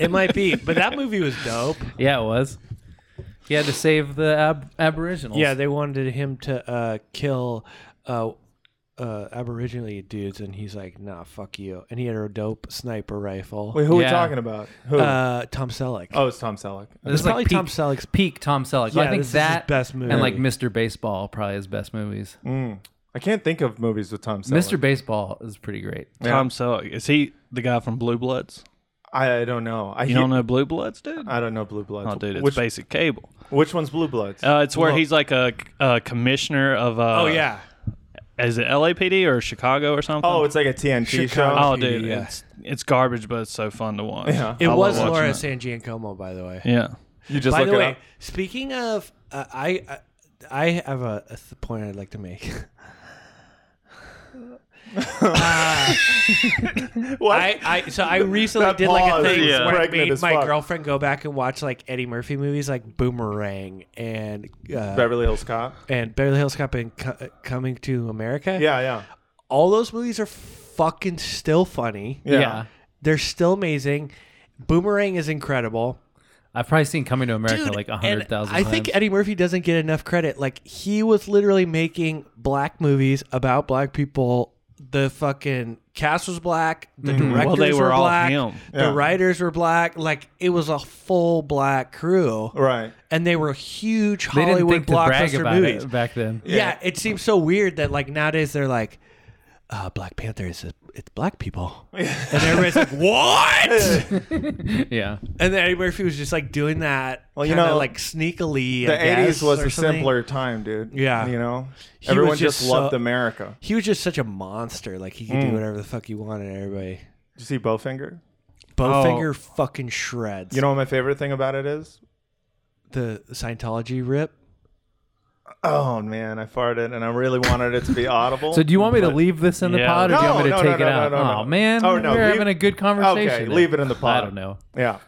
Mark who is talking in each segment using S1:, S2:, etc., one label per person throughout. S1: It might be, but that movie was dope.
S2: Yeah, it was. He had to save the ab- aboriginals.
S1: Yeah, they wanted him to uh, kill uh, uh, Aboriginal dudes, and he's like, "Nah, fuck you." And he had a dope sniper rifle.
S3: Wait, who are we
S2: Yeah.
S3: talking about? Who?
S1: uh, Tom Selleck.
S3: oh, it's Tom Selleck.
S2: this
S1: it's
S2: is like
S1: probably
S2: peak-
S1: Tom Selleck's.
S2: peak Tom Selleck. So
S1: Yeah,
S2: I think
S1: this is his
S2: that
S1: best movie.
S2: and like Mr. Baseball are probably his best movies.
S3: I can't think of movies with Tom Selleck.
S2: Mr. Baseball is pretty great.
S4: Tom Selleck. Is he the guy from Blue Bloods?
S3: I, I don't know. I
S4: You don't know Blue Bloods, dude?
S3: I don't know Blue Bloods.
S4: oh, dude, it's
S3: which,
S4: basic cable.
S3: which one's Blue Bloods?
S4: Uh, it's where he's like a, a commissioner of. Uh,
S1: Oh yeah,
S4: Is it LAPD or Chicago or something?
S3: oh, it's like a TNT
S1: Chicago.
S3: show.
S4: Oh, dude,
S1: yeah.
S4: it's it's garbage, but it's so fun to watch.
S3: Yeah.
S1: it
S4: I love
S1: was
S4: watching
S1: Laura
S4: it.
S1: San Giacomo, by the way.
S4: Yeah,
S3: You just
S1: By
S3: look
S1: the
S3: it
S1: way,
S3: up.
S1: speaking of, uh, I I- I have a, a th- point I'd like to make. Uh, I, I so I recently
S3: That
S1: did like a
S3: pause
S1: thing
S3: is
S1: where I
S3: pregnant
S1: made
S3: as
S1: my
S3: fuck.
S1: girlfriend go back and watch like Eddie Murphy movies like Boomerang and uh,
S3: Beverly Hills Cop.
S1: and Beverly Hills Cop and Co- uh, Coming to America.
S3: Yeah, yeah,
S1: all those movies are fucking still funny.
S3: yeah.
S1: They're still amazing. Boomerang is incredible.
S2: I've probably seen Coming to America like a
S1: and
S2: hundred thousand.
S1: I think Eddie Murphy doesn't get enough credit. Like he was literally making black movies about black people. The fucking cast was black. The directors
S4: Mm-hmm. Well, they were all
S1: black.
S4: him.
S1: The
S3: Yeah.
S1: writers were black. Like it was a full black crew,
S3: Right.
S1: and they were huge
S2: they didn't
S1: Hollywood
S2: think to brag
S1: blockbuster
S2: about
S1: movies.
S2: it back then.
S1: Yeah. it seems so weird that like nowadays they're like, uh, Black Panther is it's black people, and everybody's like, what?
S2: Yeah,
S1: And then Eddie Murphy was just like doing that,
S3: Well, you
S1: kinda,
S3: know,
S1: like sneakily. I
S3: The
S1: guess,
S3: eighties was
S1: or
S3: a
S1: something.
S3: simpler time, dude.
S1: Yeah.
S3: You know?
S1: He
S3: Everyone
S1: was just
S3: just, loved
S1: so-
S3: America.
S1: He was just such a monster. Like he could
S3: Mm.
S1: do whatever the fuck he wanted. Everybody,
S3: Did you see Bowfinger?
S1: Bowfinger fucking shreds.
S3: Oh. You know what my favorite thing about it is?
S1: the Scientology rip.
S3: Oh man, I farted and I really wanted it to be audible.
S2: So do you want me to leave this in the
S4: Yeah.
S2: pod, or do you want me to
S3: No, no,
S2: take
S3: no,
S2: it
S3: no,
S2: out?
S3: no, no,
S2: oh
S3: no.
S2: man,
S3: Oh, no,
S2: we're
S3: leave-
S2: having a good conversation.
S3: Okay,
S2: there.
S3: leave it in the
S2: I
S3: pod.
S2: don't know.
S3: yeah.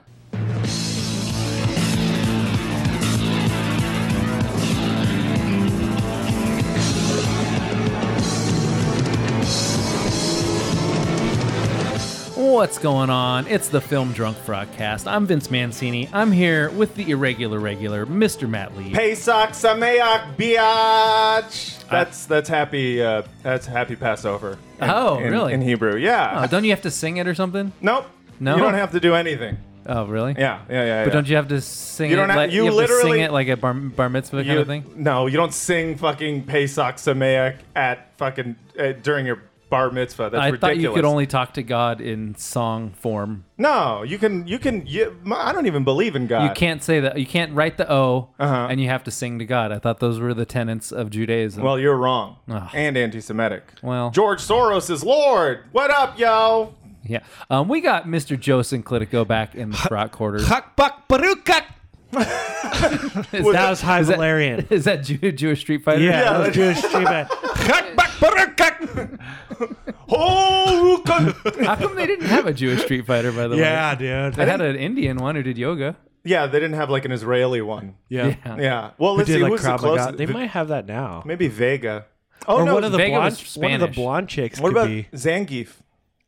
S2: What's going on? It's the Film Drunk Broadcast. I'm Vince Mancini. I'm here with the irregular regular, Mr. Matt Lee.
S3: Pesach Sameach Biatch. That's that's happy. Uh, that's happy Passover. in-
S2: Oh,
S3: in-
S2: really?
S3: In Hebrew, yeah.
S2: Oh, don't you have to sing it or something?
S3: nope.
S2: No?
S3: You don't have to do anything.
S2: Oh, really?
S3: Yeah, yeah, yeah.
S2: But don't you have to sing
S3: You
S2: it?
S3: don't have-
S2: like,
S3: you
S2: have to
S3: literally-
S2: sing it like a bar, bar mitzvah kind of thing.
S3: No, you don't sing fucking Pesach Sameach at fucking uh, during your bar mitzvah. That's
S2: I
S3: ridiculous.
S2: thought you could only talk to God in song form.
S3: No, you can. You can. You, my, I don't even believe in God.
S2: You can't say that. You can't write the O,
S3: Uh-huh.
S2: and you have to sing to God. I thought those were the tenets of Judaism.
S3: Well, you're wrong
S2: Ugh.
S3: and anti-Semitic.
S2: Well.
S3: George Soros is Lord. What up, yo?
S2: yeah. Um, we got Mr. Joe Sinclitico back in the frat quarters.
S1: Huck buck barukak.
S2: Is
S1: That was high Valerian.
S2: Is that Jew, Jewish Street Fighter?
S1: Yeah, that was
S3: that-
S1: Jewish treatment. Huck buck barukak.
S3: Oh, Ruka-
S2: How come they didn't have a Jewish Street Fighter, by the way?
S1: Yeah, dude.
S2: They had an Indian one who did yoga.
S3: yeah, they didn't have like an Israeli one.
S1: Yeah.
S3: Yeah. Well,
S1: Who
S3: let's
S1: did
S3: see
S1: like
S3: who's the
S1: Krav Maga.
S3: closest.
S1: They
S3: V-
S1: might have that now.
S3: Maybe Vega. Oh
S1: Or
S3: no,
S1: one of the
S2: Vega
S1: blonde,
S2: was
S1: one of the
S2: Spanish.
S1: blonde chicks
S3: what
S1: could
S3: about
S1: be.
S3: Zangief?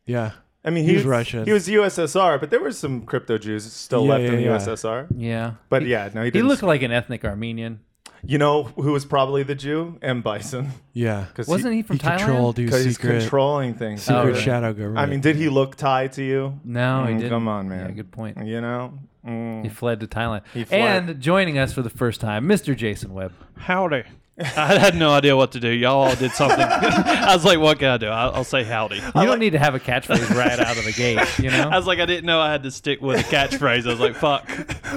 S1: Yeah.
S3: I mean,
S1: He
S3: he
S1: was
S3: was
S1: Russian.
S3: He was USSR, but there were some crypto Jews still
S1: Yeah,
S3: left
S1: yeah,
S3: in the
S1: yeah.
S3: USSR.
S2: Yeah.
S3: But yeah, no, he
S2: He
S3: didn't.
S2: looked like an ethnic Armenian.
S3: you know who was probably the Jew? M. Bison,
S1: Yeah.
S3: because
S2: Wasn't he from
S1: He
S2: Thailand?
S1: controlled your
S3: Because he's
S1: secret, secret
S3: controlling things.
S2: Oh, really?
S1: shadow government.
S3: I mean, did he look Thai to you?
S2: No, he
S3: Mm,
S2: didn't.
S3: Come on, man.
S2: Yeah, good point.
S3: You know, Mm.
S2: He fled to Thailand.
S3: fled.
S2: And joining us for the first time, Mr. Jason Webb.
S4: howdy. I had no idea what to do. Y'all all did something. I was like, what can I do? I'll, I'll say howdy.
S2: You don't need to have a catchphrase right out of the gate, you know?
S4: I was like, I didn't know I had to stick with a catchphrase. I was like, fuck.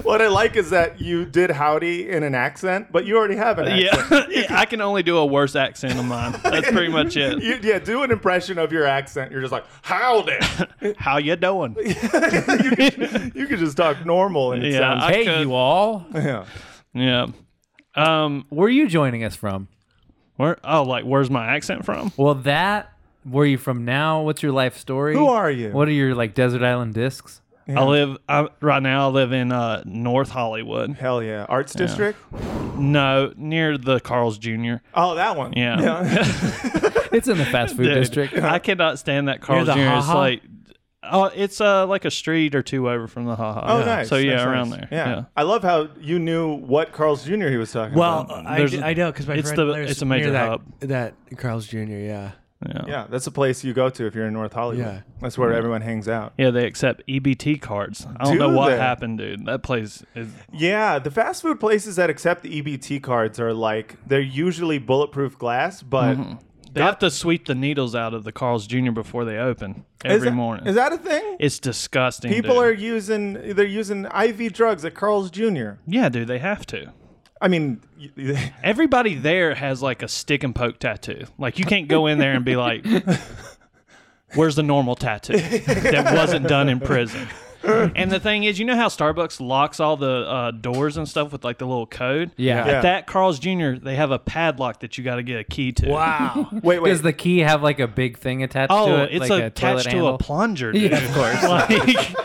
S3: what I like is that you did howdy in an accent, but you already have an accent.
S4: Yeah, Yeah, I can only do a worse accent of mine. That's pretty much it.
S3: You, yeah, do an impression of your accent. You're just like howdy.
S4: How you doing?
S3: you could just talk normal and it
S4: Yeah,
S3: sounds.
S4: I
S2: hey,
S4: could-
S2: you all.
S3: yeah.
S4: Yeah. Um.
S2: Where are you joining us from?
S4: Where? Oh, like, where's my accent from?
S2: Well, that. Where are you from now? What's your life story?
S3: Who are you?
S2: What are your like desert island discs?
S4: I live I, right now. I live in uh, North Hollywood.
S3: Hell yeah, arts district.
S4: No, near the Carl's Jr.
S3: Oh, that one.
S4: Yeah.
S2: It's in the fast food
S4: Dude,
S2: district.
S4: I cannot stand that Carl's
S1: the
S4: Jr. It's
S1: Ha-Ha?
S4: like Oh, it's uh, like a street or two over from the Ha Ha.
S3: Oh,
S4: yeah.
S3: nice.
S4: So yeah,
S3: nice,
S4: around
S3: nice.
S4: there.
S3: Yeah. I love how you knew what Carl's Jr. he was talking
S1: Well, uh,
S3: about.
S1: I,
S4: There's-
S1: d- I know because my
S4: it's
S1: friend
S4: the-
S1: lives
S4: it's a major
S1: near that,
S4: hub.
S1: That Carl's Jr. Yeah,
S4: yeah, yeah,
S3: Yeah, that's the place you go to if you're in North Hollywood.
S1: Yeah.
S3: That's where everyone hangs out.
S4: Yeah, They accept EBT cards. I don't
S3: Do
S4: know what
S3: they?
S4: happened, dude. That place is
S3: Yeah, the fast food places that accept EBT cards are like they're usually bulletproof glass, but
S4: Mm-hmm. They have to sweep the needles out of the Carl's Jr. before they open
S3: Is
S4: every
S3: that-
S4: morning.
S3: Is that a thing?
S4: it's disgusting.
S3: People
S4: dude.
S3: are using they're using IV drugs at Carl's Jr.
S4: yeah, dude. They have to.
S3: I mean, y-
S4: Everybody there has like a stick and poke tattoo. Like you can't go in there and be like, "Where's the normal tattoo that wasn't done in prison?" And the thing is, you know how Starbucks locks all the uh, doors and stuff with like the little code.
S2: Yeah.
S3: Yeah.
S4: At that Carl's Jr., they have a padlock that you got to get a key to.
S1: wow.
S3: wait, wait.
S2: Does the key have like a big thing attached
S4: Oh,
S2: to it?
S4: it's
S2: like a toilet
S4: attached to
S2: handle?
S4: a plunger, dude.
S2: Yeah, of course.
S4: like,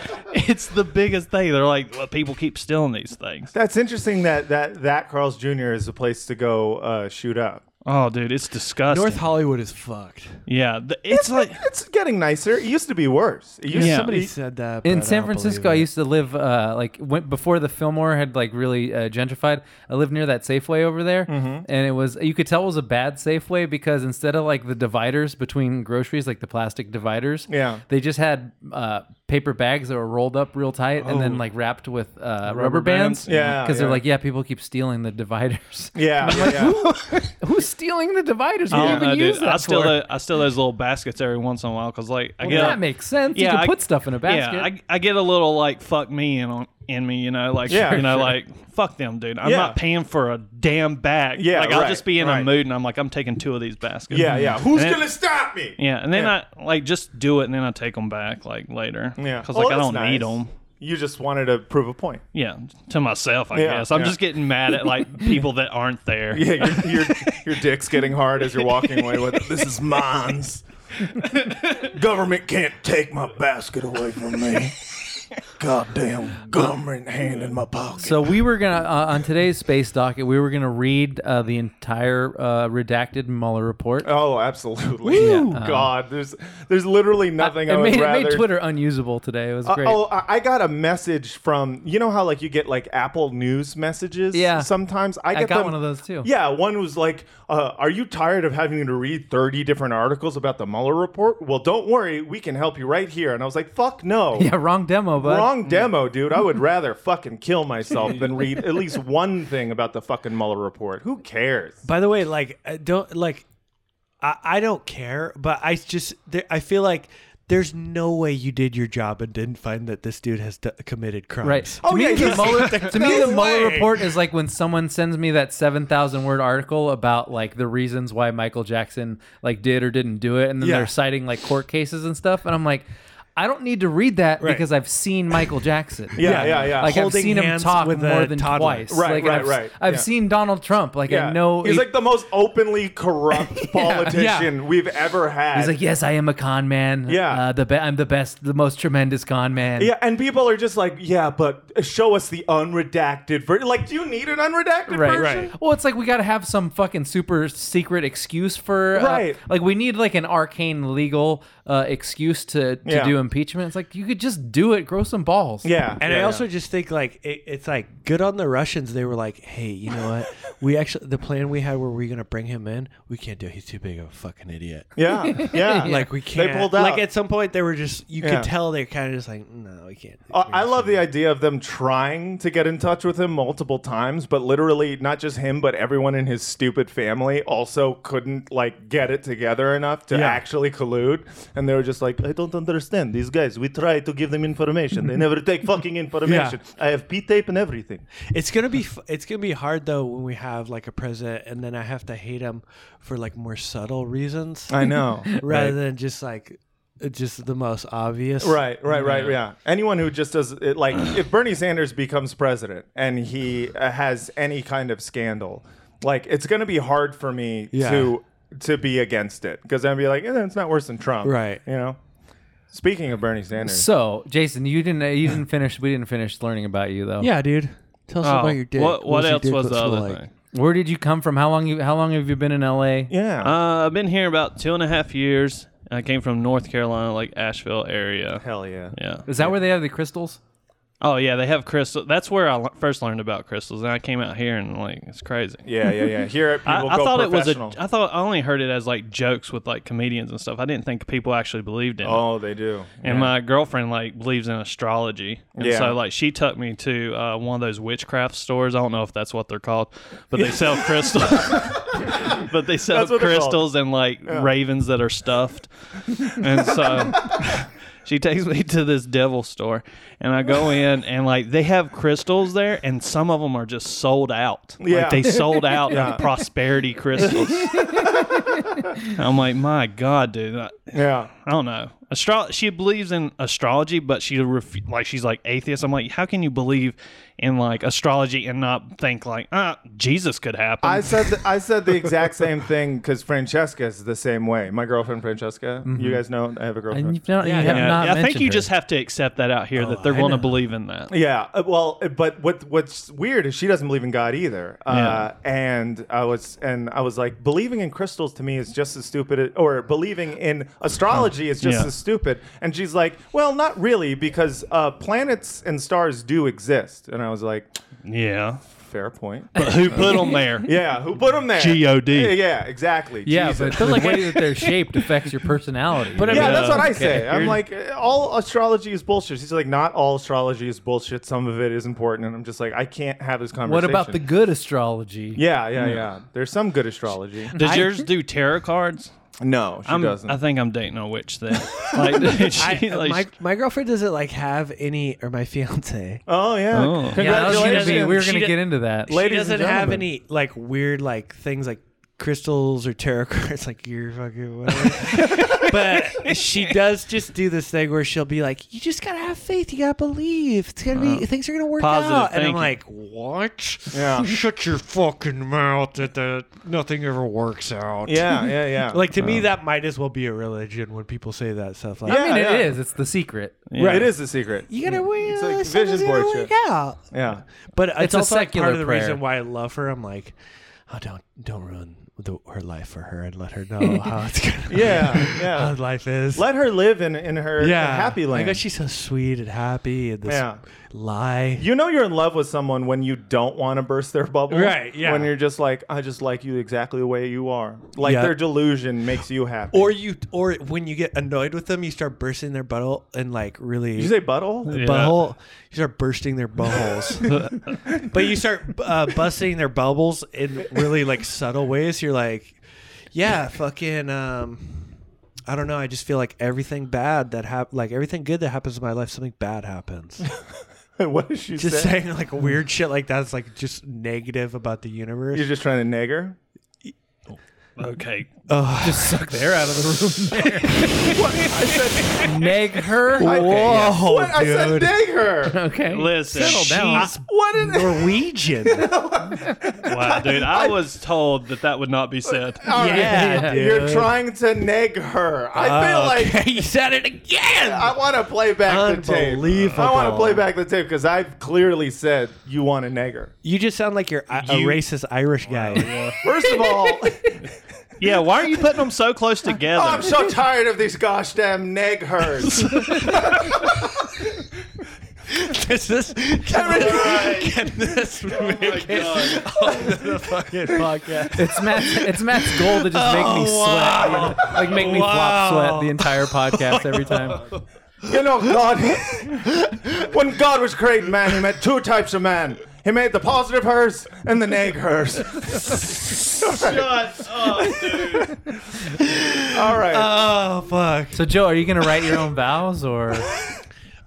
S4: it's the biggest thing. They're like, well, people keep stealing these things.
S3: That's interesting that that that Carl's Jr. is the place to go uh, shoot up.
S4: Oh, dude, it's disgusting.
S1: North Hollywood is fucked.
S4: yeah, the, it's, like
S3: It's getting nicer. It used to be worse. It used
S4: Yeah.
S3: to
S1: Somebody
S3: be,
S1: said that but I
S2: In
S1: don't
S2: San Francisco, I
S1: believe it.
S2: used to live uh, like went before the Fillmore had like really uh, gentrified. I lived near that Safeway over there, and it was you could tell it was a bad Safeway because instead of like the dividers between groceries, like the plastic dividers,
S3: Yeah.
S2: they just had uh, paper bags that were rolled up real tight and then like wrapped with uh, rubber, bands.
S4: bands?
S3: Yeah,
S2: because
S3: yeah.
S2: they're like, yeah, people keep stealing the dividers.
S3: yeah, yeah.
S2: Who's stealing the dividers? What do
S4: I
S2: you
S4: don't
S2: even
S4: know,
S2: use
S4: dude.
S2: that
S4: I steal
S2: for?
S4: tho- I steal those little baskets every once in a while because like I
S2: Well,
S4: get
S2: that makes sense.
S4: Yeah,
S2: you can
S4: I-
S2: put stuff in a basket.
S4: yeah I, I get a little like fuck me in on in me you know like
S3: Yeah,
S4: you know
S3: sure.
S4: like fuck them dude I'm
S3: Yeah.
S4: not paying for a damn bag
S3: Yeah,
S4: like I'll
S3: right,
S4: just be in
S3: right.
S4: a mood and I'm like I'm taking two of these baskets
S3: yeah, yeah. Who's
S4: And-
S3: gonna stop me?
S4: Yeah, and then I like just do it, and then I take them back like later.
S3: yeah.
S4: because
S3: Oh,
S4: like I
S3: that's
S4: don't need
S3: nice.
S4: them.
S3: You just wanted to prove a point.
S4: Yeah, to myself, I
S3: Yeah,
S4: guess. I'm
S3: yeah.
S4: just getting mad at like people that aren't there.
S3: Yeah, your, your, your dick's getting hard as you're walking away with it. This is mine's. government can't take my basket away from me. Goddamn government hand in my pocket.
S2: So we were gonna uh, on today's space docket. We were gonna read uh, the entire uh, redacted Mueller report.
S3: Oh, absolutely. God, there's there's literally nothing I,
S2: it,
S3: would
S2: made, it
S3: rather.
S2: made Twitter unusable today. It was
S3: Uh,
S2: great.
S3: oh, I I got a message from you know how like you get like Apple News messages.
S2: Yeah.
S3: sometimes I,
S2: I
S3: get
S2: got
S3: them-
S2: one of those, too.
S3: Yeah, one was like, uh, "Are you tired of having to read thirty different articles about the Mueller report?" Well, don't worry, we can help you right here. And I was like, "Fuck no."
S2: yeah, Mm. wrong demo, but
S3: Wrong demo, dude. I would rather fucking kill myself than read at least one thing about the fucking Mueller report. Who cares?
S1: By the way, like I don't like I, I don't care, but I just there, I feel like there's no way you did your job and didn't find that this dude has d- committed crimes.
S2: right.
S3: Oh,
S2: to me,
S3: yeah,
S2: the
S3: yes.
S2: Mueller, to me, the
S3: No
S2: Mueller
S3: way.
S2: report is like when someone sends me that seven thousand word article about like the reasons why Michael Jackson like did or didn't do it, and then
S1: Yeah.
S2: they're citing like court cases and stuff, and I'm like. I don't need to read that
S1: Right.
S2: because I've seen Michael Jackson.
S3: Yeah, yeah, yeah.
S2: Like
S1: Holding
S2: I've seen him
S1: hands
S2: talk
S1: with
S2: more
S1: a
S2: than
S1: toddler.
S2: twice.
S3: Right,
S2: like,
S3: right,
S2: I've,
S3: right.
S2: I've
S3: Yeah.
S2: seen Donald Trump. Like I know
S3: he's
S2: he-
S3: like the most openly corrupt politician we've ever had.
S2: He's like, yes, I am a con man.
S3: Yeah.
S2: uh, the be- I'm the best, the most tremendous con man.
S3: Yeah, and people are just like, yeah, but show us the unredacted version. Like, do you need an unredacted
S2: Right,
S3: version?
S2: Well, it's like we got to have some fucking super secret excuse for, uh,
S3: Right.
S2: Like we need like an arcane legal uh, excuse to to
S3: Yeah.
S2: do impeachment. It's like you could just do it. Grow some balls.
S3: Yeah.
S1: And
S3: yeah,
S1: I
S3: yeah.
S1: also just think like it, it's like good on the Russians. They were like, "Hey, you know what? We actually the plan we had where we are gonna bring him in, we can't do. it. He's too big of a fucking idiot.
S3: Yeah, yeah.
S1: Like we can't.
S3: They pulled out.
S1: Like at some point they were just you
S3: Yeah.
S1: could tell they're kind of just like, no, we can't.
S3: Uh, I love the idea of them trying to get in touch with him multiple times, but literally not just him, but everyone in his stupid family also couldn't like get it together enough to
S1: Yeah.
S3: actually collude. And they were just like, I don't understand these guys. We try to give them information, they never take fucking information. I have P tape and everything.
S1: It's gonna be f- it's gonna be hard though when we have like a president and then I have to hate him for like more subtle reasons
S3: I know.
S1: rather than just like just the most obvious.
S3: Right, right, right, yeah. Anyone who just does it, like if Bernie Sanders becomes president and he uh, has any kind of scandal, like it's going to be hard for me
S1: Yeah.
S3: to to be against it because I'd be like, eh, it's not worse than Trump,
S1: Right.
S3: You know. Speaking of Bernie Sanders,
S2: So, Jason, you didn't you didn't finish. We didn't finish learning about you though.
S1: Yeah, dude. Tell us
S4: Oh,
S1: about your dick.
S4: What, what
S1: What's your
S4: else
S1: dick
S4: was the
S1: look
S4: other
S1: like?
S4: thing?
S2: Where did you come from? How long you How long have you been in L.A.?
S3: yeah,
S4: Uh, I've been here about two and a half years. I came from North Carolina, like Asheville area.
S3: Hell yeah.
S4: Yeah.
S2: Is that where they have the crystals?
S4: Oh yeah, they have crystal. That's where I l- first learned about crystals, and I came out here and like it's crazy.
S3: Yeah, yeah, yeah. Here at
S4: I,
S3: people
S4: I
S3: go
S4: thought it was
S3: professional.
S4: a. I thought I only heard it as like jokes with like comedians and stuff. I didn't think people actually believed in it.
S3: oh, they do.
S4: And my girlfriend like believes in astrology, and
S3: Yeah.
S4: so like she took me to uh, one of those witchcraft stores. I don't know if that's what they're called, but they sell crystals. but they sell
S3: That's what they're called.
S4: crystals and like ravens that are stuffed, and so. She takes me to this devil store, and I go in, and like they have crystals there, and some of them are just sold out.
S3: Yeah.
S4: Like they sold out
S3: Yeah.
S4: of prosperity crystals. I'm like, my god, dude, I-
S3: Yeah.
S4: I don't know. Astro- she believes in astrology, but she ref- like she's like atheist. I'm like, how can you believe in like astrology and not think like ah Jesus could happen?
S3: I said th- I said the exact same thing because Francesca is the same way. My girlfriend Francesca. You guys know Mm-hmm. I have a girlfriend.
S2: And you've not, you have
S4: Yeah,
S2: not
S4: I think
S2: mentioned
S4: you
S2: her.
S4: just have to accept that out here that they're going to believe in that.
S3: Yeah, uh, well, uh, but what what's weird is she doesn't believe in God either. Uh, and I was and I was like, believing in crystals to me is just as stupid, or believing in astrology is just
S4: Yeah.
S3: as stupid. And she's like, well, not really, because uh, planets and stars do exist. And I was like,
S4: Yeah,
S3: fair point.
S4: but who put them there?
S3: yeah, who put them there?
S4: God.
S3: Yeah, yeah, exactly.
S2: Yeah,
S3: Jesus.
S2: but the way that they're shaped affects your personality. But
S3: Yeah, that's what I
S4: Okay,
S3: say. I'm
S4: you're-
S3: like, uh, all astrology is bullshit. She's like, not all astrology is bullshit. Some of it is important, and I'm just like, I can't have this conversation.
S2: what about the good astrology?
S3: Yeah, yeah,
S1: Mm.
S3: yeah. There's some good astrology.
S4: Does yours do tarot cards?
S3: No, she
S4: I'm,
S3: doesn't.
S4: I think I'm dating a witch then. Like, she, like
S1: my my girlfriend doesn't like have any, or my fiance.
S3: oh yeah.
S4: Oh.
S2: Yeah, that was gonna be-
S3: Congratulations.
S2: we were
S1: She
S2: going to
S1: did-
S2: get into that.
S1: She
S3: Ladies
S1: doesn't
S3: and
S1: have
S3: gentlemen.
S1: any like weird like things like crystals or tarot cards like you're fucking whatever. but she does just do this thing where she'll be like, "You just gotta have faith. You gotta believe. It's gonna
S3: Uh-huh.
S1: be things are gonna work
S4: Positive
S1: out." And I'm
S4: thinking.
S1: like, "What?
S3: Yeah.
S1: Shut your fucking mouth. That the nothing ever works out."
S3: Yeah, yeah, yeah.
S1: Like to me, that might as well be a religion when people say that stuff. Like,
S3: Yeah.
S2: I mean, it is. It's the secret.
S4: Yeah.
S3: it is the secret.
S1: you gotta wait.
S3: It's
S1: It's
S3: like
S1: like
S3: vision board shit.
S1: work out.
S3: Yeah.
S1: But it's,
S2: It's a
S1: also like, part of
S2: secular
S1: the
S2: prayer.
S1: reason why I love her. I'm like, oh, don't don't ruin the, her life for her and let her know how it's gonna,
S3: Yeah,
S1: how
S3: yeah.
S1: life is.
S3: Let her live in in her
S1: yeah,
S3: happy
S1: Like,
S3: land.
S1: oh, she's so sweet and happy and this
S3: Yeah.
S1: lie.
S3: you know you're in love with someone when you don't want to burst their bubble.
S1: Right, yeah.
S3: When you're just like, I just like you exactly the way you are. Like
S1: Yeah.
S3: their delusion makes you happy.
S1: or you, or when you get annoyed with them, you start bursting their butthole and like really
S3: Did you say butthole?
S4: Yeah.
S1: butthole. You start bursting their buttholes, but you start uh, busting their bubbles in really like subtle ways. You're like, yeah, fucking. Um, I don't know. I just feel like everything bad that hap- like everything good that happens in my life, something bad happens.
S3: what did she
S1: just
S3: say?
S1: saying like weird shit like that's like just negative about the universe.
S3: You're just trying to nag her?
S4: okay.
S2: Just suck the air out of the
S3: What? I said,
S2: room. Neg her.
S1: Whoa,
S3: what? I said
S1: dude.
S3: nag her.
S2: Okay.
S4: Listen,
S2: Settle down.
S4: she's-
S3: What did
S1: Norwegian. yeah,
S4: Wow, dude, I was told that that would not be said.
S1: dude. Oh,
S3: You're trying to nag her. I feel like
S1: Okay, you said it again.
S3: I want to play back the tape.
S1: Unbelievable.
S3: I want to play back the tape because I've clearly said you want a nigger.
S1: You just sound like you're a, a
S4: You-
S1: racist Irish guy.
S3: First of all,
S4: Yeah, why are you putting them so close together?
S3: Oh, I'm so tired of these gosh damn neg herds.
S1: Is this can, can this
S3: Oh,
S1: make it
S4: Oh,
S1: on the fucking podcast?
S2: It's Matt's, it's Matt's goal to just make me
S1: Oh,
S2: sweat. you know? Like, make me flop
S1: Wow.
S2: sweat the entire podcast every time.
S3: you know, God, when God was creating man, he made two types of man. He made the positive herds and the neg herds.
S4: Shut
S3: oh.
S4: up, dude.
S3: All right.
S1: Oh fuck!
S2: So, Joe, are you going to write your own vows or.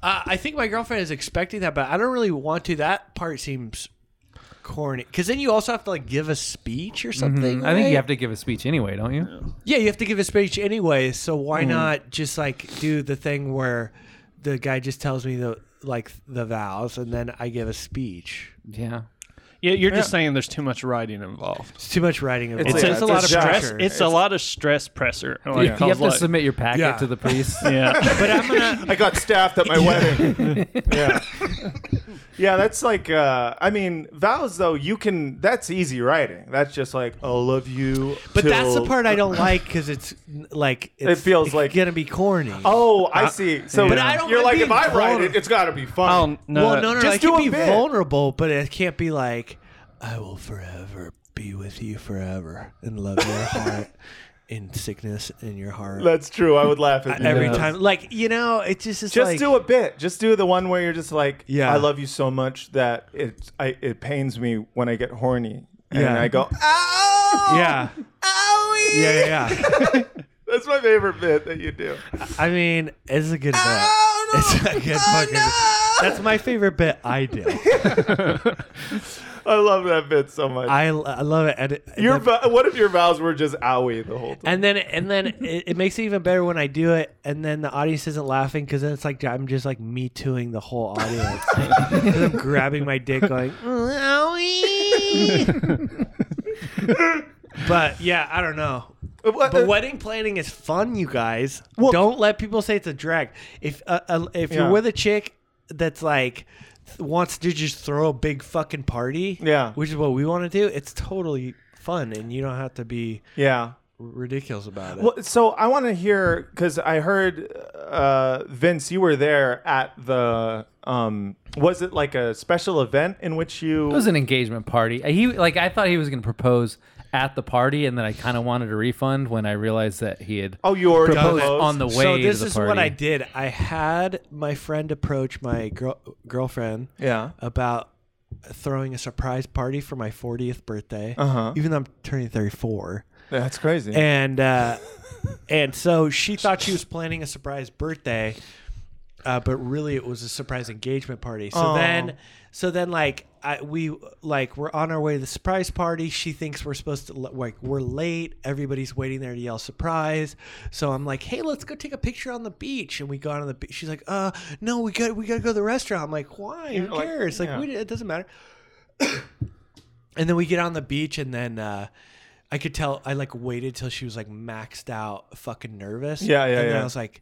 S1: Uh, I think my girlfriend is expecting that, but I don't really want to. That part seems corny because then you also have to like give a speech or something.
S2: I think
S1: right?
S2: you have to give a speech anyway, don't you?
S1: Yeah, you have to give a speech anyway. So why not just like do the thing where the guy just tells me the like the vows and then I give a speech.
S2: Yeah.
S4: Yeah, you're just saying there's too much writing involved.
S1: It's too much writing. involved.
S4: It's,
S3: yeah,
S4: it's
S3: it's
S4: a
S3: a
S4: lot of
S3: job.
S4: stress.
S3: pressure.
S4: It's, a lot of stress presser. Like,
S2: You have
S4: cause,
S2: to
S4: like-
S2: submit your packet
S1: Yeah.
S2: to the priest.
S4: Yeah,
S1: But I'm gonna.
S3: I got staffed at my wedding. yeah. Yeah, that's like uh I mean, vows though, you can that's easy writing. That's just like I love you.
S1: But that's the
S3: till-
S1: part I don't like because it's like it's,
S3: feels
S1: it's
S3: like-
S1: gonna be corny.
S3: Oh, I see. So
S1: Uh, But I don't
S3: you're
S1: like
S3: like if
S1: being
S3: I write
S1: vulnerable.
S3: it, it's got to be fun.
S4: Oh no,
S1: well, no, no,
S3: just
S1: I can
S3: do a
S1: be
S3: bit.
S1: vulnerable, but it can't be like I will forever be with you forever and love your heart in sickness in your heart
S3: That's true. I would laugh at you.
S1: every
S2: Yeah.
S1: time. Like you know, it just is
S3: Just
S1: like,
S3: do a bit. Just do the one where you're just like,
S1: Yeah.
S3: I love you so much that it I, it pains me when I get horny and
S1: Yeah.
S3: I go, "Ah!" ow,
S1: Yeah,
S3: Oh, owie.
S1: yeah, yeah. yeah.
S3: That's my favorite bit that you do.
S1: I mean, it's a good bit.
S3: Oh,
S1: It's a good fucking. That's my favorite bit I do.
S3: I love that bit so much.
S1: I, I love it. And, it- and
S3: your
S1: the-
S3: vo- what if your vows were just owie the whole time?
S1: And then and then it, it makes it even better when I do it, and then the audience isn't laughing because then it's like I'm just like me tooing the whole audience. 'Cause I'm grabbing my dick, going, "Owie." but yeah, I don't know.
S3: What- uh,
S1: But wedding planning is fun, you guys. Don't let people say it's a drag. If uh, uh, if
S3: Yeah.
S1: you're with a chick that's like wants to just throw a big fucking party,
S3: Yeah.
S1: which is what we want to do, it's totally fun, and you don't have to be
S3: Yeah.
S1: ridiculous about it.
S3: Well, so I want to hear because I heard uh, Vince, you were there at the. Um, was it like a special event in which you?
S2: It was an engagement party. He like I thought he was going to propose at the party, and then I kind of wanted a refund when I realized that he had
S3: oh, you already
S2: proposed
S3: proposed
S2: on the way
S1: so
S2: to
S1: this
S2: the
S1: is
S2: party.
S1: what I did. I had my friend approach my girl, girlfriend
S3: Yeah.
S1: about throwing a surprise party for my 40th birthday,
S3: Uh-huh.
S1: even though I'm turning 34.
S3: That's crazy.
S1: And uh, and so she thought she was planning a surprise birthday, uh, but really it was a surprise engagement party. So
S3: Aw.
S1: then, so then like I, we like we're on our way to the surprise party. She thinks we're supposed to like we're late. Everybody's waiting there to yell surprise. So I'm like, hey, let's go take a picture on the beach. And we got on the beach. She's like, uh, no, we got we gotta go to the restaurant. I'm like, why? Who
S3: like,
S1: cares? Like,
S3: yeah.
S1: we, it doesn't matter. and then we get on the beach, and then. Uh, I could tell I like waited till she was like maxed out, fucking nervous.
S3: Yeah, yeah,
S1: And then
S3: yeah.
S1: I was like,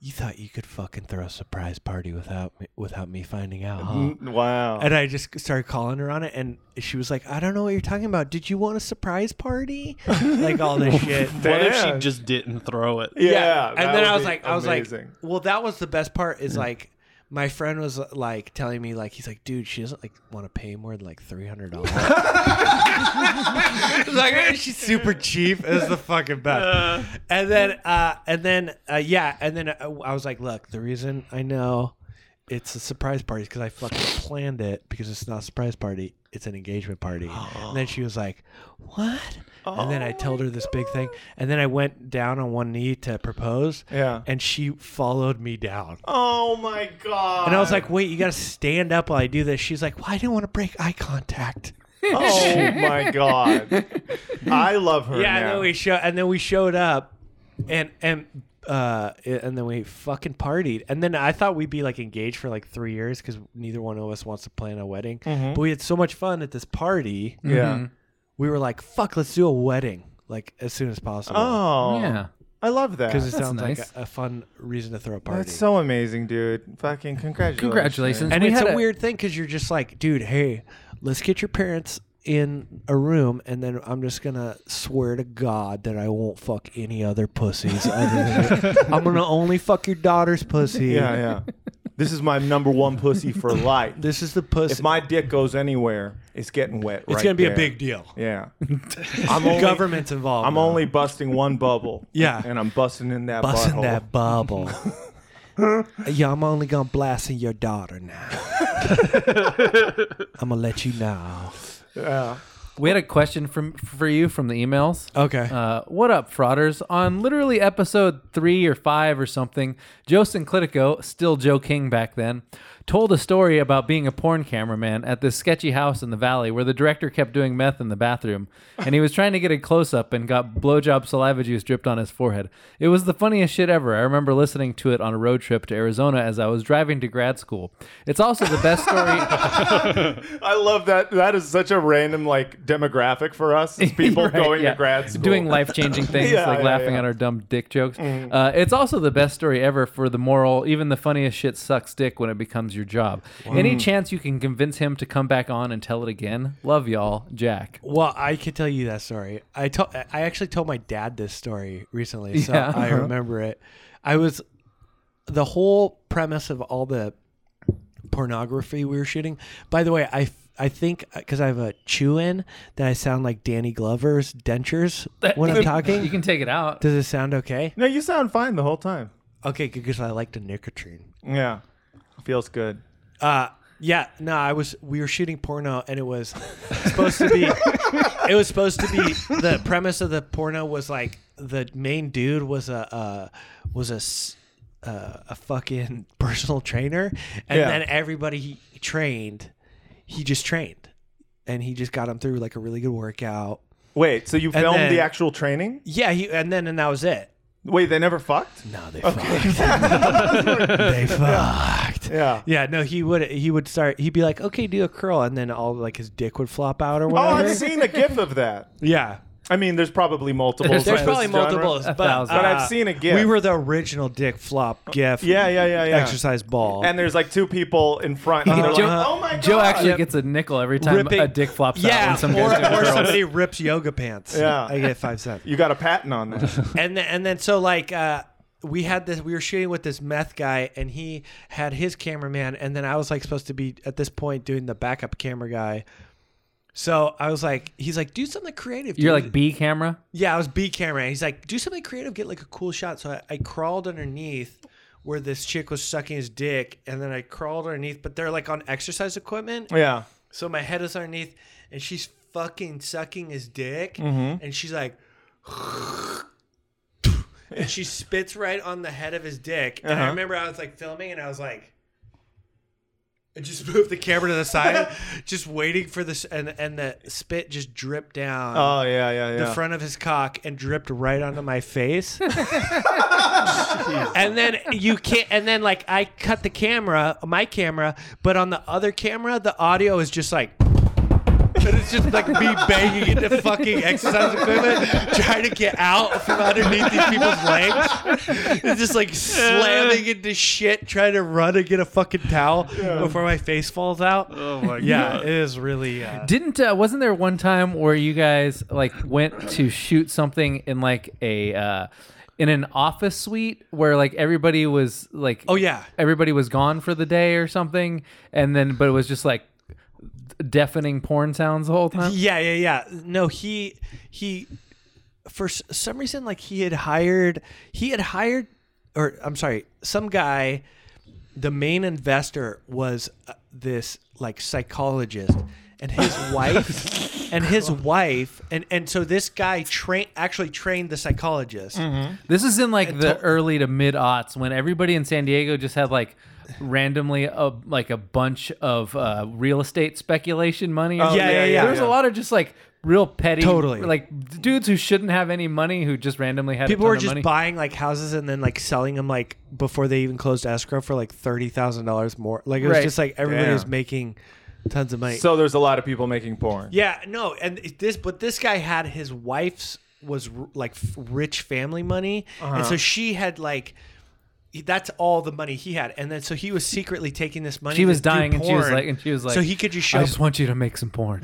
S1: "You thought you could fucking throw a surprise party without me, without me finding out?" huh?"
S3: Mm, wow.
S1: And I just started calling her on it, and she was like, "I don't know what you're talking about. Did you want a surprise party? like all this shit."
S4: What if she
S3: Damn.
S4: just didn't throw it?
S3: yeah.
S1: And
S3: that
S1: then
S3: would
S1: I was
S3: be
S1: like, I was
S3: amazing.
S1: like, well, that was the best part is like, my friend was like telling me like, he's like, dude, she doesn't like want to pay more than like three hundred dollars. like she's super cheap. It was the fucking best. and then, uh, and then, uh, yeah, and then uh, I was like, look, the reason I know it's a surprise party because I fucking planned it because it's not a surprise party. It's an engagement party. And then she was like, What? and then I told her this big thing. And then I went down on one knee to propose.
S3: Yeah.
S1: And she followed me down.
S3: oh my god.
S1: And I was like, Wait, you got to stand up while I do this. She's like, Well, I didn't want to break eye contact.
S3: oh my god. I love her.
S1: Yeah,
S3: now.
S1: and then we show, and then we showed up, and and uh, and then we fucking partied, and then I thought we'd be like engaged for like three years because neither one of us wants to plan a wedding, but we had so much fun at this party,
S3: Mm-hmm. yeah.
S2: Mm-hmm.
S1: we were like, fuck, let's do a wedding like as soon as possible.
S3: Oh.
S2: Yeah.
S3: I love that.
S1: Because it
S2: That's
S1: sounds like
S2: nice.
S1: a, a fun reason to throw a party.
S3: That's so amazing, dude. Fucking congratulations.
S2: Congratulations.
S1: and
S2: We
S1: it's
S2: had
S1: a, weird thing because you're just like, dude, hey, let's get your parents in a room, and then I'm just gonna swear to God that I won't fuck any other pussies. other than I'm gonna only fuck your daughter's pussy.
S3: Yeah, yeah. This is my number one pussy for life.
S1: This is the pussy.
S3: If my dick goes anywhere, it's getting wet.
S1: it's
S3: right
S1: gonna be a
S3: there.
S1: big deal.
S3: Yeah. I'm only,
S1: Government's involved.
S3: I'm
S1: now.
S3: only busting one bubble.
S1: Yeah.
S3: And I'm busting in that
S1: busting
S3: butthole.
S1: that bubble. yeah, I'm only gonna blast in your daughter now. I'm gonna let you know.
S3: Yeah.
S2: We had a question from for you from the emails.
S1: Okay.
S2: Uh, what up, frauders? On literally episode three or five or something, Joe Sinclitico, still Joe King back then, told a story about being a porn cameraman at this sketchy house in the valley where the director kept doing meth in the bathroom, and he was trying to get a close up and got blowjob saliva juice dripped on his forehead. It was the funniest shit ever. I remember listening to it on a road trip to Arizona as I was driving to grad school. It's also the best story.
S3: I love that. That is such a random like demographic for us. Is people
S2: Right,
S3: going
S2: yeah.
S3: to grad school,
S2: doing life changing things,
S3: Yeah,
S2: like
S3: yeah,
S2: laughing
S3: yeah. Mm-hmm.
S2: at our dumb dick jokes. Uh, it's also the best story ever for the moral. Even the funniest shit sucks dick when it becomes your job.
S3: Mm.
S2: Any chance you can convince him to come back on and tell it again? Love y'all, Jack.
S1: Well, I could tell you that story. I told I actually told my dad this story recently, so
S2: Yeah.
S1: I remember it. I was the whole premise of all the pornography we were shooting. By the way, I I think because I have a chew in that I sound like Danny Glover's dentures when I'm
S2: You
S1: talking.
S2: can take it out.
S1: Does it sound okay?
S3: No, you sound fine the whole time.
S1: Okay, because I like the nicotine.
S3: Yeah, feels good.
S1: Uh yeah, no, I was we were shooting porno and it was supposed to be it was supposed to be the premise of the porno was like the main dude was a uh was a s- uh, a fucking personal trainer and
S3: Yeah.
S1: then everybody he trained he just trained and he just got him through like a really good workout.
S3: Wait, so you
S1: And
S3: filmed
S1: then-
S3: the actual training?
S1: Yeah, he and then and that was it.
S3: Wait, they never fucked?
S1: No, they fucked. they fucked.
S3: Yeah.
S1: Yeah, no, he would he would start he'd be like, Okay, do a curl and then all like his dick would flop out or
S3: Oh,
S1: whatever.
S3: I've seen a GIF of that.
S1: Yeah.
S3: I mean, there's probably multiple.
S1: There's probably multiples,
S2: A
S1: but,
S2: thousand.
S3: But I've
S1: uh,
S3: seen a GIF. Oh,
S1: We were the original dick flop gif.
S3: Yeah, yeah, yeah, yeah.
S1: Exercise ball.
S3: And there's like two people in front. And they're like,
S2: Joe,
S3: oh my god.
S2: Joe actually gets a nickel every time
S1: uh, Ripping-
S2: a dick flops out
S1: yeah,
S2: when some
S1: or,
S2: guy's doing
S1: or
S2: curls.
S1: somebody rips yoga pants.
S3: Yeah.
S1: I get five cents.
S3: You got a patent on that.
S1: and then, and then so like uh we had this we were shooting with this meth guy and he had his cameraman and then I was like supposed to be at this point doing the backup camera guy. So I was like he's like do something creative.
S2: You're
S1: dude."
S2: like B camera.
S1: yeah, I was B camera and he's like do something creative get like a cool shot. So I, I crawled underneath where this chick was sucking his dick and then I crawled underneath but they're like on exercise equipment.
S3: yeah.
S1: So my head is underneath, and she's fucking sucking his dick,
S3: Mm-hmm.
S1: and she's like, and she spits right on the head of his dick. And I
S3: Uh-huh.
S1: remember I was like filming, and I was like, I just moved the camera to the side, just waiting for this, and and the spit just dripped down
S3: Oh yeah, yeah, yeah.
S1: the front of his cock and dripped right onto my face. and then you can't. And then like I cut the camera, my camera, but on the other camera, the audio is just like. And it's just like me banging into fucking exercise equipment, trying to get out from underneath these people's legs. It's just like slamming into shit, trying to run and get a fucking towel before my face falls out.
S4: Oh my
S1: yeah, it is really. Uh,
S2: Didn't uh, wasn't there one time where you guys like went to shoot something in like a uh, in an office suite where like everybody was like
S1: oh yeah,
S2: everybody was gone for the day or something and then but it was just like deafening porn sounds the whole time.
S1: Yeah, yeah, yeah. No, he he for s- some reason like he had hired he had hired or I'm sorry, some guy the main investor was uh, this like psychologist and his wife and his wife and and so this guy train actually trained the psychologist.
S2: This is in like the early to mid aughts when everybody in San Diego just had like randomly a like a bunch of uh, real estate speculation money.
S1: yeah, Oh, yeah, yeah, yeah.
S2: There was a lot of just like real petty,
S1: Totally.
S2: like dudes who shouldn't have any money who just randomly had. a
S1: People
S2: ton
S1: were
S2: of
S1: just
S2: money.
S1: buying like houses and then like selling them like before they even closed escrow for like thirty thousand dollars more. Like it was
S2: Right.
S1: just like everybody
S3: Damn.
S1: was making tons of money.
S3: so there's a lot of people making porn.
S1: Yeah, no, and it- this, but this guy had his wife's was r- like f- rich family money, and
S2: Uh-huh.
S1: so she had like. he- That's all the money he had, and then so he was secretly taking this money.
S2: She
S1: to
S2: was
S1: do
S2: dying, and she was
S1: porn,
S2: like, and she was like,
S1: so he could just show.
S2: I just want you to make some porn.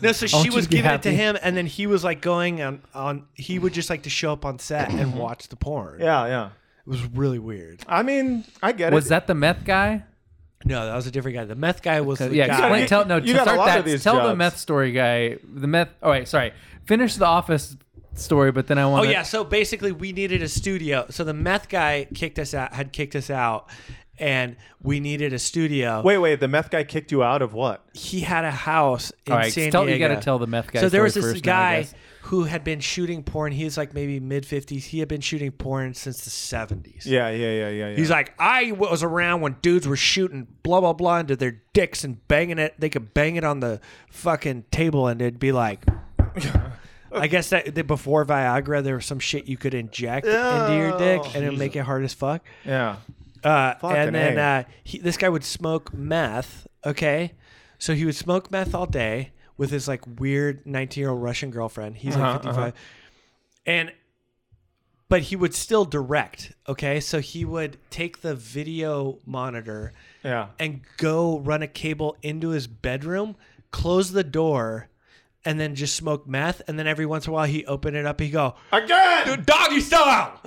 S1: no, so
S2: want
S1: she
S2: you
S1: was
S2: to be
S1: giving it to
S2: happy.
S1: him, and then he was like going on. On he would just like to show up on set and watch the porn.
S3: Yeah, yeah.
S1: it was really weird.
S3: I mean, I get
S2: was
S3: it.
S2: that the meth guy?
S1: No, that was a different guy. The meth guy was the
S2: yeah,
S1: guy.
S2: explain. Tell no.
S3: You
S2: to
S3: got a
S2: start
S3: lot
S2: that.
S3: of these
S2: tell the
S3: jobs.
S2: meth story guy. The meth. All right, sorry. Finish the office story, but then I
S1: Oh
S2: want.
S1: yeah, so basically we needed a studio. So the meth guy kicked us out, had kicked us out, and we needed a studio.
S3: Wait, wait. The meth guy kicked you out of what?
S1: he had a house in
S2: All right,
S1: San
S2: tell,
S1: Diego.
S2: you got to tell the meth guy.
S1: so there was
S2: story
S1: this
S2: first now, I
S1: guy
S2: guess.
S1: who had been shooting porn. He was like maybe mid fifties. He had been shooting porn since the seventies.
S3: Yeah, yeah, yeah, yeah. yeah.
S1: He's like, I was around when dudes were shooting blah blah blah into their dicks and banging it. They could bang it on the fucking table, and it'd be like, I guess that that before Viagra, there was some shit you could inject into your dick, and it'd make it hard as fuck.
S3: yeah.
S1: Uh,
S3: Fucking
S1: and then
S3: A.
S1: uh, he, this guy would smoke meth. Okay, so he would smoke meth all day with his like weird nineteen-year-old Russian girlfriend. He's like 55 and but he would still direct. Okay, so he would take the video monitor
S3: Yeah.
S1: and go run a cable into his bedroom, close the door, and then just smoke meth. And then every once in a while, he open it up. He go,
S3: Again!
S1: doggy style.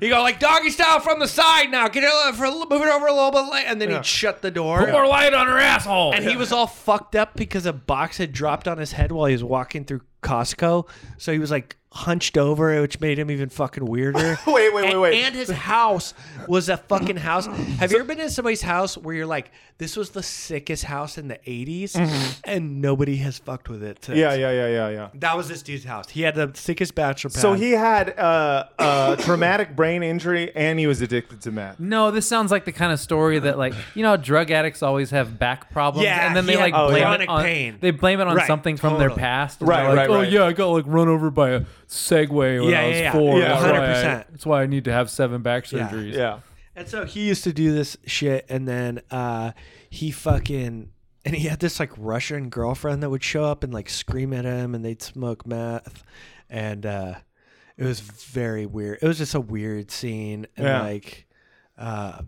S1: he go like doggy style from the side now. Get it over- for a little- move it over a little bit, late. and then he'd shut the door.
S2: More light on her asshole.
S1: And he was all fucked up because a box had dropped on his head while he was walking through Costco. So he was like hunched over, which made him even fucking weirder.
S3: Wait, wait, wait,
S1: And-
S3: wait.
S1: And his house was a fucking house. Have you ever been in somebody's house where you're like, this was the sickest house in the 80s and nobody has fucked with it? Since.
S3: Mm-hmm. Yeah, yeah, yeah, yeah, yeah.
S1: That was this dude's house. He had the sickest bachelor pad.
S3: So he had uh, a traumatic brain injury and he was addicted to meth.
S2: no, this sounds like the kind of story that, like, you know, how drug addicts always have back problems,
S1: Yeah,
S2: and then they
S1: he
S2: like
S1: had
S2: blame
S1: chronic
S2: it on
S1: pain.
S2: they blame it on
S1: Right,
S2: something from their
S1: totally.
S2: past.
S3: Right,
S2: Right, like,
S3: right,
S2: Oh
S3: right.
S2: yeah, I got like run over by a Segway when
S1: Yeah,
S2: I
S1: yeah,
S2: was
S1: yeah.
S2: four.
S3: Yeah,
S2: that's, why I,
S1: 100%.
S2: that's why I need to have seven back
S1: Yeah.
S2: surgeries.
S3: Yeah.
S1: And so he used to do this shit, and then uh, he fucking and he had this like Russian girlfriend that would show up and like scream at him, and they'd smoke meth, and uh, it was very weird. It was just a weird scene, and
S3: Yeah.
S1: like uh,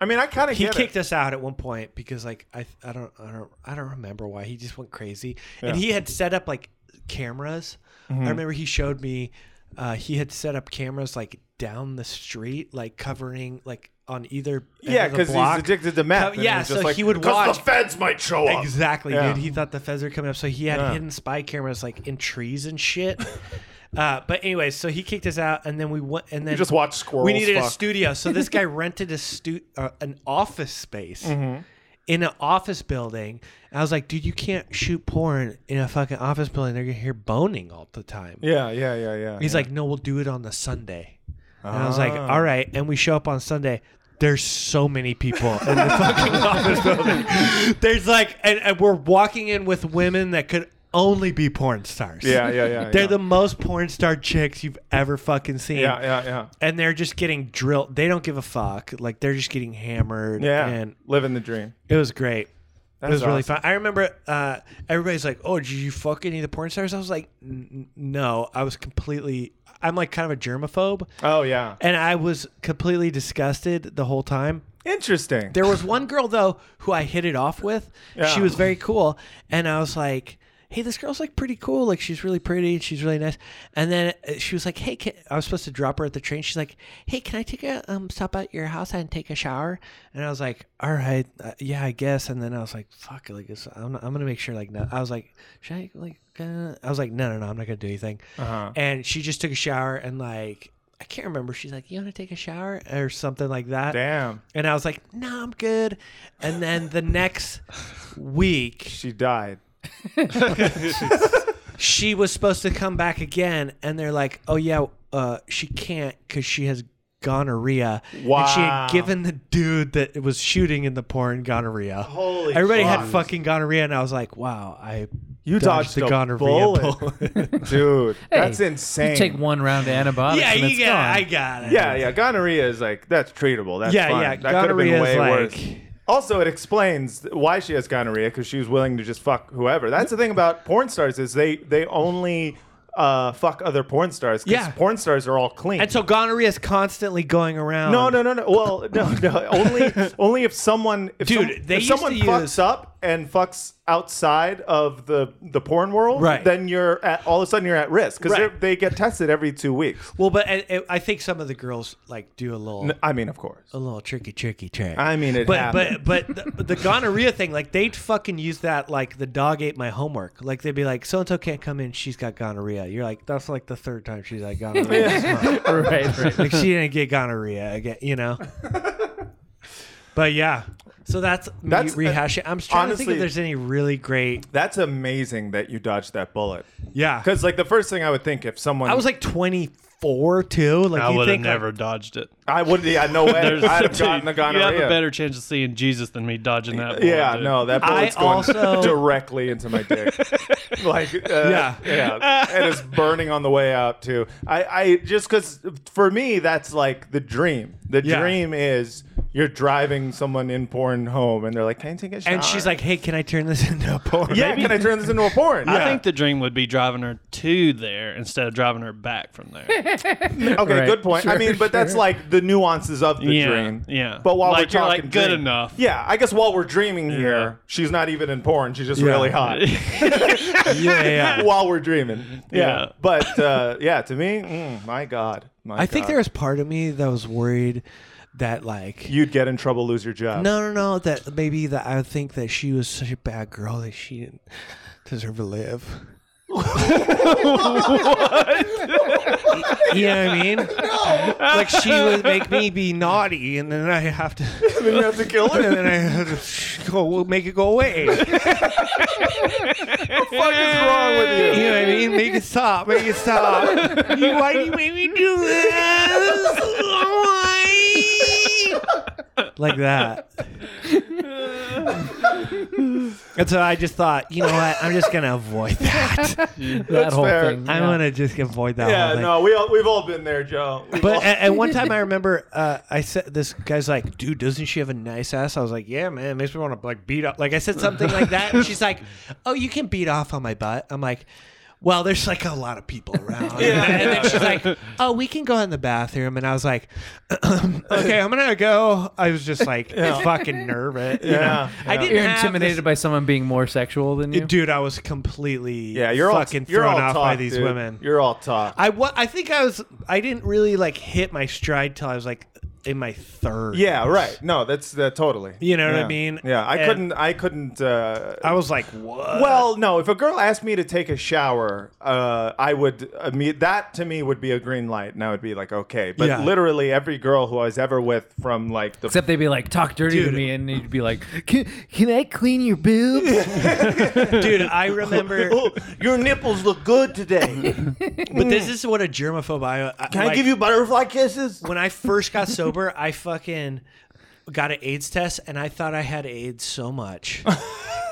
S3: I mean, I kind of
S1: he
S3: get
S1: kicked
S3: it.
S1: us out at one point because like I I don't I don't I don't remember why he just went crazy, and he had set up like cameras.
S3: Mm-hmm.
S1: I remember he showed me uh, he had set up cameras like down the street, like covering like on either end
S3: Yeah,
S1: of the
S3: because he's
S1: block.
S3: addicted to meth.
S1: Co-
S3: and
S1: yeah,
S3: he's
S1: so
S3: just like,
S1: he would
S3: 'Cause
S1: watch.
S3: the feds might show up.
S1: Exactly,
S3: Yeah.
S1: dude. He thought the feds were coming up, so he had
S3: Yeah.
S1: hidden spy cameras like in trees and shit. uh, but anyway, so he kicked us out, and then we went, and then
S3: You just watch squirrels.
S1: we needed a
S3: fuck.
S1: studio, so this guy rented a stu- uh, an office space
S3: Mm-hmm.
S1: in an office building. And I was like, dude, you can't shoot porn in a fucking office building. They're gonna hear boning all the time.
S3: Yeah, yeah, yeah, yeah.
S1: He's
S3: yeah.
S1: like, no, we'll do it on the Sunday. And I was like,
S3: Ah.
S1: all right. And we show up on Sunday. There's so many people in the fucking office building. There's like, and, and we're walking in with women that could only be porn stars.
S3: Yeah, yeah, yeah.
S1: They're
S3: yeah.
S1: the most porn star chicks you've ever fucking seen
S3: Yeah, yeah, yeah.
S1: and they're just getting drilled. They don't give a fuck. Like they're just getting hammered.
S3: Yeah.
S1: and
S3: Living the dream.
S1: it was great.
S3: That
S1: it was
S3: is
S1: really
S3: awesome.
S1: fun. I remember uh, everybody's like, "Oh, did you fuck any of the porn stars?" I was like, "N- n- "No, I was completely. I'm like kind of a germaphobe,
S3: Oh, yeah.
S1: and I was completely disgusted the whole time."
S3: Interesting.
S1: There was one girl though who I hit it off with. She
S3: Yeah.
S1: was very cool, and I was like, "Hey, this girl's like pretty cool. Like she's really pretty and she's really nice." And then uh, she was like, "Hey, can, I was supposed to drop her at the train." She's like, "Hey, can I take a um stop at your house and take a shower?" And I was like, "All right, uh, yeah, I guess." And then I was like, "Fuck, like it's, I'm, I'm gonna make sure like no." I was like, "Should I like?" Uh, I was like, "No, no, no, I'm not gonna do anything."
S3: Uh-huh.
S1: And she just took a shower and like. I can't remember. She's like, "You want to take a shower or something like that?"
S3: Damn.
S1: And I was like, no, I'm good. And then the next week,
S3: She died.
S1: she was supposed to come back again. And they're like, oh, yeah, uh, she can't because she has gonorrhea. And she
S3: Wow.
S1: had given the dude that was shooting in the porn gonorrhea.
S3: Holy
S1: Everybody had
S3: fuck.
S1: fucking gonorrhea. And I was like, wow, I
S3: You dodged,
S1: the
S3: a
S1: gonorrhea
S3: bullet. Dude, that's insane.
S2: You take one round of antibiotics.
S1: yeah,
S2: and
S1: you
S2: it's
S1: got
S2: gone.
S1: it. I got it.
S3: Yeah, yeah. Gonorrhea is like that's treatable. That's
S1: Yeah,
S3: fine.
S1: yeah,
S3: That could have been
S1: gonorrhea is
S3: way
S1: like-
S3: worse. Also, it explains why she has gonorrhea because she was willing to just fuck whoever. That's the thing about porn stars is they they only uh, fuck other porn stars. 'cause
S1: Yeah.
S3: porn stars are all clean.
S1: And so gonorrhea is constantly going around.
S3: no, no, no, no. Well, no, no. Only, only if someone, if
S1: Dude,
S3: some-
S1: they
S3: if
S1: used
S3: someone
S1: to
S3: fucks
S1: use-
S3: up and fucks outside of the the porn world,
S1: Right.
S3: Then you're at all of a sudden you're at risk because
S1: Right.
S3: they get tested every two weeks.
S1: Well, but I, I- I think some of the girls like do a little.
S3: I mean, of course.
S1: a little tricky, tricky trick.
S3: I mean, it
S1: but
S3: happened.
S1: but but the, but the gonorrhea thing, like they'd fucking use that like the dog ate my homework. Like they'd be like, so and so can't come in, she's got gonorrhea. You're like, that's like the third time she's had gonorrhea. It's fine.
S2: right, right.
S1: like she didn't get gonorrhea again, you know. but yeah, so that's me
S3: That's-
S1: rehashing. I'm trying to think
S3: honestly-
S1: if there's any really great.
S3: That's amazing that you dodged that bullet.
S1: Yeah,
S3: Because like the first thing I would think if someone
S1: I was like 20 four too? Like
S4: I
S1: you
S4: would have
S1: think,
S4: never dodged it.
S3: I would. Yeah, no way. I'd have gotten the
S4: you have
S3: gonorrhea.
S4: a better chance of seeing Jesus than me dodging that. bullet,
S3: yeah,
S4: dude.
S3: no, that bullet's
S1: I
S3: going
S1: also-
S3: directly into my dick. like, uh,
S1: Yeah.
S3: yeah, yeah, and it's burning on the way out too. I, I just because for me that's like the dream. The
S1: Yeah.
S3: dream is you're driving someone in porn home, and they're like, "Can I take a shot?"
S1: And she's like, "Hey, can I turn this into a porn?"
S3: "Yeah, can I turn this into a porn?"
S4: I think the dream would be driving her to there instead of driving her back from there.
S3: Okay,
S2: Right.
S3: good point. I
S2: Sure,
S3: mean, but that's like the nuances of the
S4: Yeah,
S3: dream.
S4: yeah.
S3: But while
S4: Like,
S3: we're
S4: you're,
S3: talking,
S4: like, good
S3: dream-
S4: enough.
S3: Yeah, I guess while we're dreaming
S4: Yeah.
S3: here, she's not even in porn. She's just
S1: Yeah.
S3: really hot.
S1: yeah, yeah.
S3: while we're dreaming. Yeah.
S4: Yeah.
S3: But uh, yeah, to me, mm, my God, my
S1: I think
S3: God.
S1: there was part of me that was worried that like
S3: you'd get in trouble, lose your job.
S1: no no no that maybe that I think that she was such a bad girl that she didn't deserve to live. You know what I mean? No. Like she would make me be naughty, and then I have to,
S3: then you have to kill
S1: and
S3: her.
S1: then I have to go make it go away. You know what
S3: What is wrong with you?
S1: I mean? Make it stop. Make it stop. You- Why do you make me do this? Why? Like that. And so I just thought, you know what? I'm just gonna avoid that.
S2: that whole
S3: fair.
S2: thing.
S1: I'm
S2: yeah.
S1: gonna just avoid that. whole
S3: Yeah,
S1: thing.
S3: no, we all, we've all been there, Joe. We've all-
S1: But at, at one time, I remember uh, I said this guy's like, "Dude, doesn't she have a nice ass?" I was like, "Yeah, man, it makes me want to like beat up." Like I said something like that, and she's like, "Oh, you can beat off on my butt." I'm like. Well, there's like a lot of people around. And then she's like, oh, we can go in the bathroom. And I was like, okay, I'm going to go. I was just like fucking nervous. you know?
S3: Yeah.
S1: I didn't
S2: You're
S1: have this-
S2: intimidated by someone being more sexual than you.
S1: Dude, I was completely
S3: yeah, you're
S1: fucking
S3: all, you're
S1: thrown
S3: all
S1: off
S3: talk,
S1: by these
S3: dude.
S1: women.
S3: You're all talk.
S1: I wa- I think I was I didn't really like hit my stride till I was like in my third.
S3: yeah, right. No, that's that totally.
S1: You know what I
S3: Yeah.
S1: mean?
S3: Yeah, I
S1: And-
S3: couldn't. I couldn't. Uh,
S1: I was like, what?
S3: Well, no. If a girl asked me to take a shower, uh, I would. I mean, that to me would be a green light, and I would be like, okay. But
S1: Yeah.
S3: literally every girl who I was ever with, from like the
S2: Except they'd be like, talk dirty to
S1: Dude.
S2: me, and you'd be like, can, can I clean your boobs?
S1: dude, I remember.
S3: oh, your nipples look good today. Can
S1: but this is what a germaphobe. I, I,
S3: I give you butterfly kisses?
S1: When I first got sober, I fucking got an AIDS test, and I thought I had AIDS so much.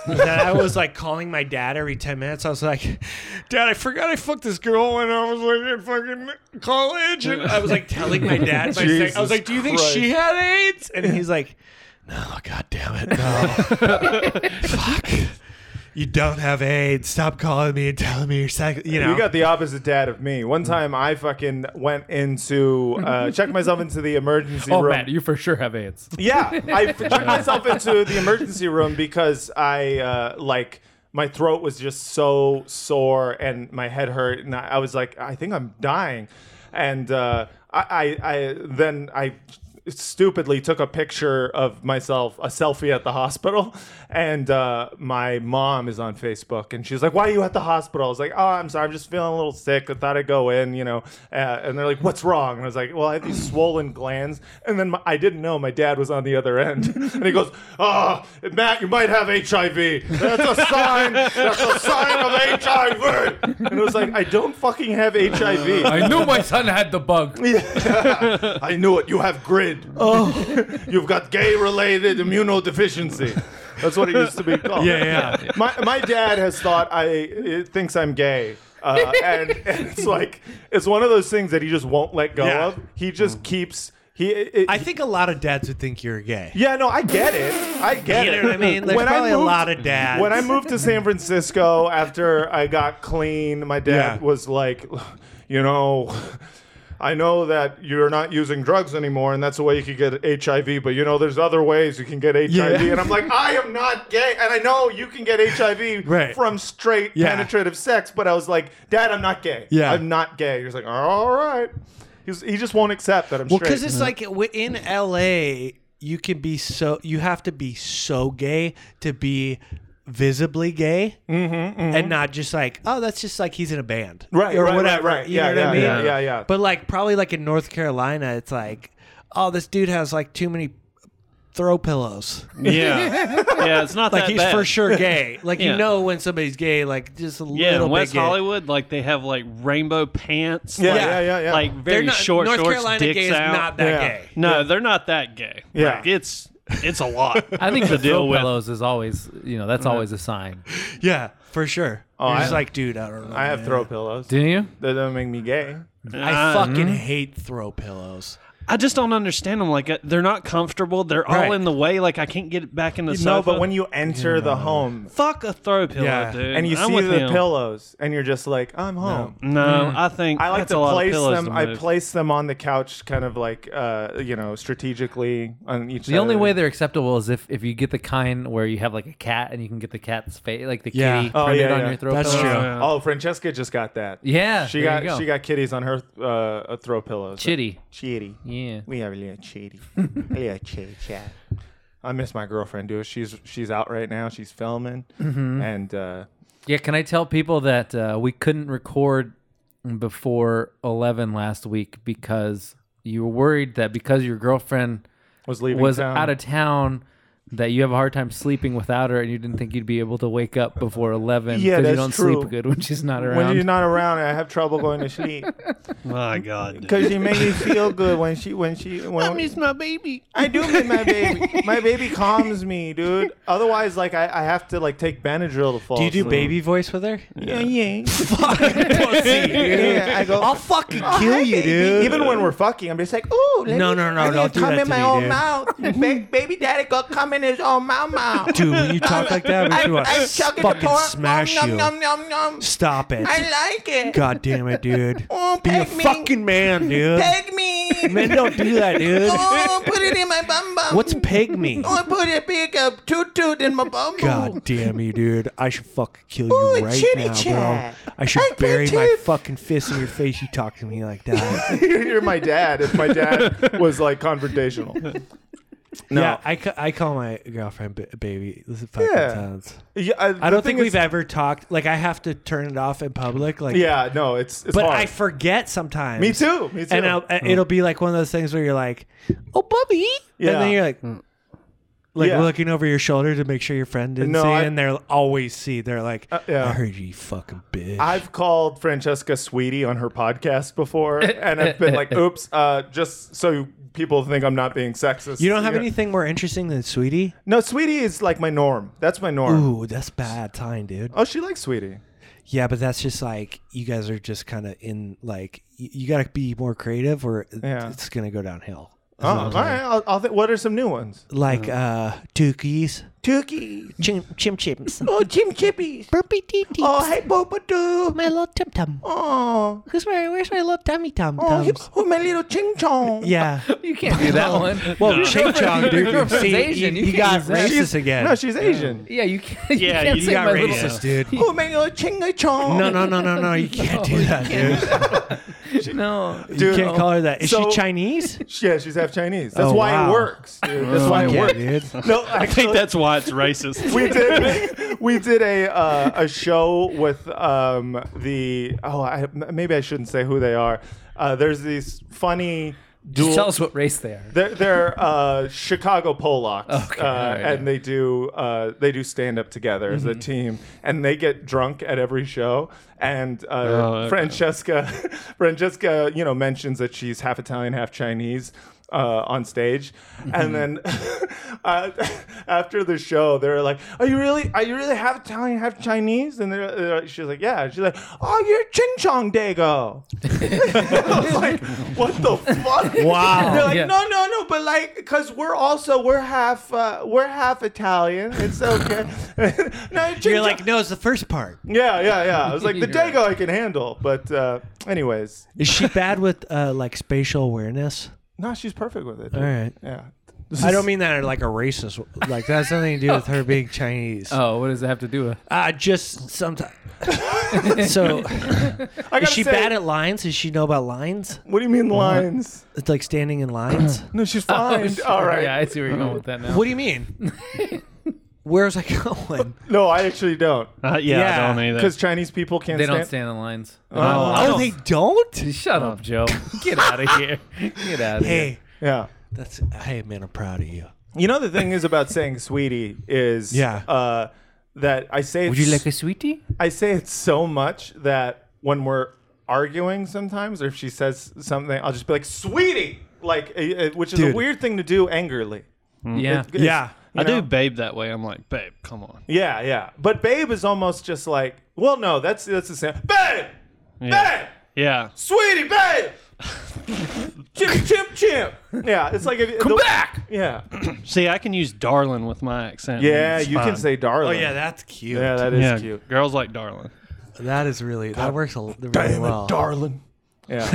S1: that I was like calling my dad every ten minutes. I was like, "Dad, I forgot I fucked this girl when I was like in fucking college." And I was like telling my dad, my sec- I was
S3: Jesus
S1: like, "Do you think she had AIDS?" And he's like, "No, god damn it, no, fuck, you don't have AIDS. Stop calling me and telling me you're second. You know, Mm.
S3: You got the opposite dad of me. One time, I fucking went into uh, checked myself into the emergency
S2: oh,
S3: room.
S2: Matt, you for sure have AIDS.
S3: Yeah, I f- checked myself into the emergency room because I uh, like my throat was just so sore and my head hurt, and I, I was like, I think I'm dying, and uh, I, I, I then I stupidly took a picture of myself, a selfie at the hospital, and uh, my mom is on Facebook, and she's like, "Why are you at the hospital?" I was like, "Oh, I'm sorry, I'm just feeling a little sick. I thought I'd go in, you know." Uh, and they're like, "What's wrong?" And I was like, "Well, I have these swollen glands." And then my, I didn't know my dad was on the other end, and he goes, "Oh, Matt, you might have HIV. That's a sign. That's a sign of HIV." And I was like, "I don't fucking have HIV."
S2: I knew my son had the bug.
S3: I knew it. You have grid. Oh, you've got gay-related immunodeficiency. That's what it used to be called.
S1: yeah.
S3: My my dad has thought I it thinks I'm gay. Uh, and, and it's like it's one of those things that he just won't let go
S1: Yeah. Mm.
S3: of. He just keeps he. It,
S1: I think a lot of dads would think you're gay.
S3: yeah, no, I get it. I get
S1: You
S3: it.
S1: know what I mean? There's probably a lot of dads.
S3: When I moved to San Francisco after I got clean, my dad
S1: Yeah.
S3: was like, you know, I know that you're not using drugs anymore, and that's the way you could get HIV. But you know, there's other ways you can get HIV.
S1: Yeah.
S3: And I'm like, I am not gay, and I know you can get HIV
S1: Right.
S3: from straight
S1: Yeah.
S3: penetrative sex. But I was like, Dad, I'm not gay.
S1: Yeah.
S3: I'm not gay. He was like, all right. He's, he just won't accept that I'm
S1: Well,
S3: straight.
S1: because it's like w- in LA, you can be so you have to be so gay to be visibly gay,
S3: Mm-hmm,
S1: and not just like oh that's just like he's in a band,
S3: Right,
S1: or
S3: right, right,
S1: whatever,
S3: right.
S1: You
S3: Yeah,
S1: know what I mean?
S3: yeah, yeah, yeah, yeah.
S1: But like probably like in North Carolina, it's like oh this dude has like too many throw pillows.
S4: Yeah, yeah, it's not
S1: Like
S4: that
S1: he's
S4: bad.
S1: for sure gay. Like
S4: Yeah.
S1: you know when somebody's gay, like just a
S4: Yeah,
S1: little
S4: in West
S1: bit gay.
S4: Hollywood, like they have like rainbow pants.
S3: Yeah,
S4: like,
S3: yeah, yeah, yeah.
S4: Like
S1: They're
S4: very
S1: not,
S4: short
S1: North
S4: shorts,
S1: Carolina
S4: dicks
S1: gay
S4: out.
S1: is not that
S3: Yeah.
S1: gay.
S4: No, they're not that gay.
S3: Yeah.
S4: Like, it's it's a lot.
S2: I think the
S4: deal
S2: deal
S4: with-
S2: pillows is always, you know, that's
S3: Uh-huh.
S2: always a sign.
S1: Yeah, for sure.
S3: Oh,
S1: You're
S3: I-
S1: just like, dude, I don't know.
S3: I have
S1: man.
S3: throw pillows.
S2: Do you?
S3: That doesn't make me gay.
S1: I fucking hate throw pillows.
S4: I just don't understand them. Like uh, they're not comfortable. They're all
S1: Right.
S4: in the way. Like I can't get it back in the sofa.
S3: No, but when you enter the home
S4: fuck a throw pillow,
S1: Yeah.
S4: dude,
S3: and you
S4: I'm
S3: see
S4: with
S3: the
S4: him.
S3: pillows and you're just like, I'm home.
S4: No, I think
S3: I like
S4: that's a
S3: to
S4: lot of
S3: place
S4: pillows
S3: them.
S4: to
S3: I
S4: move.
S3: place them on the couch, kind of like uh, you know, strategically on each.
S2: The only way they're acceptable is if, if you get the kind where you have like a cat and you can get the cat's face, like the
S1: Yeah.
S2: kitty
S3: Oh,
S2: printed
S3: yeah,
S2: on
S3: yeah.
S2: your throw
S1: That's
S2: pillow.
S1: true.
S4: yeah.
S3: Oh, Francesca just got that.
S2: Yeah,
S3: she
S2: there
S3: got
S2: you go.
S3: she got kitties on her uh, uh, throw pillows.
S2: chitty.
S3: Chitty.
S2: Yeah.
S3: We have a little chitty. a little chitty chat. I miss my girlfriend, dude. She's she's out right now. She's filming,
S2: Mm-hmm.
S3: and uh,
S2: Yeah, can I tell people that uh, we couldn't record before 11 last week because you were worried that because your girlfriend
S3: was leaving.
S2: was
S3: town.
S2: out of town that you have a hard time sleeping without her and you didn't think you'd be able to wake up before 11
S3: Yeah,
S2: you
S3: that's
S2: don't
S3: true.
S2: sleep good when she's not around.
S3: When she's not around, I have trouble going to sleep
S4: My God, dude.
S3: because she makes me feel good when she when she when
S4: my baby.
S3: I do miss my baby. My baby calms me, dude. Otherwise, like I, I have to like take Benadryl to fall.
S1: Do you do
S3: asleep.
S1: baby voice with her?
S3: Yeah, yeah.
S1: Pussy.
S3: yeah I go. "Oh,
S1: I'll fucking kill you, dude.
S3: Even when we're fucking, I'm just like, ooh, let
S1: No,
S3: me-
S1: no, no,
S3: let me
S1: don't do
S3: come
S1: that
S3: in
S1: to
S3: my
S1: me,
S3: own
S1: dude.
S3: mouth. Ba- baby daddy go come in his own mouth mouth.
S1: dude, when you talk like that, makes me want
S3: I
S1: to
S3: chuck it to
S1: fucking
S3: pork.
S1: smash
S3: nom,
S1: you.
S3: Nom, nom, nom, nom.
S1: Stop it.
S3: I like it.
S1: God damn it, dude.
S3: Oh,
S1: Be a
S3: peg me.
S1: fucking man, dude.
S3: Peg me.
S1: Men don't do that, dude.
S3: Oh, put it in my bum bum.
S1: What's peg me?
S3: Oh, put a big uh, toot toot in my bum bum.
S1: God damn you, dude. I should fucking kill you
S3: Ooh,
S1: right
S3: Oh, chitty
S1: now,
S3: chat.
S1: bro. I should
S3: I can't
S1: bury my
S3: tip.
S1: fucking fist in your face. You talk to me like that.
S3: You're my dad. If my dad was like confrontational. No.
S1: Yeah, I, ca- I call my girlfriend ba- baby. This is fucking
S3: Yeah.
S1: sounds.
S3: Yeah,
S1: I
S3: the
S1: don't think
S3: thing
S1: we've
S3: is-
S1: ever talked. Like, I have to turn it off in public. Like,
S3: Yeah, no, it's it's
S1: but
S3: hard.
S1: I forget sometimes.
S3: me too. Mm. Me too.
S1: And I'll, uh, it'll be like one of those things where you're like, "Oh, Bubby,"
S3: Yeah.
S1: and then you're like, "Mm." like
S3: Yeah.
S1: looking over your shoulder to make sure your friend didn't
S3: No,
S1: see,
S3: I- Uh,
S1: and they'll always see. They're like,
S3: yeah.
S1: "I heard you, fucking bitch."
S3: I've called Francesca Sweetie on her podcast before, and I've been like, "Oops," uh, just so people think I'm not being sexist.
S1: you don't have
S3: know?
S1: anything more interesting than Sweetie?
S3: No, Sweetie is like my norm. That's my norm.
S1: Ooh, that's bad time, dude.
S3: Oh, she likes Sweetie.
S1: Yeah, but that's just like you guys are just kind of in like you, you got to be more creative, or it-
S3: Yeah.
S1: it's gonna go downhill.
S3: Oh, all right. I'll, I'll think. What are some new ones?
S1: Like uh, Dookies,
S3: Turkey.
S1: chim chim chims,
S3: Oh, Jim Chippies.
S1: burpy tee tees.
S3: Oh, hey, Boba Doo.
S1: my little tum tum.
S3: Oh,
S1: Who's my where's my little tummy tum
S3: oh, he- oh, my little ching chong.
S1: Yeah.
S2: you can't do that one.
S1: Well, Ching Chong, dude.
S2: girlfriend's
S1: See,
S2: Asian,
S1: you,
S2: you
S1: you got
S2: can't use
S1: racist
S2: that.
S1: again.
S3: No, she's Asian.
S2: yeah, you can't. You
S4: Yeah,
S2: can't
S4: you
S2: say
S1: you got
S2: my little-
S1: racist, dude.
S3: Oh, my little ching chong.
S1: No, no, no, no, no. You can't do that, dude.
S2: No,
S1: You
S3: Dude.
S1: can't call her that. Is
S3: So-
S1: she Chinese?
S3: Yeah, she's half Chinese. That's
S1: Oh,
S3: why it
S1: wow. Oh,
S3: works. Dude. That's why it
S1: Yeah,
S3: works.
S1: dude.
S3: No,
S4: I think that's why it's racist. Uh,
S3: we did we did a uh, a show with um, the oh I, maybe I shouldn't say who they are. Uh, there's these funny dual.
S2: Just tell us what race they are.
S3: they're they're uh, Chicago Polacks,
S2: Okay,
S3: uh,
S2: all right,
S3: and
S2: yeah. Mm-hmm.
S3: they do uh, they do stand up together as a team, and they get drunk at every show. And uh,
S2: Oh,
S4: okay.
S3: Francesca, Francesca, you know, mentions that she's half Italian, half Chinese. Uh, on stage,
S2: Mm-hmm.
S3: and then uh, after the show, they're like, "Are you really? Are you really half Italian, half Chinese?" And they're, they're, she's like, "Yeah." She's like, "Oh, you're Ching Chong Dago." I was like, "What the fuck?"
S1: Wow.
S3: They're like,
S2: Yeah.
S3: no, no, no, but like, because we're also we're half uh, we're half Italian. It's okay. no,
S1: You're
S3: Ching Chong-
S1: like, no, it's the first part.
S3: yeah, yeah, yeah. I was like, the
S2: You're
S3: Dago I can handle, but uh, anyways,
S1: Is she bad with uh, like spatial awareness?
S3: no, she's perfect with it.
S1: All right.
S3: Yeah. This
S1: I
S3: is-
S1: don't mean that in, like a racist. Like that has nothing to do with her being Chinese.
S2: Oh, what does it have to do with?
S1: Uh, just sometimes. so,
S3: I
S1: is
S3: gotta
S1: she
S3: say-
S1: bad at lines? Does she know about lines?
S3: What do you mean lines?
S1: It's like standing in lines.
S3: No, she's fine. All right.
S2: Yeah, I see where you're going with that now.
S1: what do you mean? Where's I going?
S3: No, I actually don't,
S4: Uh, yeah,
S1: Yeah,
S4: I don't either.
S3: because Chinese people can't.
S2: they don't
S3: stand.
S2: stand in lines.
S1: Oh, they don't.
S2: Shut up, Joe. Get out of here. Get out of here.
S1: Hey,
S3: Yeah.
S1: that's hey man, I'm proud of you.
S3: You know the thing is about saying sweetie is
S1: Yeah.
S3: uh, that I say
S2: Would
S3: it's-
S2: you like a sweetie?
S3: I say it so much that when we're arguing sometimes, or if she says something, I'll just be like sweetie, like uh, uh, which is a
S1: Dude.
S3: weird thing to do angrily.
S1: Mm-hmm.
S2: Yeah.
S3: It's-
S1: Yeah.
S3: you
S4: I do
S3: know?
S4: babe that way. I'm like, babe, come on.
S3: Yeah, yeah. But babe is almost just like well, no, that's that's the same. Babe,
S4: Yeah.
S3: babe.
S4: Yeah.
S3: sweetie, babe. chimp, chimp, chimp. Yeah, it's like if, come
S2: back!
S3: Yeah,
S4: See, I can use darling with my accent.
S3: yeah.
S4: It's
S3: You
S4: fine.
S3: can say darling.
S1: Oh yeah, that's cute.
S3: yeah, that is
S4: yeah,
S3: cute.
S4: Girls like darling.
S1: that is really that works a, really well.
S3: darling. Yeah.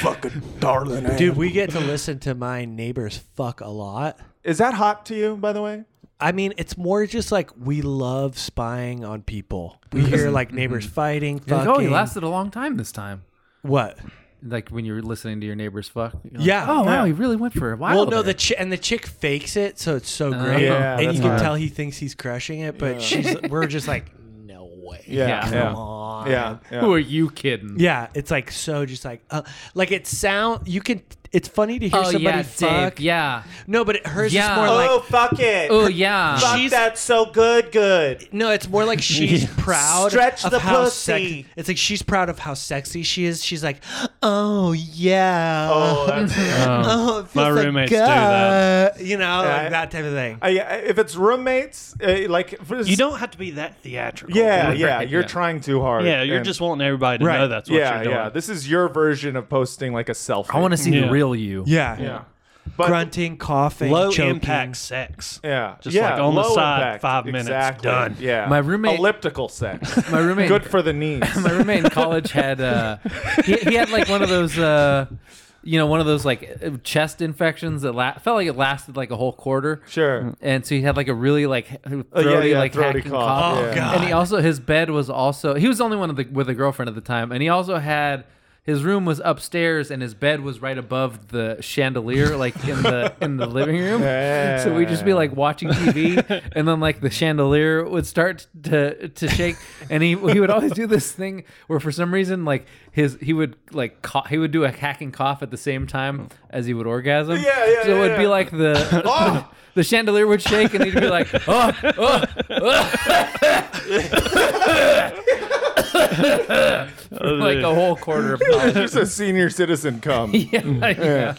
S5: Fucking darling.
S1: Dude, we get to listen to my neighbors fuck a lot.
S3: Is that hot to you, by the way?
S1: I mean, it's more just like we love spying on people. We hear like neighbors fighting,
S2: You're
S1: fucking.
S2: like, oh, you lasted a long time this time.
S1: What?
S2: Like when you're listening to your neighbors fuck. you're like,
S1: Yeah.
S2: oh wow, he really went for a while.
S1: Well, no,
S2: there."
S1: the ch- and the chick fakes it, so it's
S2: Oh.
S1: so great,
S3: Yeah,
S1: and
S3: that's
S1: you can
S3: hard.
S1: tell he thinks he's crushing it, but she's we're just like, no way.
S3: Yeah.
S2: Come
S3: yeah.
S1: on.
S3: Yeah. yeah.
S2: Who are you kidding?
S1: Yeah, it's like so, just like, uh, like it sound. You can. It's funny to hear
S2: Oh
S1: somebody
S2: yeah,
S1: fuck.
S2: Dave. Yeah.
S1: No, but it, hers
S2: Yeah.
S1: is more
S3: oh,
S1: like.
S3: fuck it.
S2: Oh yeah.
S3: fuck
S1: she's-
S3: that's so good, good.
S1: No, it's more like she's proud
S3: Stretch
S1: of
S3: the
S1: how
S3: pussy.
S1: sexy. It's like she's proud of how sexy she is. She's like, oh yeah,
S3: Oh, that's,
S1: Oh, it feels
S4: My
S1: like
S4: roommates do that.
S1: gut. You know,
S3: Yeah.
S1: like that type of thing.
S3: I, I- if it's roommates, uh, like if it's-
S4: You don't have to be that theatrical.
S3: Yeah,
S4: Right.
S3: yeah. You're
S2: yeah.
S3: trying too hard.
S4: Yeah, you're
S3: and-
S4: just wanting everybody to
S1: Right.
S4: know that's what
S3: Yeah,
S4: you're doing.
S3: yeah. This is your version of posting like a selfie.
S2: I want to see the
S4: Yeah.
S2: real you.
S1: yeah.
S3: Yeah. But
S1: Grunting, coughing,
S4: Low
S1: choking.
S4: impact sex.
S3: Yeah.
S4: Just
S3: yeah,
S4: like on the
S3: low
S4: side,
S3: impact.
S4: five minutes,
S3: Exactly.
S4: done.
S3: Yeah.
S2: My roommate-
S3: Elliptical sex.
S2: My roommate.
S3: Good for the knees.
S2: my roommate in college had uh, he, he had like one of those uh, you know one of those like uh, chest infections that la- felt like it lasted like a whole quarter.
S3: Sure.
S2: And so he had like a really like h- throaty,
S3: Oh, yeah,
S2: like
S3: throaty
S2: hacking
S3: cough,
S2: cough.
S3: yeah. Oh, God.
S2: And he also his bed was also he was the only one of the, with a girlfriend at the time, and he also had. His room was upstairs, and his bed was right above the chandelier, like in the in the living room. So we'd just be like watching TV, and then like the chandelier would start to to shake, and he he would always do this thing where for some reason like his he would like cough, he would do a hacking cough at the same time as he would orgasm.
S3: Oh. Yeah, yeah,
S2: So it
S3: yeah,
S2: would be
S3: yeah.
S2: like the, the the chandelier would shake, and he'd be like, oh, oh, oh. like a whole quarter of college.
S3: Just a senior citizen come. Oh!
S2: Yeah, yeah.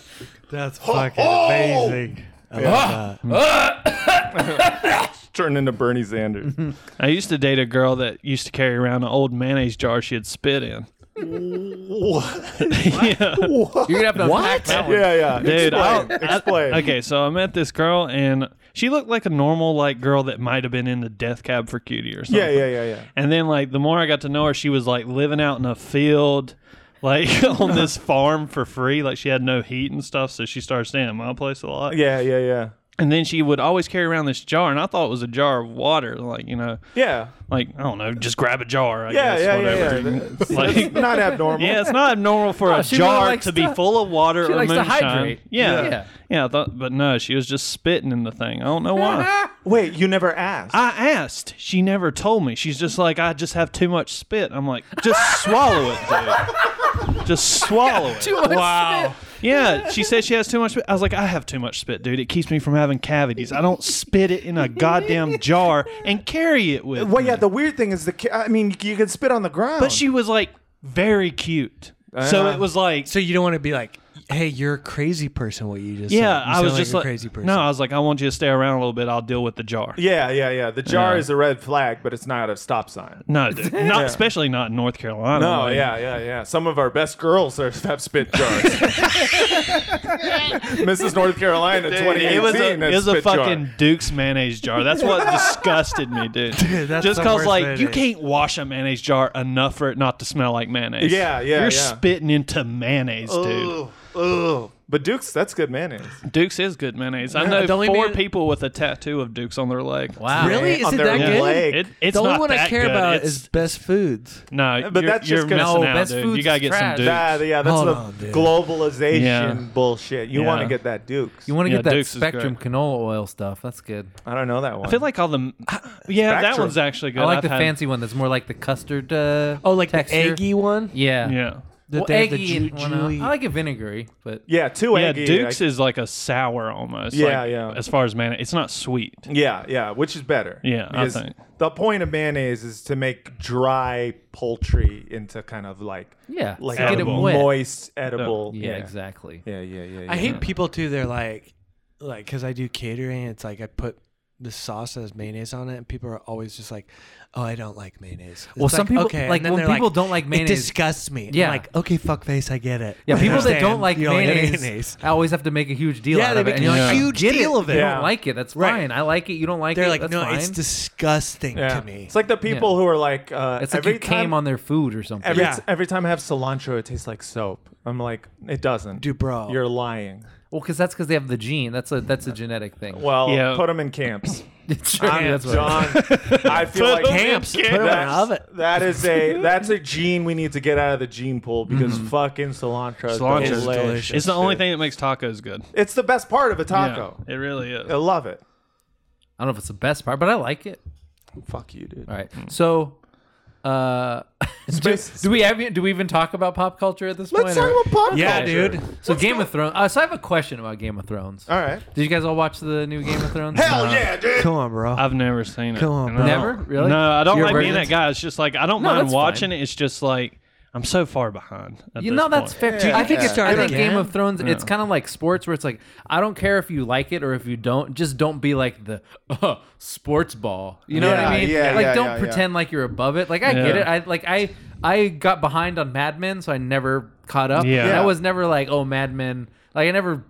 S1: That's fucking amazing.
S3: Turn into Bernie Sanders.
S4: I used to date a girl that used to carry around an old mayonnaise jar she had spit in. yeah.
S2: You're gonna have to unpack that one.
S3: Yeah, yeah.
S4: Dude, I'll-
S3: explain. explain.
S4: Okay, so I met this girl and she looked like a normal like girl that might have been in the death cab for cutie or something.
S3: Yeah, yeah, yeah, yeah.
S4: And then like the more I got to know her, she was like living out in a field, like on this farm for free. Like she had no heat and stuff, so she started staying at my place a lot.
S3: Yeah, yeah, yeah.
S4: And then she would always carry around this jar, and I thought it was a jar of water, like you know,
S3: Yeah.
S4: like I don't know, just grab a jar. I
S3: Yeah,
S4: guess,
S3: yeah, yeah, yeah.
S4: whatever.
S3: That's-
S4: Like-
S3: that's not abnormal.
S4: Yeah, it's not abnormal for a
S2: she really
S4: jar
S2: likes
S4: to be
S2: to-
S4: full of water
S2: she
S4: or
S2: likes to
S4: moonshine.
S2: hydrate.
S4: Yeah,
S2: Yeah.
S4: yeah, I thought, but no, she was just spitting in the thing. I don't know why.
S3: Wait, you never asked.
S4: I asked. She never told me. She's just like, I just have too much spit. I'm like, just swallow it, dude. Just swallow it.
S2: Wow.
S4: Yeah, she said she has too much spit. I was like, I have too much spit, dude. It keeps me from having cavities. I don't spit it in a goddamn jar and carry it with.
S3: well,
S4: me.
S3: yeah. The weird thing is the. ki- I mean, you could spit on the ground.
S4: But she was like very cute. so
S3: Uh.
S4: it was like
S1: Uh-huh. So you don't want to be like, hey, you're a crazy person. What you just
S4: Yeah,
S1: said. You
S4: I
S1: sound
S4: was
S1: like
S4: just
S1: a
S4: like
S1: crazy person.
S4: No, I was like, I want you to stay around a little bit. I'll deal with the jar.
S3: Yeah, yeah, yeah. The jar
S4: Yeah.
S3: is a red flag, but it's not a stop sign.
S4: No, dude, not especially not in North Carolina.
S3: No,
S4: Like,
S3: yeah, yeah, yeah. Some of our best girls are have spit jars. Mrs. North Carolina,
S4: It was
S3: 2018.
S4: a,
S3: had
S4: it was a
S3: spit jar.
S4: fucking Duke's mayonnaise jar. That's what disgusted me, dude.
S1: that's
S4: Just
S1: the
S4: because,
S1: worst
S4: like, you
S1: mayonnaise.
S4: can't wash a mayonnaise jar enough for it not to smell like mayonnaise.
S3: Yeah, yeah,
S4: You're
S3: yeah.
S4: spitting into mayonnaise, dude.
S3: But Duke's, that's good mayonnaise.
S4: Dukes is good mayonnaise. I
S1: Yeah,
S4: know
S1: the only
S4: four
S1: mayo-
S4: people with a tattoo of Dukes on their leg.
S2: Wow.
S1: Really?
S3: on
S1: Is it
S3: their
S1: that good?
S3: leg.
S4: It, it's
S1: the only
S4: not
S1: one I
S4: that
S1: care
S4: good.
S1: about
S4: It's-
S1: is best foods.
S4: no,
S3: But
S4: you're,
S3: that's
S4: you're
S3: just 'cause-
S4: missing
S2: No,
S4: out,
S2: best
S4: dude.
S2: food's
S4: You gotta get some
S2: trash.
S4: Dukes.
S3: That- yeah, that's
S1: Hold
S3: the
S1: on, dude.
S3: globalization
S4: Yeah.
S3: bullshit. You want to
S4: Yeah.
S3: get that Duke's.
S2: You want to
S4: Yeah,
S2: get that
S4: Duke's is great.
S2: Spectrum canola oil stuff. That's good.
S3: I don't know that one.
S4: I feel like all the yeah, that
S3: Spectrum.
S4: one's actually good.
S2: I like
S4: I've
S2: the
S4: had-
S2: fancy one that's more like the custard. Uh,
S1: Oh, like
S2: texture.
S1: the eggy one.
S2: Yeah.
S4: Yeah,
S1: That
S2: Well,
S1: they have the
S2: eggy and
S1: ju-
S2: well, no,
S1: juicy-
S2: I like it vinegary, but
S3: Yeah, two
S4: yeah,
S3: eggy.
S4: Duke's
S3: I-
S4: is like a sour almost.
S3: Yeah,
S4: like,
S3: yeah.
S4: As far as man, it's not sweet.
S3: yeah, yeah, which is better.
S4: Yeah, I
S3: Because
S4: think.
S3: the point of mayonnaise is to make dry poultry into kind of like
S2: yeah,
S3: like
S2: to get it
S4: edible.
S2: wet.
S3: moist, edible.
S2: Yeah, exactly.
S3: Yeah, yeah, yeah. yeah.
S1: I hate people too. They're like, like, because I do catering. It's like I put the sauce that has mayonnaise on it, and people are always just like, "Oh, I don't like mayonnaise." It's
S2: Well, some people- like,
S1: and then
S2: when
S1: they're
S2: people don't like
S1: it
S2: mayonnaise-
S1: disgusts me.
S2: Yeah.
S1: I'm like, okay, fuck face, I get it.
S2: Yeah,
S1: I
S2: people that
S1: understand
S2: don't like
S1: you don't
S2: mayonnaise,
S1: mayonnaise.
S2: I always have to make a huge deal
S1: Yeah,
S2: out
S1: they
S2: of it.
S1: make
S2: And you're
S1: a
S2: like,
S1: huge
S2: "Get
S1: deal of it."
S2: You
S3: Yeah.
S2: don't like it. That's
S1: Right.
S2: fine. I like it. You don't like
S1: They're
S2: it.
S1: like,
S2: that's
S1: no,
S2: fine.
S1: it's disgusting
S3: Yeah.
S1: to me.
S3: It's like the people who are like, uh,
S2: It's like
S3: every
S2: you came
S3: time,
S2: on their food or something.
S3: Every,
S1: Yeah.
S3: every time I have cilantro, it tastes like soap. I'm like, it doesn't.
S1: Dude, bro.
S3: You're lying.
S2: Well, because that's because they have the gene. That's a that's a genetic thing.
S3: Well,
S4: Yeah.
S3: put them in camps.
S2: Sure,
S3: I'm-
S2: that's what-
S3: John, I feel like
S4: Camps.
S1: Put 'em in an
S3: That's-
S1: oven.
S3: That is a that's a gene we need to get out of the gene pool because
S2: Mm-hmm.
S3: fucking cilantro, is
S4: Cilantro is
S1: delicious.
S4: It's the only
S3: dude.
S4: thing that makes tacos good.
S3: It's the best part of a taco.
S4: Yeah, it really is.
S3: I love it.
S2: I don't know if it's the best part, but I like it.
S3: Fuck you, dude.
S2: All right.
S1: Hmm.
S2: So, uh, do,
S3: Space-
S2: do we have, do we even talk about pop culture at this point?
S3: Let's talk
S2: or-
S3: about pop
S1: yeah,
S3: culture.
S1: dude.
S2: so Game of Thrones. Uh, so I have a question about Game of Thrones.
S1: Uh,
S3: All right.
S2: Did you guys all watch the new Game of Thrones?
S3: Hell Oh, yeah, dude.
S1: Come on, bro.
S4: I've never seen it.
S1: Come on,
S4: And
S1: bro.
S4: I
S2: Never?
S4: don't-
S2: Really?
S4: No, I don't
S2: You're a
S4: like being
S2: virgin?
S4: that guy. It's just like I don't
S2: No,
S4: mind
S2: that's
S4: watching
S2: fine.
S4: it. It's just like I'm so far behind. at
S2: You
S4: this
S2: know that's
S4: point.
S2: fair.
S1: you
S2: I
S1: think
S2: think
S1: it
S2: it's I
S1: started
S2: think Game
S1: again?
S2: of Thrones. It's kind of like sports, where it's like I don't care if you like it or if you don't. Just don't be like the uh, sports ball. You know what I
S3: Yeah,
S2: mean?
S3: yeah,
S2: like
S3: yeah,
S2: don't
S3: yeah, yeah.
S2: pretend like you're above it. Like I get
S4: Yeah.
S2: it. I like I I got behind on Mad Men, so I never caught up.
S4: Yeah.
S2: And I
S4: Yeah.
S2: was never like oh Mad Men. Like I never.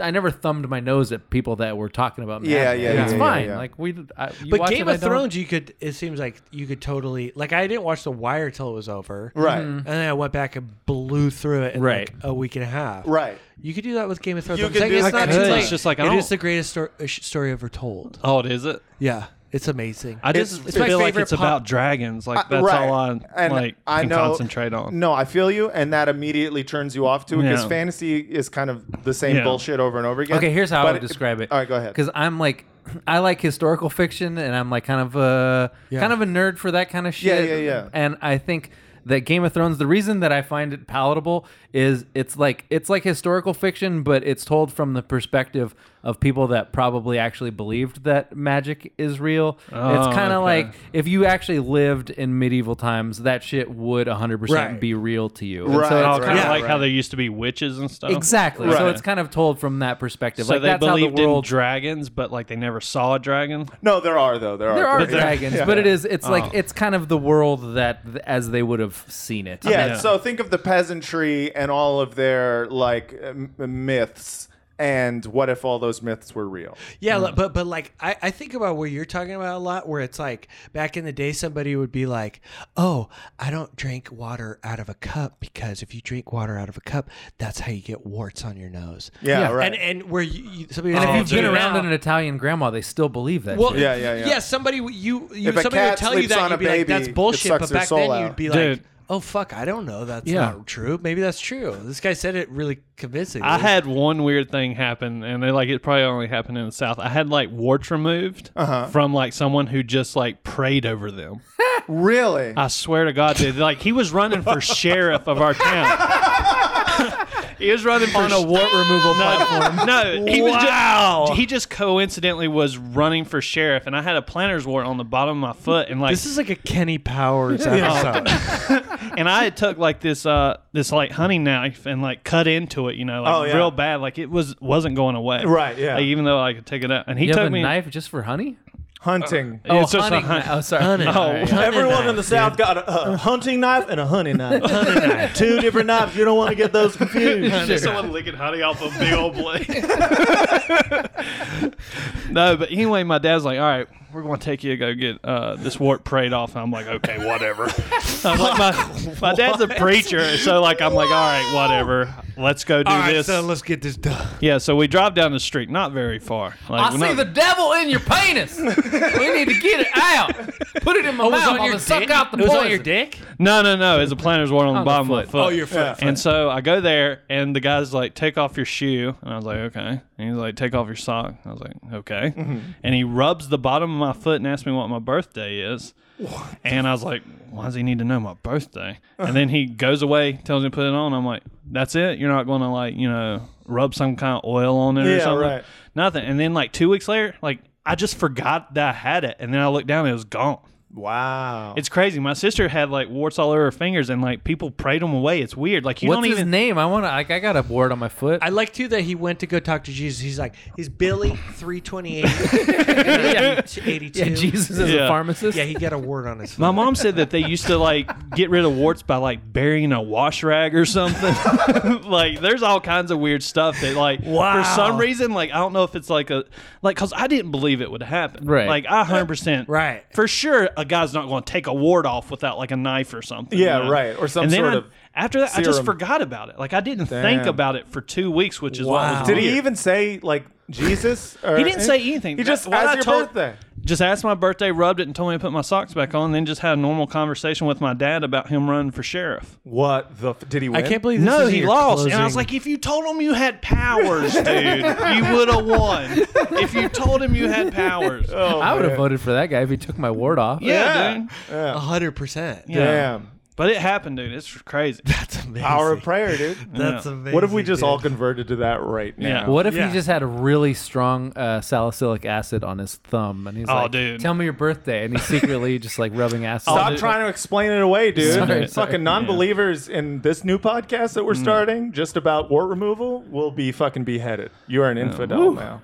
S2: I never thumbed my nose at people that were talking about. Mad
S3: Yeah,
S2: Men.
S3: yeah,
S2: It's
S3: yeah, yeah,
S2: fine.
S3: yeah.
S2: Like we, I, you
S1: but
S2: watch
S1: Game
S2: it, I
S1: of
S2: don't-
S1: Thrones, you could. It seems like you could totally. Like I didn't watch The Wire till it was over,
S3: Right.
S1: And then I went back and blew through it in
S2: Right.
S1: like a week and a half,
S3: Right.
S1: You could do that with Game of Thrones.
S3: You
S1: I'm
S3: could
S1: saying
S3: do
S1: it's
S3: that.
S1: not
S3: I
S1: too
S3: could.
S1: late.
S4: It's just like, I
S1: it
S4: don't-
S1: is the greatest stor- uh, sh- story ever told.
S4: Oh, it is it.
S1: Yeah, it's amazing.
S4: I just
S1: it's my
S4: feel like
S1: favorite
S4: it's
S1: pop-
S4: about dragons. Like that's
S3: right.
S4: all I
S3: And
S4: like
S3: I
S4: can
S3: know-
S4: concentrate on.
S3: No, I feel you, and that immediately turns you off to it because
S4: Yeah.
S3: fantasy is kind of the same
S4: Yeah.
S3: bullshit over and over again.
S2: Okay, here's how I
S3: But
S2: would describe it.
S3: All right, go ahead.
S2: Because I'm like, I like historical fiction, and I'm like kind of a kind of a nerd for that kind of
S3: Yeah,
S2: shit.
S3: yeah, yeah.
S2: And I think that Game of Thrones, the reason that I find it palatable is it's like it's like historical fiction, but it's told from the perspective of people that probably actually believed that magic is real. it's kind of
S4: Oh, okay.
S2: like if you actually lived in medieval times, that shit would 100 percent
S1: Right.
S2: be real to you. And
S3: Right,
S2: So it's
S4: I
S3: right,
S4: kind of
S1: Yeah.
S4: like how there used to be witches and stuff.
S2: Exactly. So
S3: Right.
S2: it's kind of told from that perspective.
S4: So
S2: like
S4: they
S2: that's how the
S4: believed
S2: world
S4: in dragons, but like they never saw a dragon.
S3: no, there are though. There are.
S2: There are
S3: But
S2: dragons,
S3: yeah.
S2: but it is it's like it's kind of the world that as they would have seen it.
S3: Yeah,
S4: Yeah.
S3: So think of the peasantry and all of their like m- myths, and what if all those myths were real?
S1: yeah, li- but but like I, I think about where you're talking about a lot, where it's like back in the day, somebody would be like, "Oh, I don't drink water out of a cup because if you drink water out of a cup, that's how you get warts on your nose."
S3: Yeah, right.
S1: and and where you, you somebody
S2: And
S1: would
S2: if
S1: say
S2: you've
S1: to
S2: been
S1: you
S2: around
S1: now-
S2: an Italian grandma, they still believe that.
S1: Oh, well,
S2: shit.
S3: Yeah, yeah, yeah.
S1: yeah, somebody w- you, you
S3: If a
S1: somebody would
S3: cat
S1: tell you
S3: sleeps
S1: that
S3: on a
S1: you'd be
S3: baby,
S1: like, "That's
S3: it
S1: bullshit,"
S3: sucks
S1: but
S3: their
S1: back
S3: soul
S1: then
S3: out.
S1: you'd be
S4: Dude.
S1: like. Oh fuck! I don't know. That's
S2: Yeah.
S1: not true. Maybe that's true. This guy said it really convincingly.
S4: I had one weird thing happen, and they like it probably only happened in the South. I had like warts removed
S1: Uh-huh.
S4: from like someone who just like prayed over them.
S3: Really?
S4: I swear to God, dude. Like he was running for sheriff of our town. he was running for
S2: On a wart removal platform.
S4: No, no he was
S1: Wow.
S4: just he just coincidentally was running for sheriff, and I had a planter's wart on the bottom of my foot, and like
S1: This is like a Kenny Powers episode.
S4: and I had took like this uh this like hunting knife and like cut into it, you know, like
S3: Oh, yeah.
S4: real bad. Like it was wasn't going away.
S3: Right, yeah.
S4: Like, even though I could take it out. And he
S2: You
S4: took
S2: have a
S4: me
S2: knife just for honey?
S3: Hunting.
S4: Oh, it's just a
S2: hunting
S4: hunt-
S2: kni- Oh, sorry.
S4: Oh,
S3: Everyone in the South got a, a hunting knife and Uh-huh. a hunting knife. Two different knives. You don't want to get those confused.
S4: someone licking honey off a big old blade. no, but anyway, my dad's like, all right, we're going to take you to go get uh, this wart prayed off. And I'm like, okay, whatever. I'm like, my, my dad's a preacher. So, like, I'm like, all right, whatever. Let's go do
S1: All right,
S4: this.
S1: son, let's get this done.
S4: yeah, so we drive down the street, not very far. Like,
S2: I
S4: we're
S2: see the
S4: not-
S2: devil in your penis. we need to get it out. Put it in my mouth. I'm gonna suck out the
S1: it was
S2: poison.
S1: on your dick.
S4: No, no, no. It's a planter's wart on, the
S2: the
S4: bottom of
S2: foot.
S4: the foot.
S1: Oh, your foot. Yeah.
S4: And so I go there, and the guy's like, "Take off your shoe," and I was like, "Okay." And he's like, "Take off your sock." I was like, "Okay."
S1: Mm-hmm.
S4: And he rubs the bottom of my foot and asks me what my birthday is. And I was like, "Why does he need to know my birthday?" And then he goes away, tells me to put it on. I'm like, "That's it. You're not going to like, you know, rub some kind of oil on it or
S3: Yeah,
S4: something."
S3: right.
S4: Nothing. And then like two weeks later, like I just forgot that I had it, and then I looked down, and it was gone.
S3: Wow.
S4: It's crazy. My sister had like warts all over her fingers, and like people prayed them away. It's weird. Like you
S2: What's
S4: don't
S2: his
S4: even.
S2: name? I want to. Like, I got a wart on my foot.
S1: I like too that he went to go talk to Jesus. He's like, he's Billy three twenty eight eighty two.
S2: yeah, Jesus is
S4: Yeah.
S2: a pharmacist.
S1: Yeah, he got a word on his.
S4: My mom said that they used to like get rid of warts by like burying a wash rag or something. like there's all kinds of weird stuff that like
S1: Wow.
S4: for some reason like I don't know if it's like a like cuz I didn't believe it would happen.
S2: Right.
S4: Like I 100%
S1: Right.
S4: For sure a guy's not going to take a wart off without like a knife or something.
S3: Yeah, right, or some
S4: And then
S3: sort
S4: I-
S3: of
S4: After that I just
S3: serum.
S4: forgot about it. Like I didn't think
S3: Damn.
S4: about it for 2 weeks, which is what
S1: Wow.
S4: was
S3: Did
S4: weird.
S3: he even say like Jesus? Or
S4: He didn't say anything.
S3: He just
S4: What I
S3: asked your
S4: told-
S3: birthday.
S4: Just asked my birthday, rubbed it, and told me to put my socks back on. Then just had a normal conversation with my dad about him running for sheriff.
S3: What the? F- did he
S1: I
S3: win?
S1: can't believe this
S4: no,
S1: is
S4: he
S1: your
S4: lost, and I
S1: closing.
S4: was like, if you told him you had powers, dude, you would have won. If you told him you had powers,
S2: I would have voted for that guy if he took my wart off.
S4: Oh,
S3: Yeah.
S4: yeah, dude.
S1: a hundred percent.
S4: Yeah.
S3: Damn.
S4: But it happened, dude. It's crazy.
S1: That's amazing.
S3: Power of prayer, dude.
S1: That's
S4: Yeah.
S1: amazing.
S3: What if we just
S1: dude.
S3: all converted to that right
S4: Yeah.
S3: now?
S2: What if
S1: Yeah.
S2: he just had a really strong uh, salicylic acid on his thumb and he's
S4: Oh,
S2: like,
S4: dude.
S2: "Tell me your birthday," and he's secretly just like rubbing acid.
S3: Stop trying to explain it away, dude.
S2: Sorry,
S3: Fucking
S2: sorry. Mm.
S3: non-believers in this new podcast that we're starting, just about war removal, will be fucking beheaded. You are an infidel now.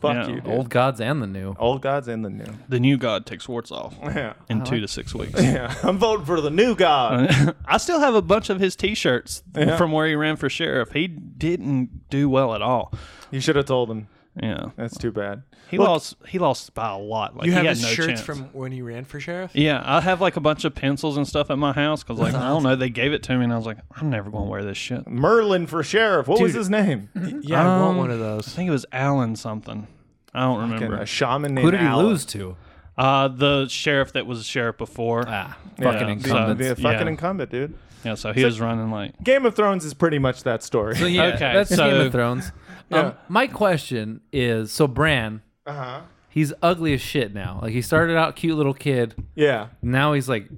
S3: Fuck
S4: Yeah.
S3: you, dude.
S2: old gods and the
S4: Oh,
S2: new.
S3: Old gods and the new.
S4: The new god takes warts off
S3: Yeah.
S4: in two to six weeks.
S3: Yeah. I'm voting for the new
S2: Oh,
S3: god.
S4: I still have a bunch of his T-shirts from where he ran for sheriff. He didn't do well at all.
S3: You should have told him.
S4: Yeah,
S3: That's too bad.
S4: He lost. He lost by a lot. Like
S1: You
S4: he
S1: have
S4: had
S1: his
S4: no
S1: shirts
S4: chance.
S1: from when he ran for sheriff.
S4: Yeah, I have like a bunch of pencils and stuff at my house because like I don't know they gave it to me and I was like I'm never going to wear this shit. I
S3: Merlin for sheriff. What was
S1: Dude.
S3: his name?
S1: Yeah, I
S4: Um,
S1: want one of those.
S4: think it was Alan something. I don't remember.
S3: a shaman named
S2: Who did he
S3: Alan.
S2: lose to?
S4: Uh, the sheriff that was sheriff before.
S2: Ah,
S4: Yeah,
S2: fucking
S4: so-
S2: incumbents.
S3: The fucking
S4: Yeah.
S3: incumbent, dude.
S4: Yeah, so he was running like
S3: Game of Thrones is pretty much that story.
S2: So, yeah,
S4: Okay,
S2: that's
S4: so-
S2: Game of Thrones. Um, my question is: so Bran,
S3: Uh-huh.
S2: he's ugly as shit now. Like he started out cute little kid,
S3: Yeah.
S2: now he's like,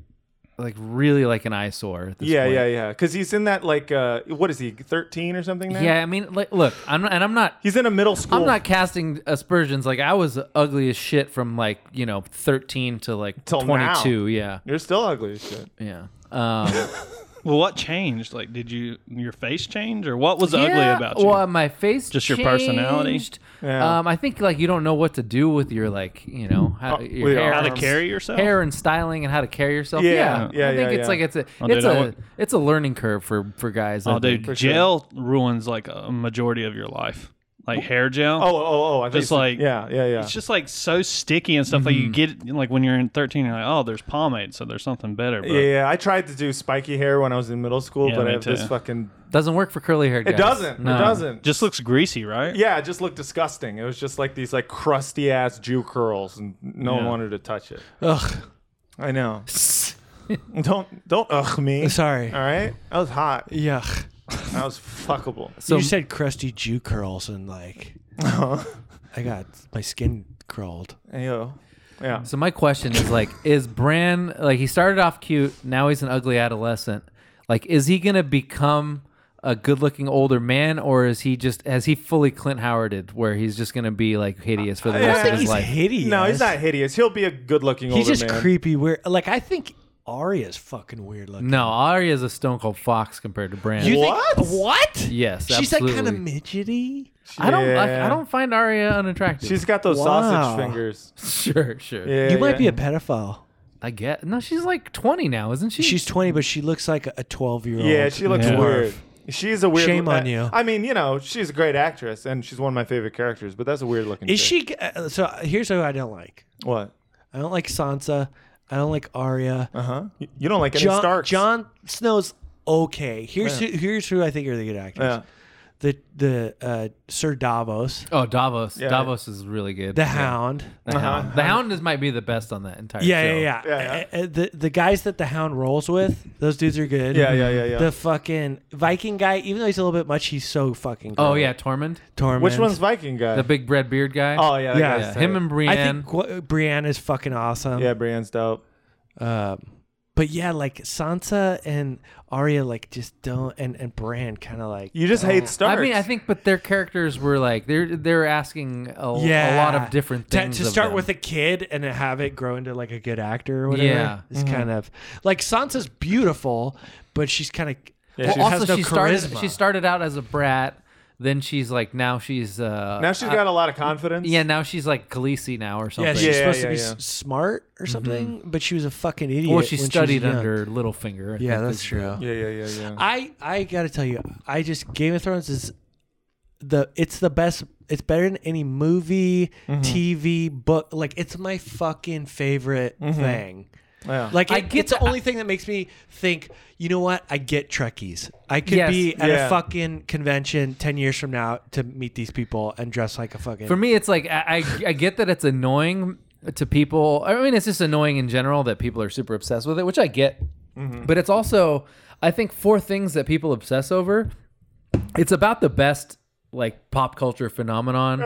S2: like really like an eyesore. At this
S3: Yeah,
S2: point.
S3: yeah, yeah. Because he's in that like, uh, what is he, thirteen or something? Now?
S2: Yeah, I mean, like, look, I'm not, and I'm not
S3: He's in a middle school.
S2: I'm not casting aspersions. Like I was ugly as shit from like you know 13 to like
S3: Till
S2: 22. Yeah,
S3: You're still ugly as shit.
S2: yeah. Um,
S4: Well, what changed? Like, did you your face change or what was ugly
S2: yeah,
S4: about you?
S2: Well, my face.
S4: Just your personality?
S2: changed.
S3: Yeah.
S2: Um, I think like you don't know what to do with your like you know how, your
S3: with your
S2: hair,
S4: Oh, How to
S3: arms.
S4: carry yourself?
S2: hair and styling and how to carry yourself.
S3: Yeah,
S2: yeah. I
S3: yeah,
S2: think
S3: yeah,
S2: it's
S3: yeah.
S2: like it's a
S4: Oh, dude,
S2: it's
S4: I
S2: a
S4: would-
S2: it's a learning curve for for guys. I
S4: oh, dude,
S2: think.
S3: sure.
S4: gel ruins like a majority of your life. Like hair gel.
S3: Oh, oh, oh! I thought
S4: Just
S3: you said-
S4: like-
S3: yeah, yeah, yeah. Mm-hmm.
S4: It's just like so sticky and stuff. Like you get like when you're in 13, you're like, oh, there's pomade, so there's something better. But
S3: yeah, yeah. I tried to do spiky hair when I was in middle school,
S4: Yeah,
S3: but I
S4: me
S3: have this
S4: too.
S3: fucking.
S2: doesn't work for curly hair.
S3: It doesn't. It doesn't.
S4: just looks greasy, right?
S3: yeah, it just looked disgusting. It was just like these like crusty ass Jew curls, and no one wanted to touch it.
S1: Ugh,
S3: I know. don't don't ugh me.
S1: sorry.
S3: All right, I was hot.
S1: Yuck.
S3: I was fuckable.
S2: So
S1: you said crusty Jew curls and like I got my skin curled.
S3: Yo, yeah.
S2: So my question is like, is Bran like he started off cute, now he's an ugly adolescent. Like, is he gonna become a good-looking older man, or is he just has he fully Clint Howarded, where he's just gonna be like hideous for the
S3: I
S2: rest
S3: think
S2: of his
S3: he's
S2: life?
S1: hideous.
S3: No, he's not hideous. He'll be a good-looking older
S1: He's just
S3: man.
S1: creepy weird. Like I think Arya's fucking weird looking.
S2: no, Arya is a Stone Cold Fox compared to Bran.
S1: You
S3: What?
S1: Think, what?
S2: yes,
S1: She's
S2: absolutely.
S1: like kind of midgety.
S2: I don't. I,
S3: Yeah.
S2: I don't find Arya unattractive.
S3: She's got those
S1: Wow.
S3: sausage fingers.
S2: sure, sure.
S3: Yeah,
S1: you might
S3: yeah.
S1: be a pedophile.
S2: I get. No, she's like twenty now, isn't she?
S1: She's 20, but she looks like a 12
S2: Oh,
S1: year old.
S3: Yeah, she looks
S4: Yeah.
S3: weird. She's a weird.
S1: Shame on
S3: I-
S1: you.
S3: I mean, you know, she's a great actress, and she's one of my favorite characters. But that's a weird looking.
S1: Is
S3: chick.
S1: she? Uh, so here's who I don't like.
S3: What?
S1: I don't like Sansa. I don't like Arya.
S3: Uh huh. You, you don't like any
S1: John,
S3: Starks?
S1: John Snow's okay. Here's who, here's who I think are the good actors.
S3: Yeah.
S1: the the uh, Sir Davos,
S2: Oh, Davos.
S3: Yeah.
S2: Davos is really good.
S1: the
S2: Yeah.
S1: Hound.
S2: The Hound. The Hound is might be the best on that entire
S1: Yeah,
S2: show.
S1: yeah, yeah.
S3: Yeah,
S1: Uh, uh, the the guys that the Hound rolls with, those dudes are good.
S3: Yeah, yeah, yeah, yeah.
S1: The fucking Viking guy, even though he's a little bit much, he's so fucking. Good.
S2: Oh yeah, Tormund,
S1: Tormund.
S3: Which one's Viking guy?
S2: the big red beard guy.
S3: oh yeah, that
S1: Yeah.
S3: guy's
S2: yeah.
S3: tight.
S2: Him and
S1: I
S2: Brienne.
S1: think Gw- Brienne is fucking awesome.
S3: yeah, Brienne's dope.
S1: Um, but yeah, like Sansa and Arya, like just don't, and and Bran kind of like
S3: You just hate Starks.
S2: I mean, I think, but their characters were like they're they're asking a,
S1: yeah,
S2: a lot of different
S1: To-
S2: things
S1: To,
S2: of
S1: start
S2: them.
S1: with a kid and to have it grow into like a good actor or whatever.
S2: Yeah.
S1: it's
S3: Mm-hmm.
S1: kind of like Sansa's beautiful, but she's kind of
S3: Yeah,
S2: Well,
S3: she
S2: also,
S1: has no
S2: she started
S1: charisma.
S2: she started out as a brat. Then she's like now she's uh
S3: now she's
S2: I-
S3: got a lot of confidence.
S2: yeah now she's like Khaleesi now or
S1: yeah,
S2: something. Mm-hmm.
S1: she's
S3: Yeah,
S1: supposed to
S3: yeah,
S1: be
S3: yeah.
S1: s- smart or something, but she was a fucking idiot.
S2: well, she
S1: when was
S2: studied
S1: young.
S2: under Littlefinger. I
S1: Yeah,
S2: think
S1: that's
S2: is-
S1: true.
S3: yeah, yeah, yeah, yeah.
S1: I I gotta tell you, I just Game of Thrones is the it's the best. It's better than any movie, TV, book. Like it's my fucking favorite thing.
S3: yeah.
S1: Like
S2: I
S1: it-
S2: get
S1: it's the
S2: that.
S1: only thing that makes me think. You know what? I get Trekkies. I could
S2: Yes.
S1: be at
S3: Yeah.
S1: a fucking convention ten years from now to meet these people and dress like a fucking.
S2: For me, it's like I, I I get that it's annoying to people. I mean, it's just annoying in general that people are super obsessed with it, which I get.
S3: Mm-hmm.
S2: But it's also I think for things that people obsess over, it's about the best like pop culture phenomenon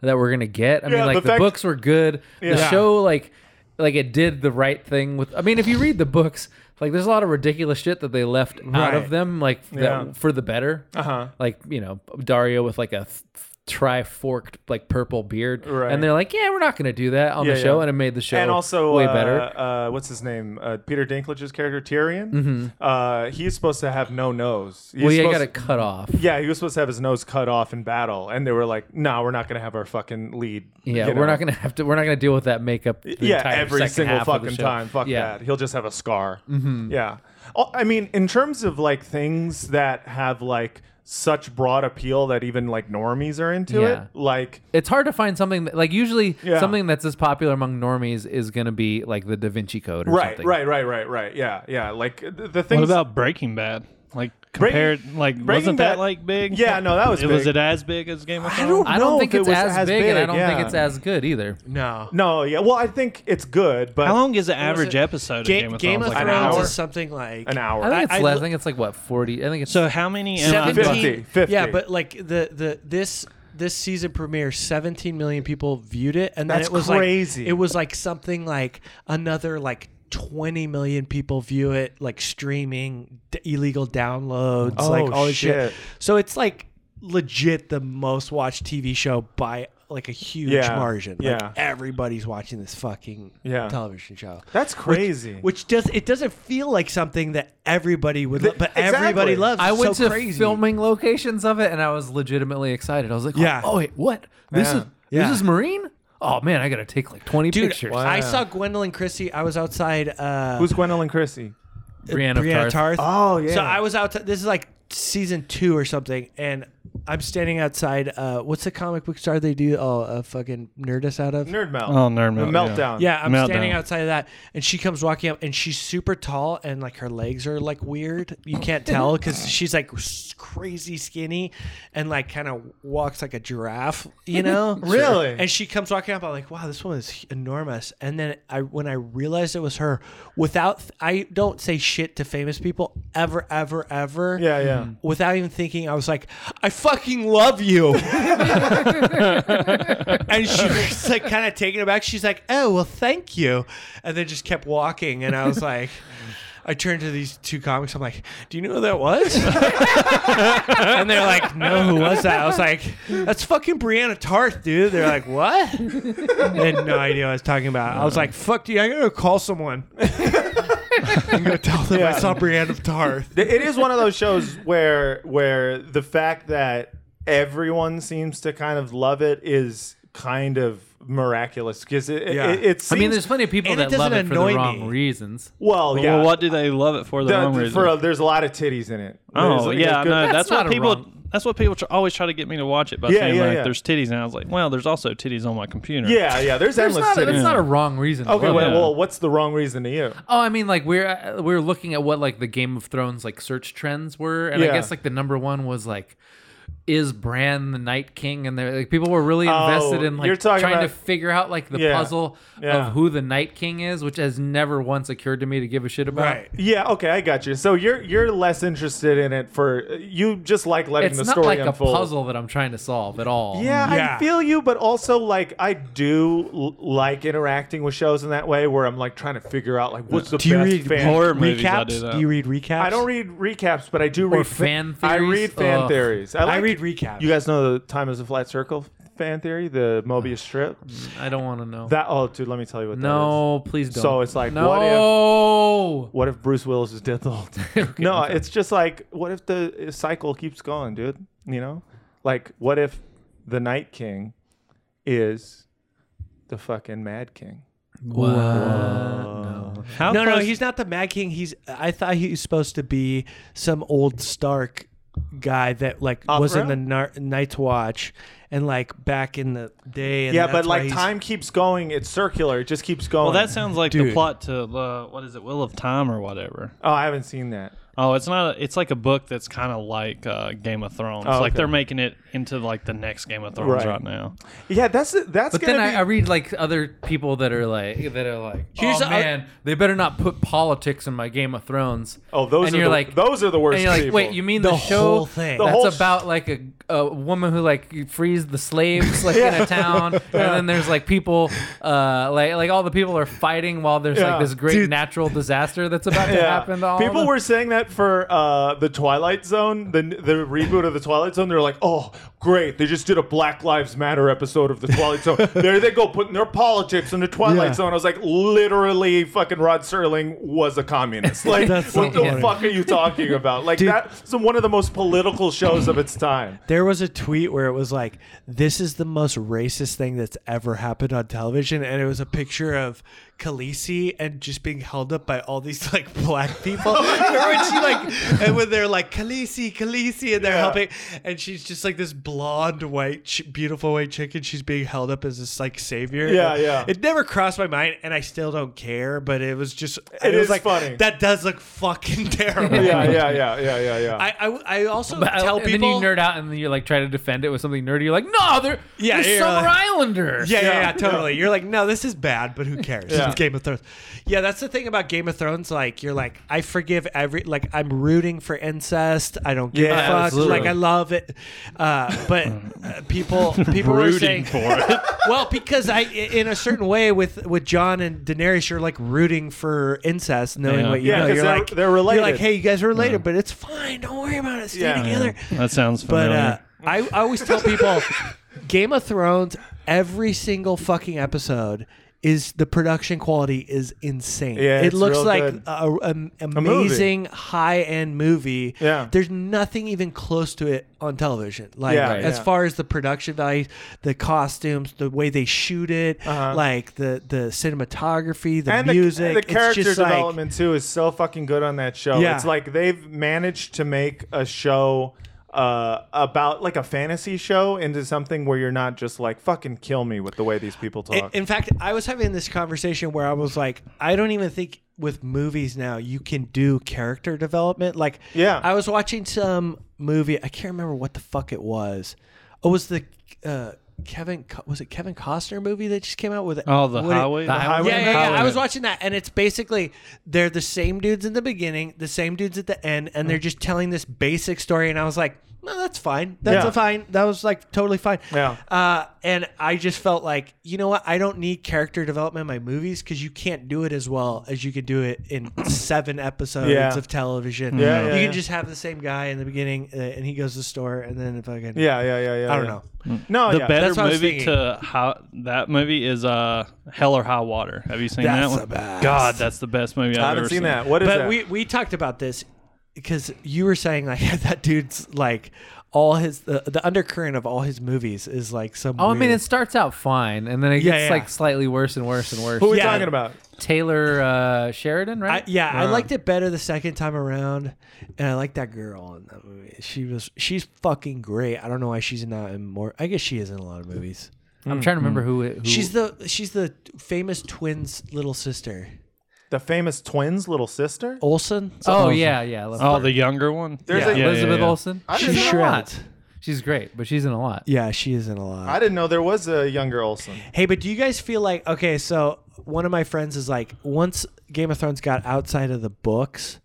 S2: that we're gonna get. I mean,
S3: Yeah,
S2: like
S3: the
S2: the,
S3: fact-
S2: books were good. The
S3: Yeah.
S2: show like like it did the right thing with. I mean, if you read the books. Like there's a lot of ridiculous shit that they left out of
S1: Right.
S2: them, like
S3: Yeah. Uh-huh.
S2: that, for the better. Uh huh. Like you know Dario with like a th- tri-forked like purple beard,
S3: Right.
S2: and they're like, "Yeah, we're not going to do that on
S3: Yeah,
S2: the show,"
S3: yeah.
S2: and it made the show
S3: and also
S2: way
S3: uh,
S2: better.
S3: Uh, what's his name? Uh, Peter Dinklage's character Tyrion. Uh, he's supposed to have no nose. He's
S2: Mm-hmm. Well, yeah, you got
S3: supposed-
S2: to cut off.
S3: Yeah, he was supposed to have his nose cut off in battle, and they were like, "No, we're not gonna have our fucking lead."
S2: Yeah,
S3: you
S2: we're
S3: know?
S2: not going to have to. We're not going to deal with that makeup. The
S3: yeah,
S2: entire
S3: every
S2: second
S3: single
S2: half of the
S3: fucking
S2: show.
S3: time. Fuck
S2: yeah. Mm-hmm.
S3: that. He'll just have a scar. Yeah. Oh, I mean, in terms of like things that have like such broad appeal that even like normies are into
S2: Yeah.
S3: it, like
S2: It's hard to find something that, like usually
S3: Yeah.
S2: something that's as popular among normies is going to be like the Da Vinci Code or
S3: right,
S2: something.
S3: right, right, right, right. Yeah, yeah. Like th- the
S4: What
S3: things.
S4: about Breaking Bad? Like
S3: Breaking-
S4: compared, like
S3: Breaking
S4: wasn't that
S3: Bad-
S4: like big?
S3: Yeah, no, that was
S4: It was
S3: big.
S4: it as big as Game of Thrones?
S3: don't
S2: I don't
S3: know
S2: think
S3: if it
S2: it's
S3: was
S2: as,
S3: as
S2: big, and I
S3: big,
S2: don't
S3: yeah.
S2: think it's as good either.
S1: no.
S3: no, yeah. Well, I think it's good, but
S4: How long is the average
S1: it?
S4: episode of
S1: Ga-
S4: Game of
S1: Game
S4: Thrones?
S1: of
S4: like an
S1: Thrones
S4: hour.
S1: is something like
S3: an hour.
S2: I think it's
S1: I- I
S2: less. I
S1: lo-
S2: think it's like what forty. I think it's
S4: So how many? uh, am I-
S1: 17
S3: 50, 50.
S1: Yeah, but like the the this this season premiere, 17 million people viewed it, and then
S3: That's
S1: it was
S3: crazy.
S1: Like, it was like something like another like 20 million people view it, like streaming d- illegal downloads, like all this shit.
S3: Oh, shit.
S1: So it's like legit the most watched TV show by like a huge
S3: Yeah,
S1: margin. Like,
S3: yeah.
S1: everybody's watching this fucking
S3: Yeah.
S1: television show.
S3: That's crazy.
S1: Which does it doesn't feel like something that everybody would, lo- but everybody
S3: exactly.
S1: loves.
S2: I
S1: It's
S2: went
S1: so
S2: to
S1: crazy.
S2: filming locations of it, and I was legitimately excited. I was like, "Oh,
S1: Yeah.
S2: oh wait, what? This
S3: Yeah.
S2: is
S1: Yeah.
S2: this is Marine? Oh man, I gotta take like twenty
S1: Dude,
S2: pictures."
S1: I saw Gwendolyn Christie. I was outside. Uh,
S3: Who's Gwendolyn Christie?
S2: Brianna,
S1: Brianna
S2: Tarth.
S1: Tarth.
S3: Oh, yeah.
S1: So I was outside. This is like season two or something, and I'm standing outside. Uh, what's the comic book store they do? Oh, uh, fucking Nerdist out of.
S3: Nerd melt.
S4: Oh, nerd
S3: The
S4: melt, yeah.
S3: meltdown.
S1: yeah, I'm
S4: Meltdown.
S1: standing outside of that, and she comes walking up, and she's super tall, and like her legs are like weird. You can't tell because she's like s- crazy skinny, and like kind of walks like a giraffe, you know?
S3: Really?
S1: And she comes walking up. I'm like, wow, this one is enormous. And then I, when I realized it was her, without I don't say shit to famous people ever, ever, ever.
S3: Yeah, yeah.
S4: Mm-hmm.
S1: Without even thinking, I was like, I fucking love you. and she was like kind of taken aback. She's like, "Oh, well, thank you," and then just kept walking. And I was like, I turned to these two comics. I'm like, "Do you know who that was?" and they're like, "No, who was that?" I was like, "That's fucking Brianna Tarth, dude." They're like, "What?" They had no idea what I was talking about. I was like, "Fuck, dude, I gotta go call someone." I'm gonna tell them I saw Brianna Tarth.
S3: Th- it is one of those shows where where the fact that everyone seems to kind of love it is kind of miraculous because it,
S1: Yeah.
S3: it, it
S2: I
S3: seems
S2: mean, there's plenty of people
S1: and it
S2: that love
S1: doesn't
S2: it for the
S1: annoy
S2: wrong
S1: me.
S2: reasons.
S3: well yeah
S4: Well, what do they love it for? The,
S3: The-
S4: wrong reason.
S3: for a- there's a lot of titties in it There's,
S4: oh
S3: like, a
S4: yeah,
S3: good-
S4: no, that's,
S2: That's
S4: what
S2: not a
S4: people.
S2: wrong-
S4: That's what people tr- always try to get me to watch it by
S3: Yeah,
S4: saying
S3: yeah,
S4: like,
S3: yeah.
S4: "There's titties," and I was like, "Well, there's also titties on my computer."
S3: yeah yeah
S2: It's
S3: there's endless
S2: not,
S3: titties
S2: it's not a wrong reason. to
S3: okay
S2: love
S3: wait,
S2: it.
S4: yeah.
S3: well what's the wrong reason to you
S2: Oh, I mean, like we're uh, we're looking at what like the Game of Thrones like search trends were, and
S3: Yeah.
S2: I guess like the number one was like is Bran the Night King, and they're, like, people were really invested
S3: Oh,
S2: in like
S3: you're talking
S2: trying to
S3: about-
S2: figure out like the
S3: Yeah.
S2: puzzle
S3: Yeah.
S2: of who the Night King is, which has never once occurred to me to give a shit about.
S1: Right.
S3: Yeah, okay, I got you. So you're you're less interested in it for you just like letting
S2: It's
S3: the
S2: not
S3: story
S2: like
S3: unfold.
S2: a puzzle that I'm trying to solve at all.
S3: Yeah,
S1: Yeah.
S3: I feel you, but also like I do l- like interacting with shows in that way where I'm like trying to figure out like what's the
S1: Uh, Do you
S3: best
S1: read
S3: fan.
S4: horror movies? I do
S1: recaps?
S4: that.
S1: Do you read recaps?
S3: I don't read recaps, but I do read
S2: fan
S3: I
S2: theories?
S3: read fan
S2: Ugh.
S3: theories. I,
S1: I
S3: like-
S1: read recaps.
S3: You guys know the time is a flat circle fan theory, the Mobius strip.
S2: I don't want to know.
S3: That oh, dude, let me tell you what that is.
S2: Mm. no, please don't.
S3: So it's like,
S2: no.
S3: what if- What if Bruce Willis is dead the whole time? no, it's just like what if the cycle keeps going, dude? You know, like what if the Night King is the fucking Mad King?
S4: How
S1: No, no,
S4: close-
S1: he's not the Mad King. He's I thought he was supposed to be some old Stark guy that like was in
S3: Opera?
S1: the Nar- Night's Watch and like back in the day. And
S3: yeah,
S1: that's
S3: but
S1: why
S3: like
S1: he's-
S3: time keeps going. It's circular. It just keeps going.
S4: Well, that sounds like
S1: Dude.
S4: the plot to uh, what is it, Will of Time or whatever.
S3: oh, I haven't seen that.
S4: Oh, it's not. A, it's like a book that's kind of like uh, Game of Thrones.
S3: Oh,
S4: Like
S3: okay.
S4: they're making it into like the next Game of Thrones
S3: Right.
S4: right, now.
S3: Yeah, that's that's
S2: But
S3: gonna
S2: then
S3: be.
S2: I, I read like other people that are like that are like,
S1: Here's
S2: oh
S1: a-
S2: man, they better not put politics in my Game of Thrones.
S3: oh, those
S2: and
S3: are
S2: you're
S3: the,
S2: like
S3: those are the worst.
S2: And you're like,
S3: people.
S2: wait, you mean the,
S1: The
S2: show
S1: whole thing. The
S2: that's
S3: whole sh-
S2: about like a, a woman who like frees the slaves like in a town, and then there's like people, uh, like like all the people are fighting while there's
S3: Yeah.
S2: like this great natural disaster that's about to
S3: Yeah.
S2: happen. To all
S3: People
S2: of-
S3: were saying that for uh, the Twilight Zone, the the reboot of the Twilight Zone. They're like, oh, great, they just did a Black Lives Matter episode of the Twilight Zone. there they go, putting their politics in the Twilight
S1: Yeah.
S3: Zone. I was like, literally, fucking Rod Serling was a communist. Like,
S1: That's so
S3: what the
S1: funny.
S3: fuck are you talking about? Like,
S1: Dude.
S3: that's one of the most political shows of its time.
S1: There was a tweet where it was like, "This is the most racist thing that's ever happened on television," and it was a picture of Khaleesi and just being held up by all these like black people. Remember when she like, and when they're like Khaleesi, Khaleesi, and they're helping, and she's just like this blonde, white, ch- beautiful white chicken. She's being held up as this like savior.
S3: Yeah, yeah.
S1: It never crossed my mind, and I still don't care. But it was just,
S3: It
S1: was
S3: is
S1: like,
S3: funny.
S1: That does look fucking terrible.
S3: Yeah, yeah, yeah, yeah, yeah, yeah.
S1: I, I, I also
S2: But- uh,
S1: tell
S2: and
S1: people
S2: then you nerd out, and then you like try to defend it with something nerdy. You're like, no, they're
S1: Yeah,
S2: they're
S1: you're
S2: Summer
S1: like-
S2: Islander.
S1: Yeah, yeah,
S3: Yeah.
S1: yeah, totally. You're like, no, this is bad, but who cares?
S3: Yeah.
S1: It's Game of Thrones. Yeah, that's the thing about Game of Thrones. Like, you're like, I forgive every, like, I'm rooting for incest. I don't give
S3: Yeah,
S1: a fuck.
S2: absolutely.
S1: Like, I love it. Uh, but uh, people, people were saying,
S4: Rooting for it.
S1: well, because I, i- in a certain way, with with John and Daenerys, you're like rooting for incest, knowing
S4: Yeah.
S1: what you
S3: Yeah,
S1: know.
S3: 'cause
S1: You're
S3: they're-
S1: like,
S3: they're
S1: You're like,
S3: related.
S1: hey, you guys are related, but it's fine. Don't worry about it. Stay
S3: Yeah.
S1: together.
S4: That sounds
S1: But
S4: familiar.
S1: uh, I, I always tell people Game of Thrones, every single fucking episode is the production quality is insane.
S3: Yeah,
S1: it
S3: it's
S1: looks
S3: real
S1: like
S3: good.
S1: a, a- an amazing high end movie.
S3: Yeah.
S1: There's nothing even close to it on television. Like
S3: Yeah,
S1: as
S3: yeah.
S1: far as the production value, the costumes, the way they shoot it,
S3: Uh-huh.
S1: like the the cinematography, the
S3: and
S1: music,
S3: the, the character
S1: it's just like-
S3: development too is so fucking good on that show.
S1: Yeah.
S3: It's like they've managed to make a show uh, about like a fantasy show into something where you're not just like fucking kill me with the way these people
S1: I-
S3: talk.
S1: In fact, I was having this conversation where I was like, I don't even think with movies now you can do character development. Like,
S3: Yeah.
S1: I was watching some movie. I can't remember what the fuck it was. Oh, it was the uh, Kevin? Co- Was it Kevin Costner movie that just came out with?
S4: oh, the
S1: what it-
S4: highway.
S2: The highway.
S1: yeah, yeah, yeah. I was watching that, and it's basically they're the same dudes in the beginning, the same dudes at the end, and
S3: Mm.
S1: they're just telling this basic story. And I was like, no, that's fine. That's
S3: Yeah.
S1: a fine. That was like totally fine.
S3: Yeah.
S1: Uh, and I just felt like, you know what? I don't need character development in my movies because you can't do it as well as you could do it in seven episodes
S3: Yeah.
S1: of television.
S3: Yeah,
S1: you
S3: yeah,
S1: can
S3: yeah.
S1: just have the same guy in the beginning, uh, and he goes to the store, and then if I can,
S3: yeah, yeah, yeah, yeah.
S1: I don't
S3: yeah.
S1: know.
S3: No,
S4: the
S3: yeah.
S4: better
S1: Oh, That's what I was
S4: movie
S1: thinking.
S4: to how that movie is uh Hell or High Water. Have you seen
S1: That's
S4: that one?
S1: the best.
S4: God, that's the best movie I've
S3: I
S4: ever
S3: haven't
S4: seen.
S3: seen that. What is
S1: but
S3: that?
S1: we we talked about this because you were saying like that dude's like all his the, the undercurrent of all his movies is like some.
S2: Oh, I mean,
S1: weird-
S2: it starts out fine, and then it
S1: Yeah,
S2: gets
S1: yeah.
S2: like slightly worse and worse and worse.
S3: Who are we
S1: yeah.
S3: talking about?
S2: Taylor uh, Sheridan,
S1: I,
S2: right?
S1: yeah,
S3: Uh.
S1: I liked it better the second time around, and I like that girl in that movie. She was she's fucking great. I don't know why she's not in more. I guess she is in a lot of movies.
S2: I'm trying to remember who, it, who
S1: She's the she's the famous twins' little sister,
S3: The famous twins' little sister.
S1: Olsen.
S2: Oh yeah, yeah.
S4: Oh, the younger one.
S3: There's Yeah. a-
S4: Yeah,
S2: Elizabeth
S4: yeah, yeah.
S2: Olsen.
S3: I
S1: she's
S3: didn't know
S1: shreds.
S2: She's great, but she's in a lot.
S1: Yeah, she is in a lot.
S3: I didn't know there was a younger Olsen.
S1: Hey, but do you guys feel like okay? So one of my friends is like, once Game of Thrones got outside of the books,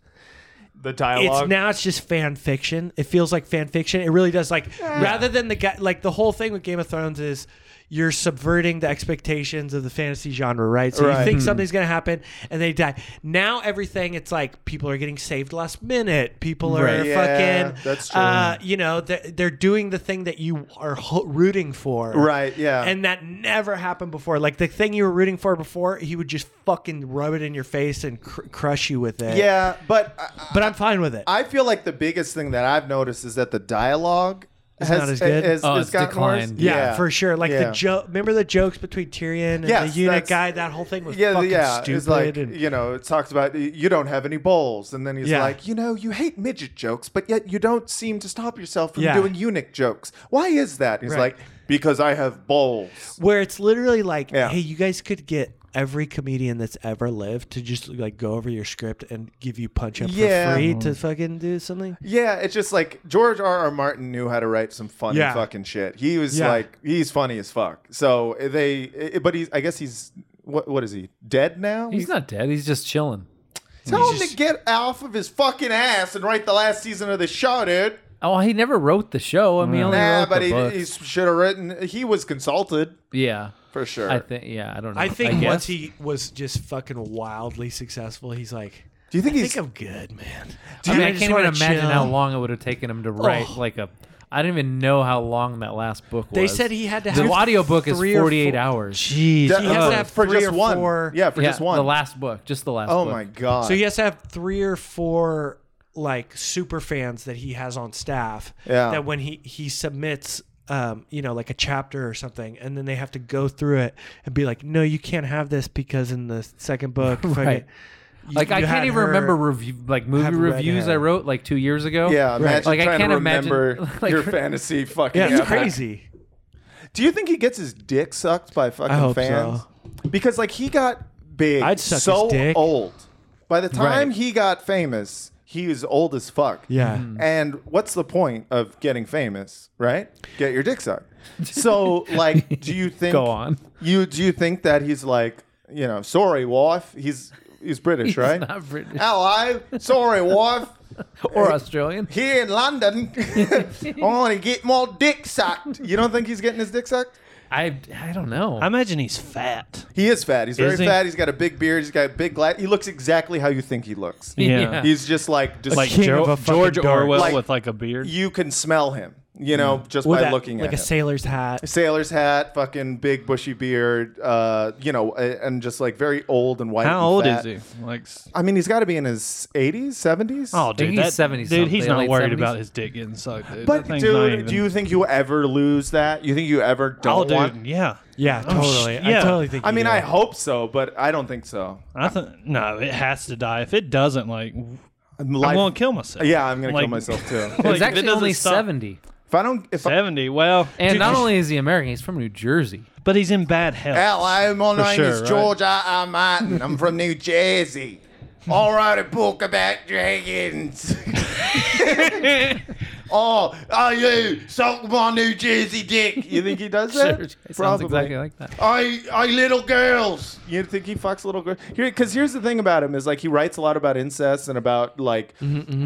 S3: The
S1: it's
S3: dialogue.
S1: now it's just fan fiction. It feels like fan fiction. It really does. Like rather than the guy, like the whole thing with Game of Thrones is you're subverting the expectations of the fantasy genre, right? So
S3: Right. Hmm.
S1: you think something's gonna happen and they die. Now everything, it's like people are getting saved last minute. People are
S3: Right. Yeah,
S1: fucking.
S3: that's true.
S1: Uh, you know, they're, they're doing the thing that you are ho- rooting for,
S3: Right, yeah.
S1: and that never happened before. Like the thing you were rooting for before, he would just fucking rub it in your face and cr- crush you with it.
S3: yeah, but I,
S1: but I'm fine with it.
S3: I feel like the biggest thing that I've noticed is that the dialogue has,
S1: not as good?
S3: has-
S2: Oh,
S3: has
S2: it's
S3: gotten worse.
S2: declined.
S1: Yeah, for sure. Like
S3: Yeah.
S1: the joke. Remember the jokes between Tyrion and
S3: Yes,
S1: the eunuch
S3: that's-
S1: guy? That whole thing was
S3: Yeah,
S1: fucking
S3: yeah.
S1: stupid.
S3: It's like
S1: and,
S3: you know, it talks about you don't have any bowls, and then he's
S1: Yeah.
S3: like, you know, you hate midget jokes, but yet you don't seem to stop yourself from
S1: Yeah.
S3: doing eunuch jokes. Why is that? He's
S1: Right.
S3: like, because I have bowls.
S1: where it's literally like,
S3: Yeah.
S1: hey, you guys could get every comedian that's ever lived to just like go over your script and give you punch up
S3: Yeah.
S1: for free
S2: Mm-hmm.
S1: to fucking do something.
S3: Yeah, it's just like George R. R. Martin knew how to write some funny
S1: Yeah.
S3: fucking shit. He was
S1: Yeah.
S3: like, he's funny as fuck. So they, eh, but he's, I guess he's, what, what is he? Dead now?
S2: He's not dead. He's just chilling.
S3: Tell him to get off of his fucking ass and write the last season of the show, dude.
S2: Oh, he never wrote the show. I mean, he only
S3: Nah,
S2: wrote
S3: but
S2: the
S3: he,
S2: book.
S3: he should have written. He was consulted
S2: yeah,
S3: for sure.
S2: I think. Yeah, I don't know.
S1: I think
S2: guess.
S1: once he was just fucking wildly successful, he's like,
S3: do you think
S1: I
S3: he's?
S1: think I'm good, man.
S2: I mean, I,
S1: just
S2: can't even
S1: wanna
S2: imagine
S1: chill. Oh.
S2: how long it would have taken him to write like a. I don't even know how long that last book was.
S1: They said he had to
S2: the
S1: have
S2: audiobook is
S1: three or
S2: 48
S1: four-
S2: hours.
S1: Jeez,
S3: that-
S1: he has
S3: uh,
S1: to have
S3: for
S1: three
S3: just
S1: or
S3: one.
S1: four-
S3: Yeah, for
S2: yeah,
S3: just one.
S2: The last book, just the last.
S3: oh
S2: book.
S3: my god.
S1: So he has to have three or four like super fans that he has on staff.
S3: Yeah.
S1: That when he he submits, um, you know, like a chapter or something, and then they have to go through it and be like, no, you can't have this because in the second book, fucking- you-
S2: Like I
S1: you
S2: can't
S1: had
S2: even
S1: her-
S2: remember review like movie
S1: have red
S2: reviews I
S1: hair.
S2: wrote like two years ago.
S3: Yeah, imagine
S2: Like, I
S3: trying
S2: can't
S3: to
S2: imagine-
S3: remember
S2: like-
S3: your fantasy fucking.
S1: Yeah,
S3: epic.
S1: it's crazy.
S3: Do you think he gets his dick sucked by fucking
S1: I hope
S3: fans? Because like he got big
S1: I'd suck
S3: so
S1: his dick.
S3: old. By the time
S2: Right.
S3: he got famous, he was old as fuck.
S1: Yeah.
S3: And what's the point of getting famous, right? Get your dick sucked. So like do you think
S2: Go on.
S3: You do you think that he's like, you know, sorry, wife, he's he's British, right?
S2: not British.
S3: Hello, sorry, wife.
S2: or Australian.
S3: Here in London, I want to get my dick sucked. You don't think he's getting his dick sucked?
S2: I I don't know.
S4: I imagine he's fat.
S3: He is fat. He's very
S4: Is he?
S3: fat. He's got a big beard. He's got a big glass. He looks exactly how you think he looks.
S4: Yeah.
S3: He's just like just
S4: Like
S1: king of
S4: Jo-
S1: a fucking
S4: George
S1: dork.
S4: Orwell
S3: Like-
S4: with like a beard.
S3: you can smell him, you know, just
S1: With
S3: by
S1: that-
S3: looking
S1: like
S3: at
S1: a
S3: him.
S1: sailor's hat.
S3: Sailor's hat, fucking big bushy beard, uh, you know, a- and just like very old and white.
S4: How
S3: and
S4: old
S3: fat.
S4: is he? Like, s-
S3: I mean, he's got to be in his 80s, 70s.
S4: oh,
S2: think
S4: dude,
S2: he's
S4: that-
S2: 70
S4: Dude, he's
S2: something,
S4: not
S2: late
S4: worried
S2: 70s.
S4: about his dick getting sucked. Dude.
S3: but
S4: That thing's not
S3: dude,
S4: even-
S3: do you think you ever lose that? You think you ever don't
S4: Oh, dude,
S3: want?
S4: yeah,
S1: Yeah,
S4: Oh, sh-
S1: totally. I
S4: yeah.
S1: totally think.
S3: I
S1: you
S3: mean,
S1: do.
S3: I hope so, but I don't think so.
S4: I think no, it has to die. If it doesn't, like, I'm
S3: Life-
S4: gonna kill myself.
S3: Yeah, I'm gonna
S4: Like-
S3: kill myself too.
S4: Like,
S2: He's
S4: if it
S2: actually
S4: doesn't
S2: only
S4: stop-
S2: 70.
S3: if I don't, if I,
S4: Seventy. Well,
S2: And
S4: dude,
S2: not
S4: he's-
S2: only is he American, he's from New Jersey.
S4: but he's in bad health.
S3: Hello, my name
S4: sure,
S3: is
S4: right?
S3: George R. R. Martin. I'm from New Jersey. I wrote a book about dragons. oh, are you suck my New Jersey dick? You think he does that?
S2: It sounds exactly like that.
S3: I, I little girls. You think he fucks little girls? Here, because here's the thing about him is like he writes a lot about incest and about like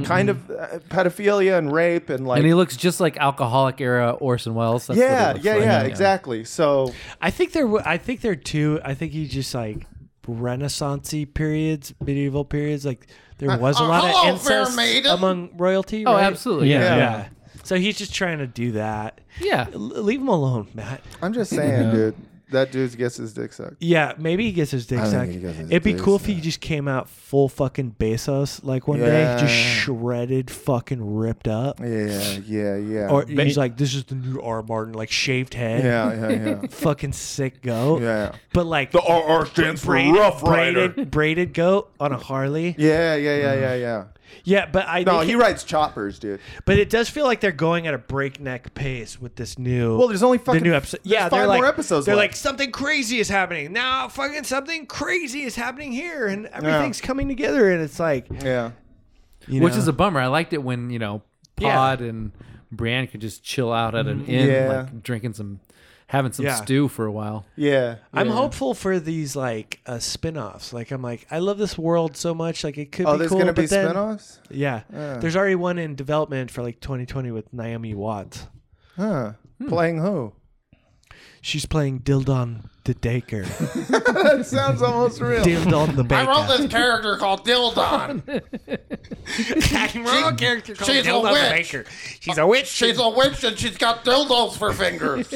S3: kind of uh, pedophilia and rape and like
S2: And he looks just like alcoholic era Orson Welles. That's what he
S3: yeah,
S2: looks
S3: yeah,
S2: like.
S3: yeah, exactly. So
S1: I think there. wa- I think there are two. I think he just like Renaissancey periods, medieval periods. Like there was a
S3: uh,
S1: lot
S3: hello,
S1: of
S3: fair
S1: incest
S3: maiden.
S1: among royalty.
S2: Oh,
S1: right?
S2: absolutely.
S4: Yeah.
S2: Yeah.
S1: Yeah. So he's just trying to do that.
S2: Yeah.
S1: L- leave him alone, Matt.
S3: I'm just saying, dude, that dude gets his dick sucked.
S1: Yeah, maybe he gets his dick
S3: don't think
S1: sucked.
S3: he gets his
S1: It'd be
S3: dick
S1: cool if he just came out full fucking Bezos like one day, just
S3: Yeah.
S1: shredded, fucking ripped up.
S3: Yeah, yeah, yeah.
S1: Or he's like, this is the new R. Martin, like shaved head,
S3: yeah, yeah, yeah.
S1: fucking sick goat.
S3: Yeah.
S1: But like
S5: The RR stands for
S1: braided,
S5: Rough Rider.
S1: braided, braided goat on a Harley.
S3: Yeah, yeah, yeah, yeah,
S1: Mm-hmm.
S3: yeah.
S1: Yeah, but I
S3: No,
S1: think
S3: he
S1: it-
S3: writes choppers, dude.
S1: But it does feel like they're going at a breakneck pace with this new.
S3: Well, there's only fucking
S1: the new episode.
S3: there's
S1: Yeah,
S3: five
S1: they're like
S3: more episodes.
S1: They're
S3: left.
S1: like something crazy is happening now. Fucking something crazy is happening here, and everything's coming together. And it's like,
S3: yeah,
S1: you
S2: Which
S1: know.
S2: is a bummer. I liked it when, you know,
S1: Yeah. Mm-hmm.
S2: Pod and Brienne could just chill out at an inn,
S3: Yeah.
S2: like drinking some, having some
S1: Yeah.
S2: stew for a while.
S3: Yeah.
S1: I'm
S3: yeah.
S1: hopeful for these like uh, spin-offs. Like I'm like I love this world so much. Like it could
S3: Oh,
S1: be
S3: there's
S1: cool.
S3: gonna be
S1: but then-
S3: spinoffs.
S1: Yeah. There's already one in development for like 2020 with Naomi Watts.
S3: Huh? Playing who?
S1: She's playing Dildon the Daker.
S3: That sounds almost real.
S1: Dildon the Baker.
S5: this character called Dildon.
S1: wrote a character called
S5: she's a
S1: Dildon the
S5: witch.
S1: Baker. She's a witch.
S5: She's a witch and she's got dildos for fingers.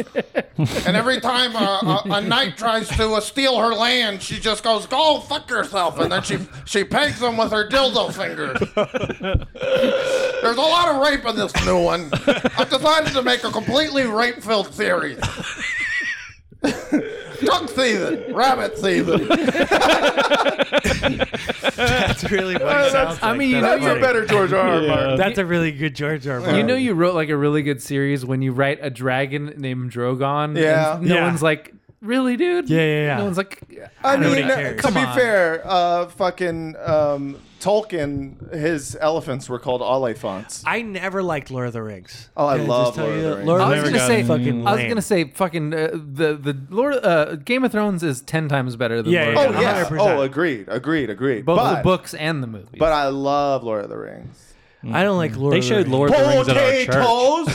S5: and every time a, a, a knight tries to uh, steal her land, she just goes, "Go fuck yourself!" And then she she pegs him with her dildo fingers. There's a lot of rape in this new one. I decided to make a completely rape-filled series. Duck thieving, rabbit thieving.
S1: That's really what it sounds
S2: I
S1: like.
S2: mean, you
S1: That's
S2: know you're
S1: funny.
S3: Better George R. R. Martin.
S1: That's a really good George R. R. Martin.
S2: You know, you wrote like a really good series when you write a dragon named Drogon.
S3: Yeah.
S2: and no
S1: Yeah.
S2: one's like, really, dude.
S1: Yeah, yeah, yeah.
S2: No one's like,
S3: I mean,
S1: Nobody
S3: uh,
S1: cares.
S3: to
S1: Come
S3: be
S2: on.
S3: fair, uh, fucking um, Tolkien, his elephants were called Oliphants.
S1: I never liked Lord of the Rings.
S3: Oh, I
S1: Can
S3: love
S1: just tell
S3: Lord of
S1: you,
S3: the Rings.
S1: Lord
S2: I
S1: of
S2: was
S1: the
S2: gonna
S1: Rings
S2: say
S1: is fucking
S2: I was
S1: Mm, lame.
S2: gonna say fucking uh, the the Lord uh, Game of Thrones is ten times better than
S1: Yeah,
S2: Lord
S1: yeah,
S2: of
S3: oh
S2: the
S1: yeah.
S2: Rings.
S3: yeah.
S1: 100%.
S3: Oh, agreed, agreed, agreed.
S2: both
S3: but,
S2: the books and the movies.
S3: But I love Lord of the Rings.
S1: I don't
S2: Mm.
S1: like Lord.
S4: They
S1: of the
S4: showed
S1: Rings.
S4: Lord of the Rings at our church.
S5: Potatoes.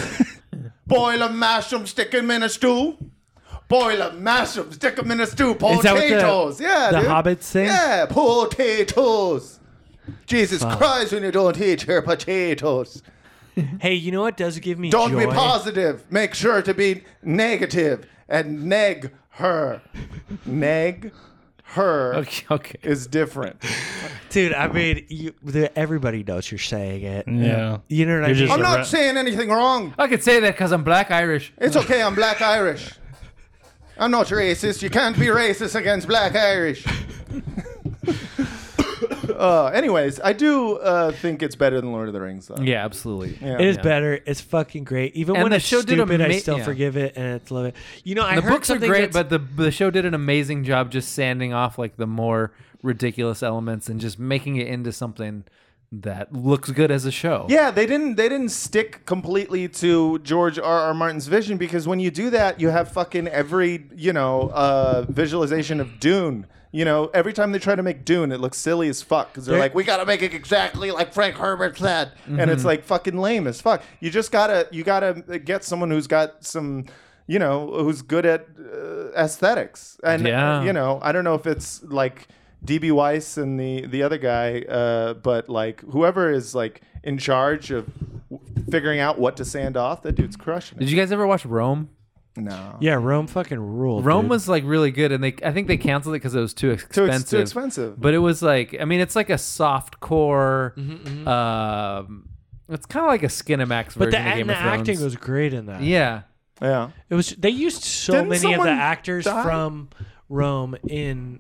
S5: Boil 'em, mash 'em, stick 'em in a stew. Boil 'em, mash 'em, stick 'em in a stew.
S1: Is that what the-
S5: Potatoes.
S3: Yeah,
S1: The
S3: dude.
S1: Hobbit thing.
S3: Yeah, potatoes. Jesus Christ, when you don't eat your potatoes,
S1: Hey, you know what does give me
S3: don't
S1: joy?
S3: be positive. Make sure to be negative and neg her. Neg her
S2: okay, okay.
S3: is different.
S1: dude. I mean, you, the, everybody knows you're saying it.
S4: Yeah.
S1: You know what I
S4: You're
S1: mean?
S4: just
S3: I'm
S4: a
S3: not
S4: ra-
S3: saying anything wrong.
S2: I could say that because I'm black Irish.
S3: It's okay, I'm black Irish. I'm not racist. You can't be racist against black Irish. uh, anyways, I do uh, think it's better than Lord of the Rings, though.
S2: Yeah, absolutely.
S3: Yeah.
S1: It is
S2: Yeah.
S1: better. It's fucking great. Even
S2: And
S1: when
S2: the
S1: it's
S2: show did a
S1: stupid, I
S2: ma-
S1: still
S2: yeah.
S1: forgive it and it's love it. You know, I
S2: The
S1: heard
S2: books are
S1: something
S2: great,
S1: that's-
S2: but the the show did an amazing job just sanding off like the more ridiculous elements and just making it into something that looks good as a show.
S3: Yeah, they didn't. They didn't stick completely to George R. R. Martin's vision because when you do that, you have fucking every you know uh, visualization of Dune. You know, every time they try to make Dune, it looks silly as fuck because they're like,
S5: We gotta make it exactly like Frank Herbert said.
S3: and it's like fucking lame as fuck. You just gotta you gotta get someone who's got some, you know, who's good at uh, aesthetics. And
S2: Yeah.
S3: you know, I don't know if it's like DB Weiss and the the other guy, uh, but like whoever is like in charge of w- figuring out what to sand off, that dude's crushing
S2: Did
S3: it.
S2: you guys ever watch Rome?
S3: No,
S1: yeah, Rome fucking ruled.
S2: Rome
S1: dude.
S2: was like really good, and they I think they canceled it because it was too
S3: too,
S2: expensive.
S3: ex- too expensive.
S2: But it was like I mean, it's like a soft core.
S1: Mm-hmm,
S2: Um, it's kind of like a Skinamax version
S1: but the,
S2: of Game
S1: and the
S2: of Thrones.
S1: acting was great in that.
S2: yeah,
S3: yeah,
S1: It was they used so
S3: Didn't
S1: many of
S3: someone
S1: the actors
S3: die?
S1: from Rome in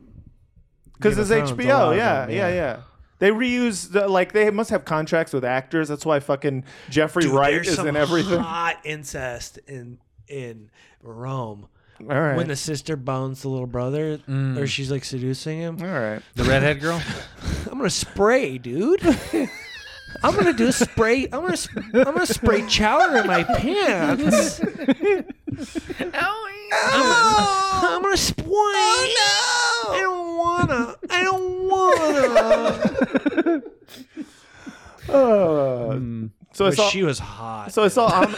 S3: because
S1: Game
S3: it's
S1: of Thrones, a lot
S3: HBO.
S1: of
S3: Yeah,
S1: them,
S3: yeah, yeah. They reuse the, like they must have contracts with actors. That's why fucking Jeffrey
S1: Dude,
S3: Wright
S1: there's
S3: is
S1: some
S3: in everything.
S1: Hot incest in in Rome.
S3: All right.
S1: When the sister bones the little brother,
S2: Mm.
S1: or she's like seducing him,
S3: All right.
S2: the redhead girl.
S1: I'm gonna spray, dude. I'm gonna do a spray. I'm gonna sp- I'm gonna spray chowder in my pants. I'm, gonna- I'm gonna spray. I don't wanna. I don't wanna.
S3: So I
S1: But
S3: saw.
S1: she was hot.
S3: so I saw. Am-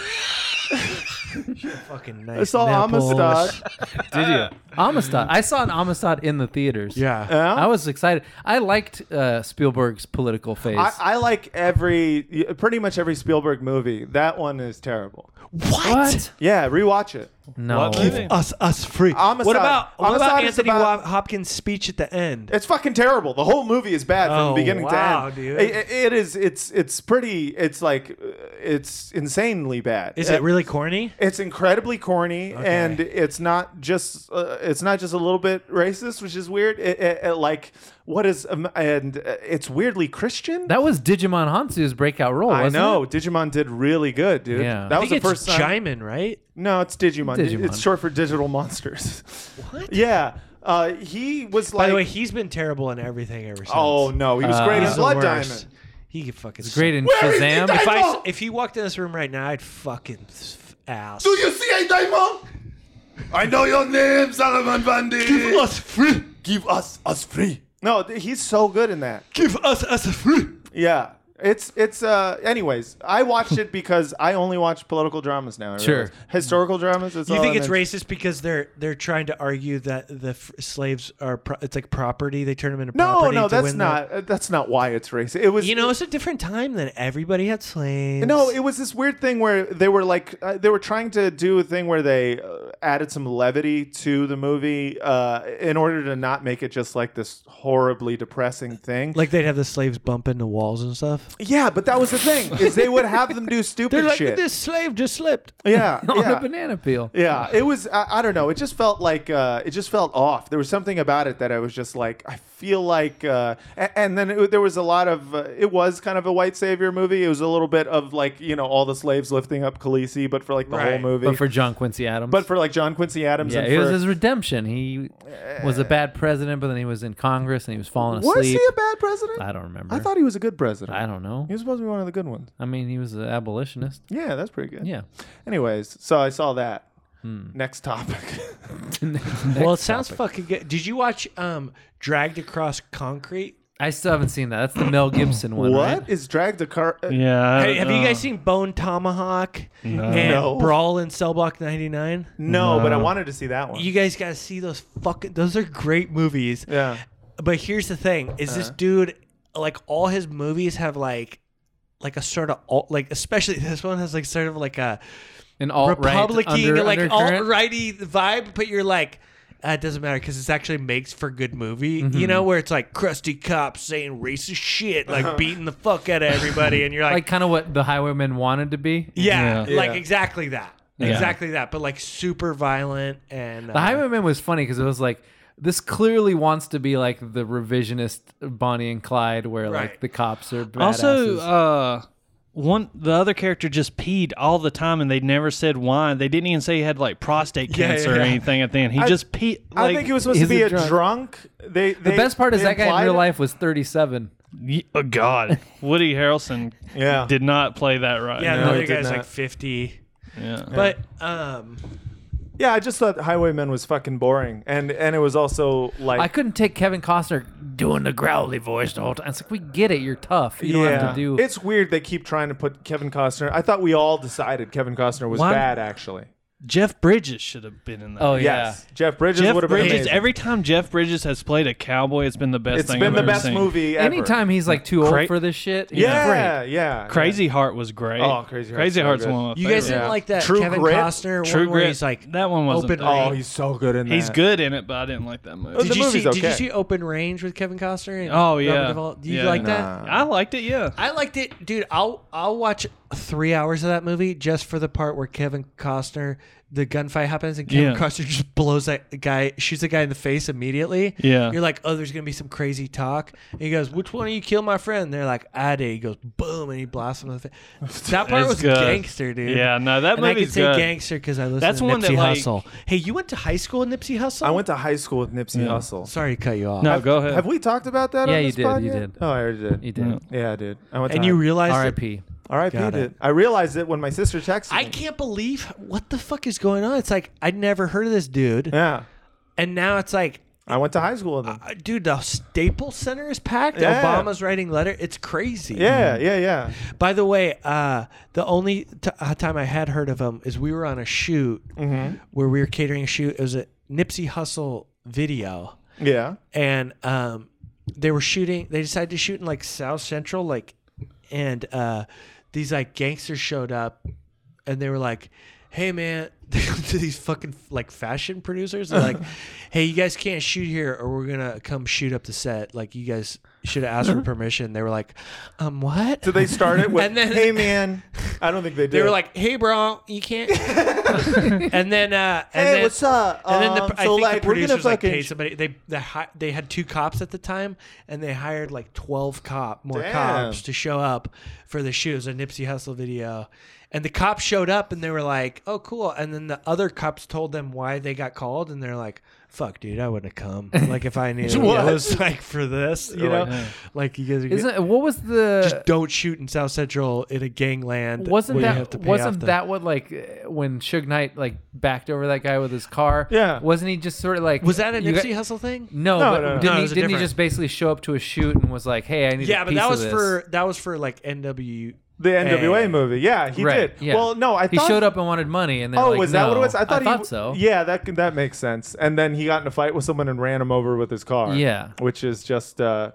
S1: fucking
S3: I
S1: nice.
S3: saw
S1: nipples.
S3: Amistad.
S2: Did you Amistad? I saw an Amistad in the theaters.
S1: Yeah.
S3: Yeah?
S2: I was excited. I liked uh, Spielberg's political phase.
S3: I, I like every, pretty much every Spielberg movie. That one is terrible.
S2: what?
S3: Yeah, rewatch it.
S2: No.
S4: What movie?
S1: Us, us free.
S3: Amistad-
S1: what about what about
S3: Amistad is
S1: Anthony
S3: about-
S1: Wa- Hopkins' speech at the end?
S3: It's fucking terrible. The whole movie is bad from
S1: Oh,
S3: beginning
S1: wow,
S3: to end.
S1: dude.
S3: It- it- it is. It's. It's pretty. It's like. uh, It's insanely bad.
S1: Is
S3: Uh,
S1: it really corny?
S3: It's incredibly corny, and it's not just uh, it's not just a little bit racist, which is weird. It, it- it, like what is um, and uh, it's weirdly Christian.
S2: That was Digimon Hansu's breakout role.
S3: I
S2: Wasn't
S3: know
S2: It?
S3: Digimon did really good, dude.
S2: Yeah.
S3: That
S2: I
S1: I
S3: was
S1: think
S3: the
S1: it's
S3: first time.
S1: Jaimin, right?
S3: No, it's Digimon.
S2: Digimon.
S3: It's short for digital monsters. What? yeah. Uh, he was like.
S1: By the way, he's been terrible in everything ever since.
S3: oh no, he was great in
S1: Uh, He's the
S3: Blood
S1: worst.
S3: Diamond.
S1: He could fucking.
S2: It's great in Shazam.
S1: If I s- if he walked in this room right now, I'd fucking s- ass.
S6: Do you see a diamond?
S5: I know your name, Solomon
S6: Give
S5: Bundy.
S6: us free.
S5: Give us us free.
S3: No, th- he's so good in that.
S1: Give us us a free.
S3: Yeah. It's it's uh anyways, I watched it because I only watch political dramas now. I
S2: Sure.
S3: realize. Historical dramas is
S1: You
S3: all
S1: think
S3: I'm
S1: it's
S3: in-
S1: racist because they're they're trying to argue that the f- slaves are pro- it's like property. They turn them into
S3: No,
S1: property.
S3: no,
S1: to
S3: that's
S1: win
S3: not uh, that's not why it's racist. It
S1: the-
S3: was
S1: you know, it's a different time then. Everybody had slaves.
S3: No, it was this weird thing where they were like uh, they were trying to do a thing where they uh, added some levity to the movie uh, in order to not make it just like this horribly depressing thing.
S1: like they'd have the slaves bump into walls and stuff.
S3: yeah, but that was the thing is they would have them do stupid
S1: They're like
S3: shit.
S1: this slave just slipped.
S3: Yeah,
S2: on
S3: yeah.
S2: a banana peel.
S3: Yeah, it was. I, I don't know. It just felt like uh, it just felt off. There was something about it that I was just like, I feel like. Uh, and, and then it, there was a lot of. Uh, it was kind of a white savior movie. It was a little bit of like you know all the slaves lifting up Khaleesi, but for like the whole
S1: Right.
S3: movie.
S2: But for John Quincy Adams.
S3: But for, like John Quincy Adams
S2: yeah,
S3: and
S2: it was
S3: for-
S2: his redemption. He was a bad president, but then he was in Congress and he was falling
S3: was
S2: asleep.
S3: he a bad president?
S2: I don't remember.
S3: I thought he was a good president.
S2: I don't know.
S3: He was supposed to be one of the good ones.
S2: I mean, he was an abolitionist.
S3: Yeah, that's pretty good.
S2: Yeah. Hmm.
S3: Anyways, so I saw that. Next topic.
S1: well, it sounds fucking good. Did you watch um Dragged Across Concrete?
S2: I still haven't seen that. That's the Mel Gibson one.
S3: What
S2: right?
S3: is dragged a car? uh,
S2: Mm,
S4: Yeah.
S1: Hey, have you
S4: uh,
S1: guys seen Bone Tomahawk and
S3: No.
S1: Brawl in Cell Block 99?
S3: No, but I wanted to see that one.
S1: You guys got to see those fucking those are great movies.
S3: yeah.
S1: But here's the thing: is this dude like all his movies have like like a sort of alt, like especially this one has like sort of like a
S2: An alt
S1: Republican
S2: under,
S1: like alt
S2: undercurrent?
S1: righty vibe, but you're like. Uh, it doesn't matter because it's actually makes for good movie, you know, where it's like crusty cops saying racist shit, like beating the fuck out of everybody, and you're
S2: like kind of what the Highwaymen wanted to be.
S1: Yeah,
S4: Yeah.
S1: like
S3: Yeah.
S1: exactly that. Exactly that, but like super violent and
S2: The
S1: uh,
S2: Highwaymen was funny because it was like this clearly wants to be like the revisionist Bonnie and Clyde, where like
S1: Right.
S2: the cops are badasses.
S4: Also, uh, one the other character just peed all the time, and they never said why. They didn't even say he had like prostate
S1: Yeah,
S4: cancer or
S1: yeah.
S4: anything at the end. He just peed. Like,
S3: I think it was supposed to
S2: is
S3: be
S2: it
S3: a drunk.
S2: drunk?
S3: They,
S2: the best part is that guy in real life was 37.
S4: y- Oh God, Woody Harrelson
S3: Yeah.
S4: did not play that right.
S1: yeah,
S3: No,
S1: the
S3: it
S1: other
S3: did
S1: guy's
S3: not.
S1: like fifty.
S4: Yeah.
S1: But um,
S3: Yeah, I just thought Highwaymen was fucking boring, and and it was also like
S2: I couldn't take Kevin Costner doing the growly voice the whole time. It's like we get it, you're tough. You don't have to do.
S3: It's weird they keep trying to put Kevin Costner. I thought we all decided Kevin Costner was
S4: Why-
S3: bad actually.
S4: Jeff Bridges should have been in that.
S2: oh yeah,
S3: Yes, Jeff Bridges
S4: Jeff
S3: would have been
S4: Bridges.
S3: amazing.
S4: Every time Jeff Bridges has played a cowboy, it's been the best
S3: it's
S4: thing.
S3: been
S4: I've
S3: the
S4: ever
S3: best
S4: seen.
S3: movie ever.
S2: Anytime he's like too old
S4: Cra-
S2: for this shit. he's
S3: Yeah,
S2: great.
S3: yeah, yeah.
S4: Crazy Heart was great.
S3: Oh, Crazy Heart's
S4: Crazy
S3: so
S4: Heart's
S3: good.
S4: one of my
S1: you guys
S4: favorites.
S1: didn't
S3: Yeah.
S1: like that
S3: True
S1: Kevin
S3: Grit?
S1: Costner
S4: True
S1: one where
S4: Grit.
S1: he's like
S4: That one wasn't
S1: open
S4: bad.
S3: Oh,
S1: range.
S3: he's so good in that.
S4: He's good in it, but I didn't like that movie.
S3: the
S1: did you
S3: movie's
S1: see? Did you
S3: okay.
S1: see Open Range with Kevin Costner? And
S4: Oh,
S1: Robert
S4: yeah.
S1: Duvall? Do you
S4: Yeah.
S1: like
S3: Nah.
S1: that?
S4: I liked it. Yeah.
S1: I liked it, dude. I'll I'll watch three hours of that movie just for the part where Kevin Costner the gunfight happens and Kevin
S4: Yeah.
S1: Costner just blows that guy, shoots the guy in the face immediately.
S4: Yeah.
S1: you're like, oh, there's gonna be some crazy talk. And he goes, which one of you killed my friend? And they're like, I did. He goes, boom, and he blasts him in the face. That part
S4: It's
S1: was
S4: good.
S1: gangster, dude.
S4: Yeah, no, that
S1: and I could
S4: movie's
S1: say
S4: good.
S1: gangster because I listen
S4: That's
S1: to
S4: one
S1: Nipsey
S4: that, like-
S1: Hussle. Hey, you went to high school with Nipsey Hussle?
S3: I went to high school with Nipsey Hussle.
S1: Sorry to cut you off.
S4: No, go ahead.
S3: Have we talked about that?
S2: Yeah,
S3: on
S2: you
S3: this
S2: did,
S3: pod
S2: you
S3: yet?
S2: did.
S3: Oh, I already did.
S2: You did.
S3: Yeah, I did. I went.
S1: And
S3: to
S1: you realized that-
S2: R.I.P.
S3: R.I.P.
S1: Got
S3: did.
S1: it.
S3: I realized it when my sister texted.
S1: I
S3: me.
S1: can't believe what the fuck is going on. It's like I'd never heard of this dude.
S3: Yeah,
S1: And now it's like,
S3: I went to high school with him.
S1: uh, dude, the Staples Center is packed.
S3: Yeah.
S1: Obama's writing letter. It's crazy.
S3: Yeah, yeah, yeah.
S1: By the way, uh, the only t- uh, time I had heard of him is we were on a shoot
S3: Mm-hmm.
S1: where we were catering a shoot. It was a Nipsey Hustle video,
S3: Yeah.
S1: and um, they were shooting. They decided to shoot in like South Central, like, and uh, these like gangsters showed up, and they were like, "Hey, man." to these fucking like fashion producers they're like hey you guys can't shoot here or we're gonna come shoot up the set like you guys should have asked for permission they were like um what
S3: Did they start it with,
S1: And then-
S3: hey, man? I don't think they did.
S1: they were like, "Hey, bro, you can't." and then, uh, and
S3: hey,
S1: then,
S3: what's up?
S1: And then the,
S3: Um,
S1: I
S3: so,
S1: think
S3: like,
S1: the
S3: we're
S1: producers
S3: gonna
S1: like
S3: fucking.
S1: paid somebody. They they, hi- they had two cops at the time, and they hired like twelve cop more
S3: Damn.
S1: cops to show up for the shoot. It was a Nipsey Hussle video, and the cops showed up, and they were like, "Oh, cool." And then then the other cops told them why they got called, and they're like, "Fuck, dude, I wouldn't have come. Like if I knew it
S3: What?
S1: was like for this, you know, like you guys are getting-
S2: Isn't what was the
S1: just don't shoot in South Central in a gangland.
S2: wasn't
S1: where you have
S2: that
S1: to pay
S2: wasn't
S1: off the-
S2: that what like uh, when Suge Knight like backed over that guy with his car?
S3: Yeah.
S2: wasn't he just sort of like
S1: was that a
S2: you got-
S1: Nipsey Hustle thing?
S2: No,
S3: No,
S2: but
S3: no, no.
S1: No,
S2: didn't,
S1: it
S2: he,
S1: was a
S2: didn't he
S1: different-
S2: just basically show up to a shoot and was like, "Hey, I need
S1: Yeah,
S2: a
S1: but
S2: piece
S1: that
S2: of
S1: was
S2: this.
S1: for that was for like NW.
S3: The NWA
S1: Hey.
S3: movie. Yeah, he
S2: right,
S3: did.
S2: Yeah.
S3: Well, no, I
S2: he
S3: thought
S2: showed up and wanted money, and then
S3: Oh,
S2: like,
S3: was that what it
S2: "No."
S3: was? I thought,
S2: I
S3: he,
S2: thought so.
S3: Yeah, that can- that makes sense. And then he got in a fight with someone and ran him over with his car.
S2: Yeah.
S3: which is just uh,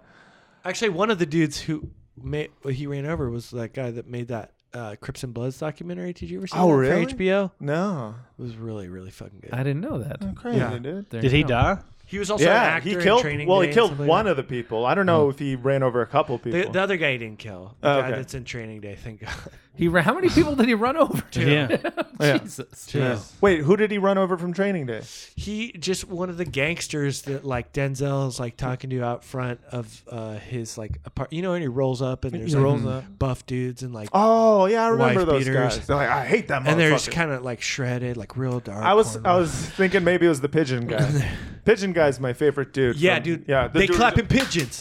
S1: Actually, one of the dudes who made he ran over was that guy that made that uh, Crips and Bloods documentary. Did you ever see
S3: Oh,
S1: that
S3: really?
S1: for HBO?
S3: no
S1: It was really really fucking good.
S2: I didn't know that.
S3: crazy, dude.
S2: There
S4: Did
S2: you
S4: he
S2: go.
S4: die?
S1: He was also an
S3: Yeah,
S1: actor
S3: he
S1: in
S3: killed.
S1: Training
S3: Well,
S1: Day
S3: he
S1: and
S3: killed
S1: stuff like
S3: one
S1: that. Mm.
S3: of the people. I don't know if he ran over a couple people.
S1: The, the other guy he didn't kill. The
S3: Oh,
S1: guy
S3: okay.
S1: that's in Training Day. Thank God.
S2: He ran, how many people did he run over? To?
S4: Yeah.
S3: Yeah.
S2: Jesus.
S1: Yeah.
S3: Wait, who did he run over from Training Day?
S1: He just one of the gangsters that like Denzel is like talking to out front of uh, his like apart. You know, and he rolls up and there's like,
S3: rolls up.
S1: buff dudes and like.
S3: Oh yeah, I remember
S1: Wife
S3: those
S1: beaters.
S3: guys. They're like, I hate that motherfucker.
S1: And they're just kind of like shredded, like real dark.
S3: I was
S1: cornrows.
S3: I was thinking maybe it was the pigeon guy. pigeon guy's my favorite dude.
S1: Yeah,
S3: from-
S1: dude.
S3: uh, Yeah, the
S1: they
S3: dude-
S1: clapping pigeons.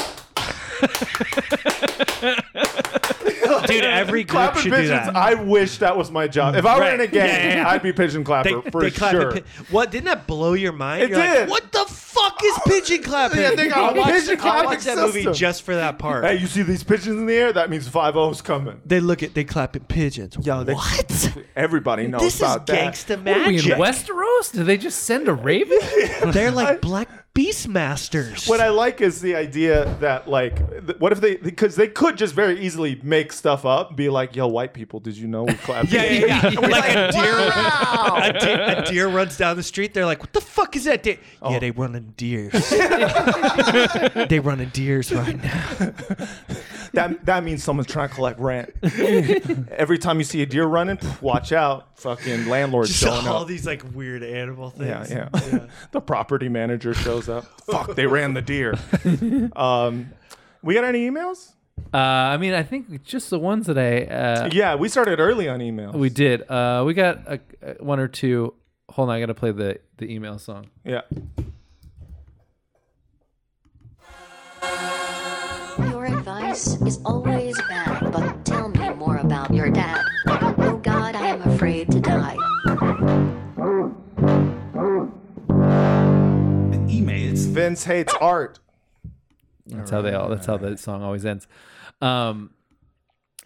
S1: dude, every group
S3: Clapping
S1: should
S3: pigeons.
S1: do that.
S3: I wish that was my job. If I were
S1: Right.
S3: in a gang,
S1: Yeah, yeah, yeah.
S3: I'd be pigeon
S1: they,
S3: clapper for
S1: they clap
S3: sure.
S1: at pi- what didn't that blow your mind?
S3: It
S1: You're like,
S3: did.
S1: what the fuck is pigeon clapping?
S3: Yeah, they got
S1: I
S3: a
S1: watched,
S3: pigeon
S1: I watched
S3: clapping
S1: that
S3: system.
S1: movie just for that part.
S3: Hey, you see these pigeons in the air? That means five O's coming.
S1: they look at they clap at pigeons.
S3: Yo, they-
S1: what?
S3: Everybody knows
S1: This is
S3: about that.
S1: gangsta
S2: What are we in
S1: magic.
S2: Westeros? Did they just send a raven?
S1: They're like black beastmasters.
S3: What I like is the idea that like, th- what if they? Because they could just very easily make stuff up, and be like, "Yo, white people, did you know we clap?"
S1: yeah, yeah, yeah. like a deer, a deer, a deer runs down the street. They're like, "What the fuck is that?" Deer? Yeah, they run in deers. they run in deers right now.
S3: That that means someone's trying to collect rent. Every time you see a deer running, pff, watch out, fucking landlord
S1: Just
S3: showing
S1: all
S3: up.
S1: these like weird animal
S3: yeah,
S1: things.
S3: yeah. the property manager shows up. Fuck, they ran the deer. um, we got any emails?
S2: Uh, I mean, I think just the ones that I uh,
S3: Yeah, we started early on emails.
S2: we did. Uh, we got a, a- one or two. Hold on, I gotta play the the email song.
S3: yeah.
S7: Your advice is always bad, but tell me more about your dad. Oh god, I am afraid to die.
S8: Emails.
S3: Vince hates art.
S2: That's how they all. That's how the song always ends. Um,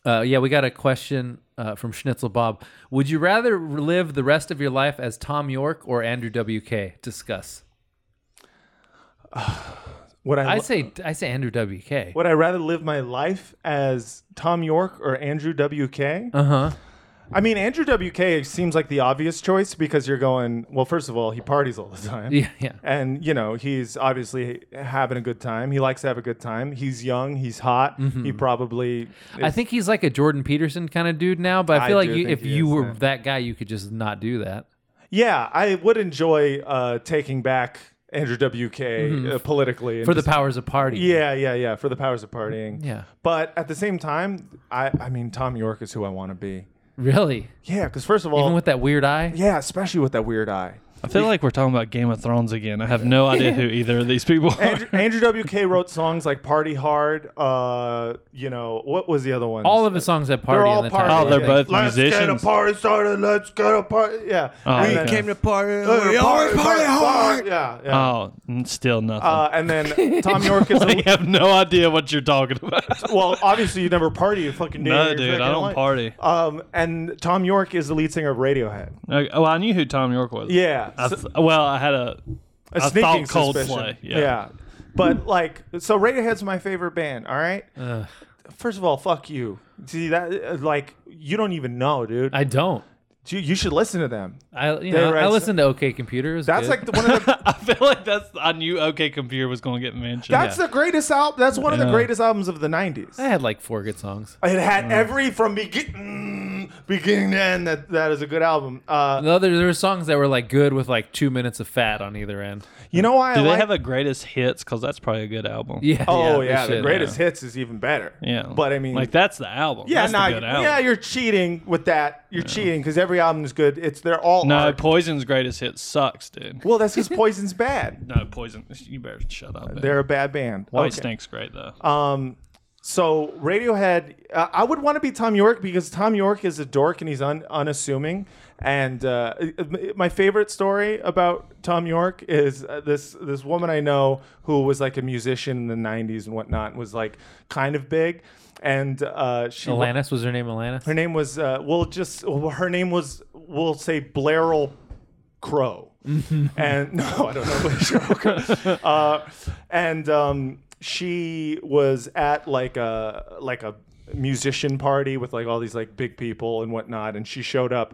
S2: uh, yeah, we got a question uh, from Schnitzel Bob. Would you rather live the rest of your life as Tom York or Andrew WK? Discuss.
S3: Would I,
S2: I say I say Andrew WK.
S3: would I rather live my life as Tom York or Andrew WK?
S2: Uh huh.
S3: I mean, Andrew WK seems like the obvious choice because you're going, well, first of all, he parties all the time.
S2: Yeah, yeah.
S3: And, you know, he's obviously having a good time. He likes to have a good time. He's young. He's hot. He probably.
S2: Mm-hmm. I think he's like a Jordan Peterson kind of dude now, but I
S3: I
S2: feel like
S3: do
S2: you,
S3: think
S2: if
S3: he
S2: you
S3: is,
S2: were
S3: yeah.
S2: that guy, you could just not do that.
S3: Yeah, I would enjoy uh, taking back Andrew WK uh, politically. and
S2: Mm-hmm. For the
S3: just-
S2: powers of party.
S3: Yeah, yeah, yeah. For the powers of partying.
S2: Yeah.
S3: But at the same time, I, I mean, Tom York is who I want to be.
S2: Really?
S3: Yeah, because first of
S2: Even
S3: all,
S2: with that weird eye?
S3: yeah, especially with that weird eye.
S4: I feel like we're talking about Game of Thrones again. I have no idea who either of these people are.
S3: Andrew, Andrew WK wrote songs like "Party Hard." Uh, you know what was the other one?
S2: All of his songs at party.
S3: They're all
S2: in the
S3: party.
S2: title.
S4: Oh, they're
S3: Yeah.
S4: both
S3: Let's get a
S4: musicians.
S3: party started. Let's get a party. Yeah.
S4: Oh,
S3: And
S4: We
S3: then-
S4: came
S1: to party.
S3: Uh,
S1: we always party hard.
S3: Yeah. yeah.
S4: Oh, n- still nothing.
S3: Uh, and then Tom York is
S4: I
S3: a,
S4: have no idea what you're talking about.
S3: well. Obviously, you never party. You fucking day
S4: no,
S3: of your
S4: dude, I
S3: freaking
S4: don't
S3: life.
S4: party.
S3: Um, and Tom York is the lead singer of Radiohead.
S4: Okay, well, I knew who Tom York was.
S3: Yeah.
S4: I
S3: so-
S4: th- well, I had a.
S3: a
S4: I
S3: sneaking
S4: thought
S3: suspicion.
S4: Coldplay, yeah.
S3: But like, so Radiohead's my favorite band. All right. First of all, fuck you. See that? uh, Like, you don't even know, dude.
S2: I don't.
S3: you, you should listen to them.
S2: I, you
S3: They
S2: know,
S3: write
S2: I
S3: so-
S2: listen to OK Computer. It was
S3: That's
S2: good.
S3: like the, one of the
S4: I feel like that's. I knew OK Computer was going to get mentioned.
S3: that's the greatest album. That's one of the
S4: Yeah. Mm.
S3: greatest albums of the '90s.
S2: I had like four good songs.
S3: It had every from beginning mm, beginning to end, that that is a good album. Uh,
S2: No, there, there were songs that were like good with like two minutes of fat on either end.
S3: you know why
S4: Do
S3: I
S4: they
S3: like-
S4: have a greatest hits? Because that's probably a good album.
S2: Yeah.
S3: Oh
S2: they
S3: yeah, the
S2: should,
S3: greatest hits is even better.
S4: Yeah.
S3: but I mean,
S4: like that's the album.
S3: Yeah,
S4: that's
S3: nah,
S4: the good album.
S3: yeah, you're cheating with that. You're cheating because every album is good. It's they're all
S4: no,
S3: art.
S4: Poison's greatest hit sucks, dude.
S3: well, that's because Poison's bad.
S4: No, Poison. You better shut up. man.
S3: They're a bad band.
S4: White
S3: Okay.
S4: Snake's great though.
S3: Um, so Radiohead, uh, I would want to be Tom York because Tom York is a dork and he's un- unassuming. And uh, my favorite story about Tom York is uh, this this woman I know who was like a musician in the '90s and whatnot was like kind of big, and uh, she
S2: Alanis was her name. Alanis.
S3: her name was uh, we'll just her name was we'll say Blairel Crow, and no, I don't know Blairel Crow. Uh, and um, she was at like a like a musician party with like all these like big people and whatnot, and she showed up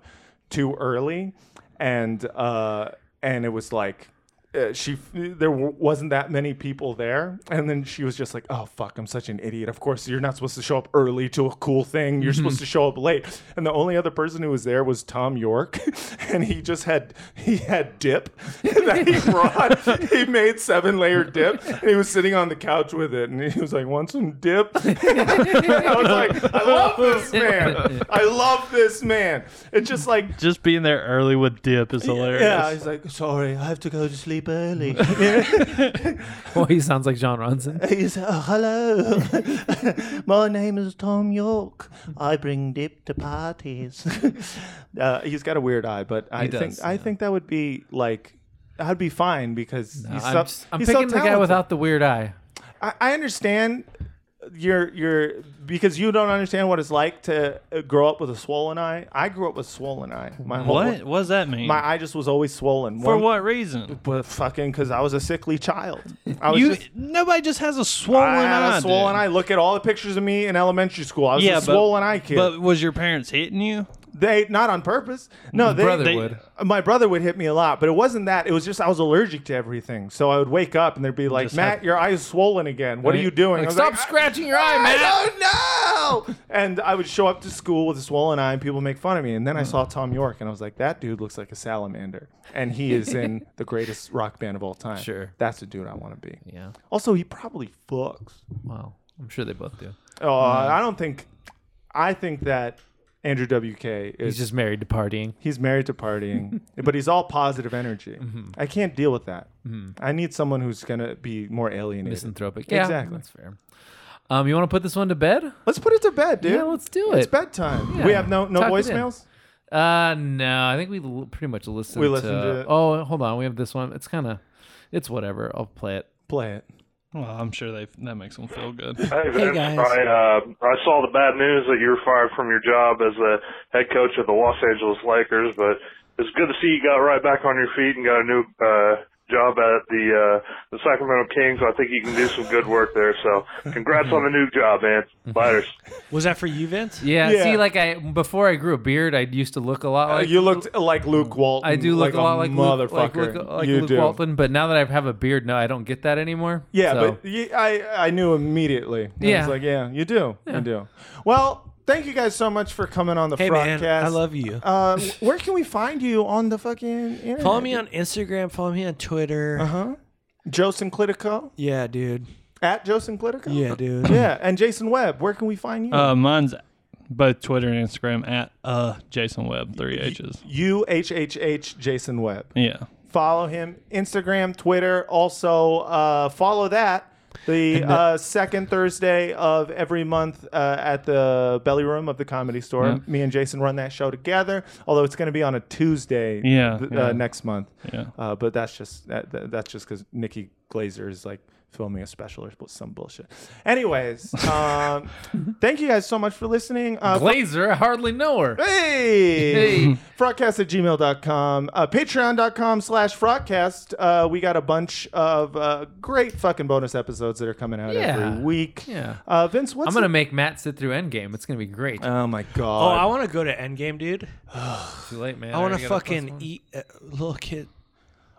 S3: too early, and uh, and it was like. Uh, she there w- wasn't that many people there and then she was just like oh fuck i'm such an idiot of course you're not supposed to show up early to a cool thing you're supposed to show up late and the only other person who was there was tom york and he just had he had dip that he brought he made seven layer dip and he was sitting on the couch with it and he was like want some dip i was like i love this man i love this man it's just like
S4: Just being there early with Dip is hilarious.
S3: yeah he's like sorry i have to go to sleep early
S2: Well, he sounds like John Ronson.
S3: He's, oh, hello. My name is Tom York. I bring dip to parties. uh, he's got a weird eye, but I
S2: does,
S3: think I
S2: yeah.
S3: think that would be like I'd be fine because he's
S2: I'm,
S3: so,
S2: just- I'm
S3: he's so
S2: picking the guy
S3: talented.
S2: without the weird eye.
S3: I, I understand your your because you don't understand what it's like to uh, grow up with a swollen eye. I grew up with swollen eye. My whole
S4: What? What does that mean?
S3: my eye just was always swollen.
S4: For
S3: One-
S4: what reason?
S3: But fucking because I was a sickly child. I was
S4: You
S3: just,
S4: nobody just has a swollen
S3: I had
S4: eye.
S3: a swollen
S4: dude.
S3: eye. Look at all the pictures of me in elementary school. I was
S4: Yeah,
S3: a
S4: but-
S3: swollen eye kid.
S4: But was your parents hitting you?
S3: they not on purpose. No, they,
S2: brother
S3: they-
S2: would.
S3: My brother would hit me a lot, but it wasn't that. It was just I was allergic to everything. So I would wake up and they'd be like,
S4: Just
S3: "Matt,
S4: have-
S3: your eye is swollen again. What are you doing?" I
S2: Like,
S3: was
S2: Stop
S3: like, "Ah, "I-
S2: scratching your eye, man.
S3: I don't know. And I would show up to school with a swollen eye, and people make fun of me. And then
S2: Mm.
S3: I saw Tom York, and I was like, "That dude looks like a salamander," and he is in the greatest rock band of all time.
S2: Sure.
S3: that's the dude I want to be.
S2: Yeah.
S3: Also, he probably fucks.
S2: Wow. I'm sure they both do.
S3: Oh, I don't think. I think that Andrew WK is
S2: He's
S3: he's,
S2: just married to partying.
S3: married to partying, but he's all positive energy.
S2: Mm-hmm.
S3: I can't deal with that. I need someone who's gonna be more alienated.
S2: Misanthropic. Yeah,
S3: Exactly.
S2: That's fair. Um, you want to put this one to bed?
S3: Let's put it to bed, dude.
S2: Yeah, let's do
S3: It's
S2: it.
S3: bedtime.
S2: Yeah.
S3: We have no no
S2: Tuck it in.
S3: voicemails.
S2: Uh, no, I think we l- pretty much listened.
S3: We
S2: to,
S3: listened to it.
S2: Oh, hold on. We have this one. It's kind of, it's whatever. I'll play it.
S3: Play it.
S4: Well, I'm sure they that makes them feel good.
S5: Hey, Vince. I, uh, I saw the bad news that you were fired from your job as the head coach of the Los Angeles Lakers, but it's good to see you got right back on your feet and got a new uh, job at the uh, the Sacramento Kings. I think you can do some good work there. So, congrats on the new job, man. Lighters.
S1: Was that for you, Vince?
S2: Yeah,
S3: Yeah.
S2: See, like I before I grew a beard, I used to look a lot
S3: Uh,
S2: like
S3: you looked like Luke Walton.
S2: I do look a lot like Luke, like,
S3: motherfucker.
S2: Luke, like
S3: you
S2: Luke
S3: do.
S2: Walton, but now that I have a beard, no, I don't get that anymore.
S3: Yeah,
S2: So,
S3: but you, I I knew immediately. I
S2: Yeah.
S3: was like, yeah, you do, you do. Well, thank you guys so much for coming on the
S1: Hey,
S3: broadcast.
S1: man, I love you.
S3: Uh, where can we find you on the fucking internet?
S1: follow me on Instagram. Follow me on Twitter.
S3: Joe Sinclitico
S1: Yeah, dude. Uh-huh.
S3: at Joe Sinclitico.
S1: Yeah, dude.
S3: yeah. And Jason Webb, where can we find you?
S4: Uh, mine's both Twitter and Instagram at uh Jason Webb three H's.
S3: U H H H Jason Webb.
S4: Yeah.
S3: Follow him Instagram, Twitter. Also uh, follow that. The uh, second Thursday of every month uh, at the Belly Room of the Comedy Store. Me and Jason run that show together. Although it's going to be on a Tuesday.
S4: Yeah,
S3: th-
S4: yeah.
S3: Uh, next month.
S4: Yeah.
S3: Uh, but that's just that, that- that's just because Nikki Glazer is like filming a special or some bullshit. Anyways, um, thank you guys so much for listening. Uh,
S2: Glazer, I hardly know her.
S3: Hey!
S2: Hey.
S3: Frogcast at gmail.com. Uh, Patreon.com slash Frogcast. Uh, we got a bunch of uh, great fucking bonus episodes that are coming out
S2: Yeah.
S3: every week.
S2: Yeah.
S3: Uh, Vince, what's
S2: I'm gonna
S3: the-
S2: make Matt sit through Endgame. It's gonna be great.
S3: Oh my
S1: Oh, I
S3: god.
S1: want to go to Endgame, dude.
S2: Too late, man.
S1: I want
S2: already
S1: to
S2: got a plus
S1: fucking
S2: one.
S1: eat uh, little kid.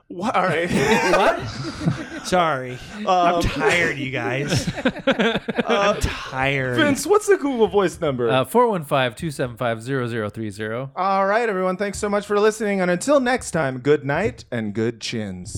S3: Wha- All right.
S1: Sorry, I'm tired, you guys. I'm tired.
S3: Vince, what's the Google Voice number?
S2: Uh, 415 275 0030.
S3: All right, everyone. Thanks so much for listening. And until next time, good night and good chins.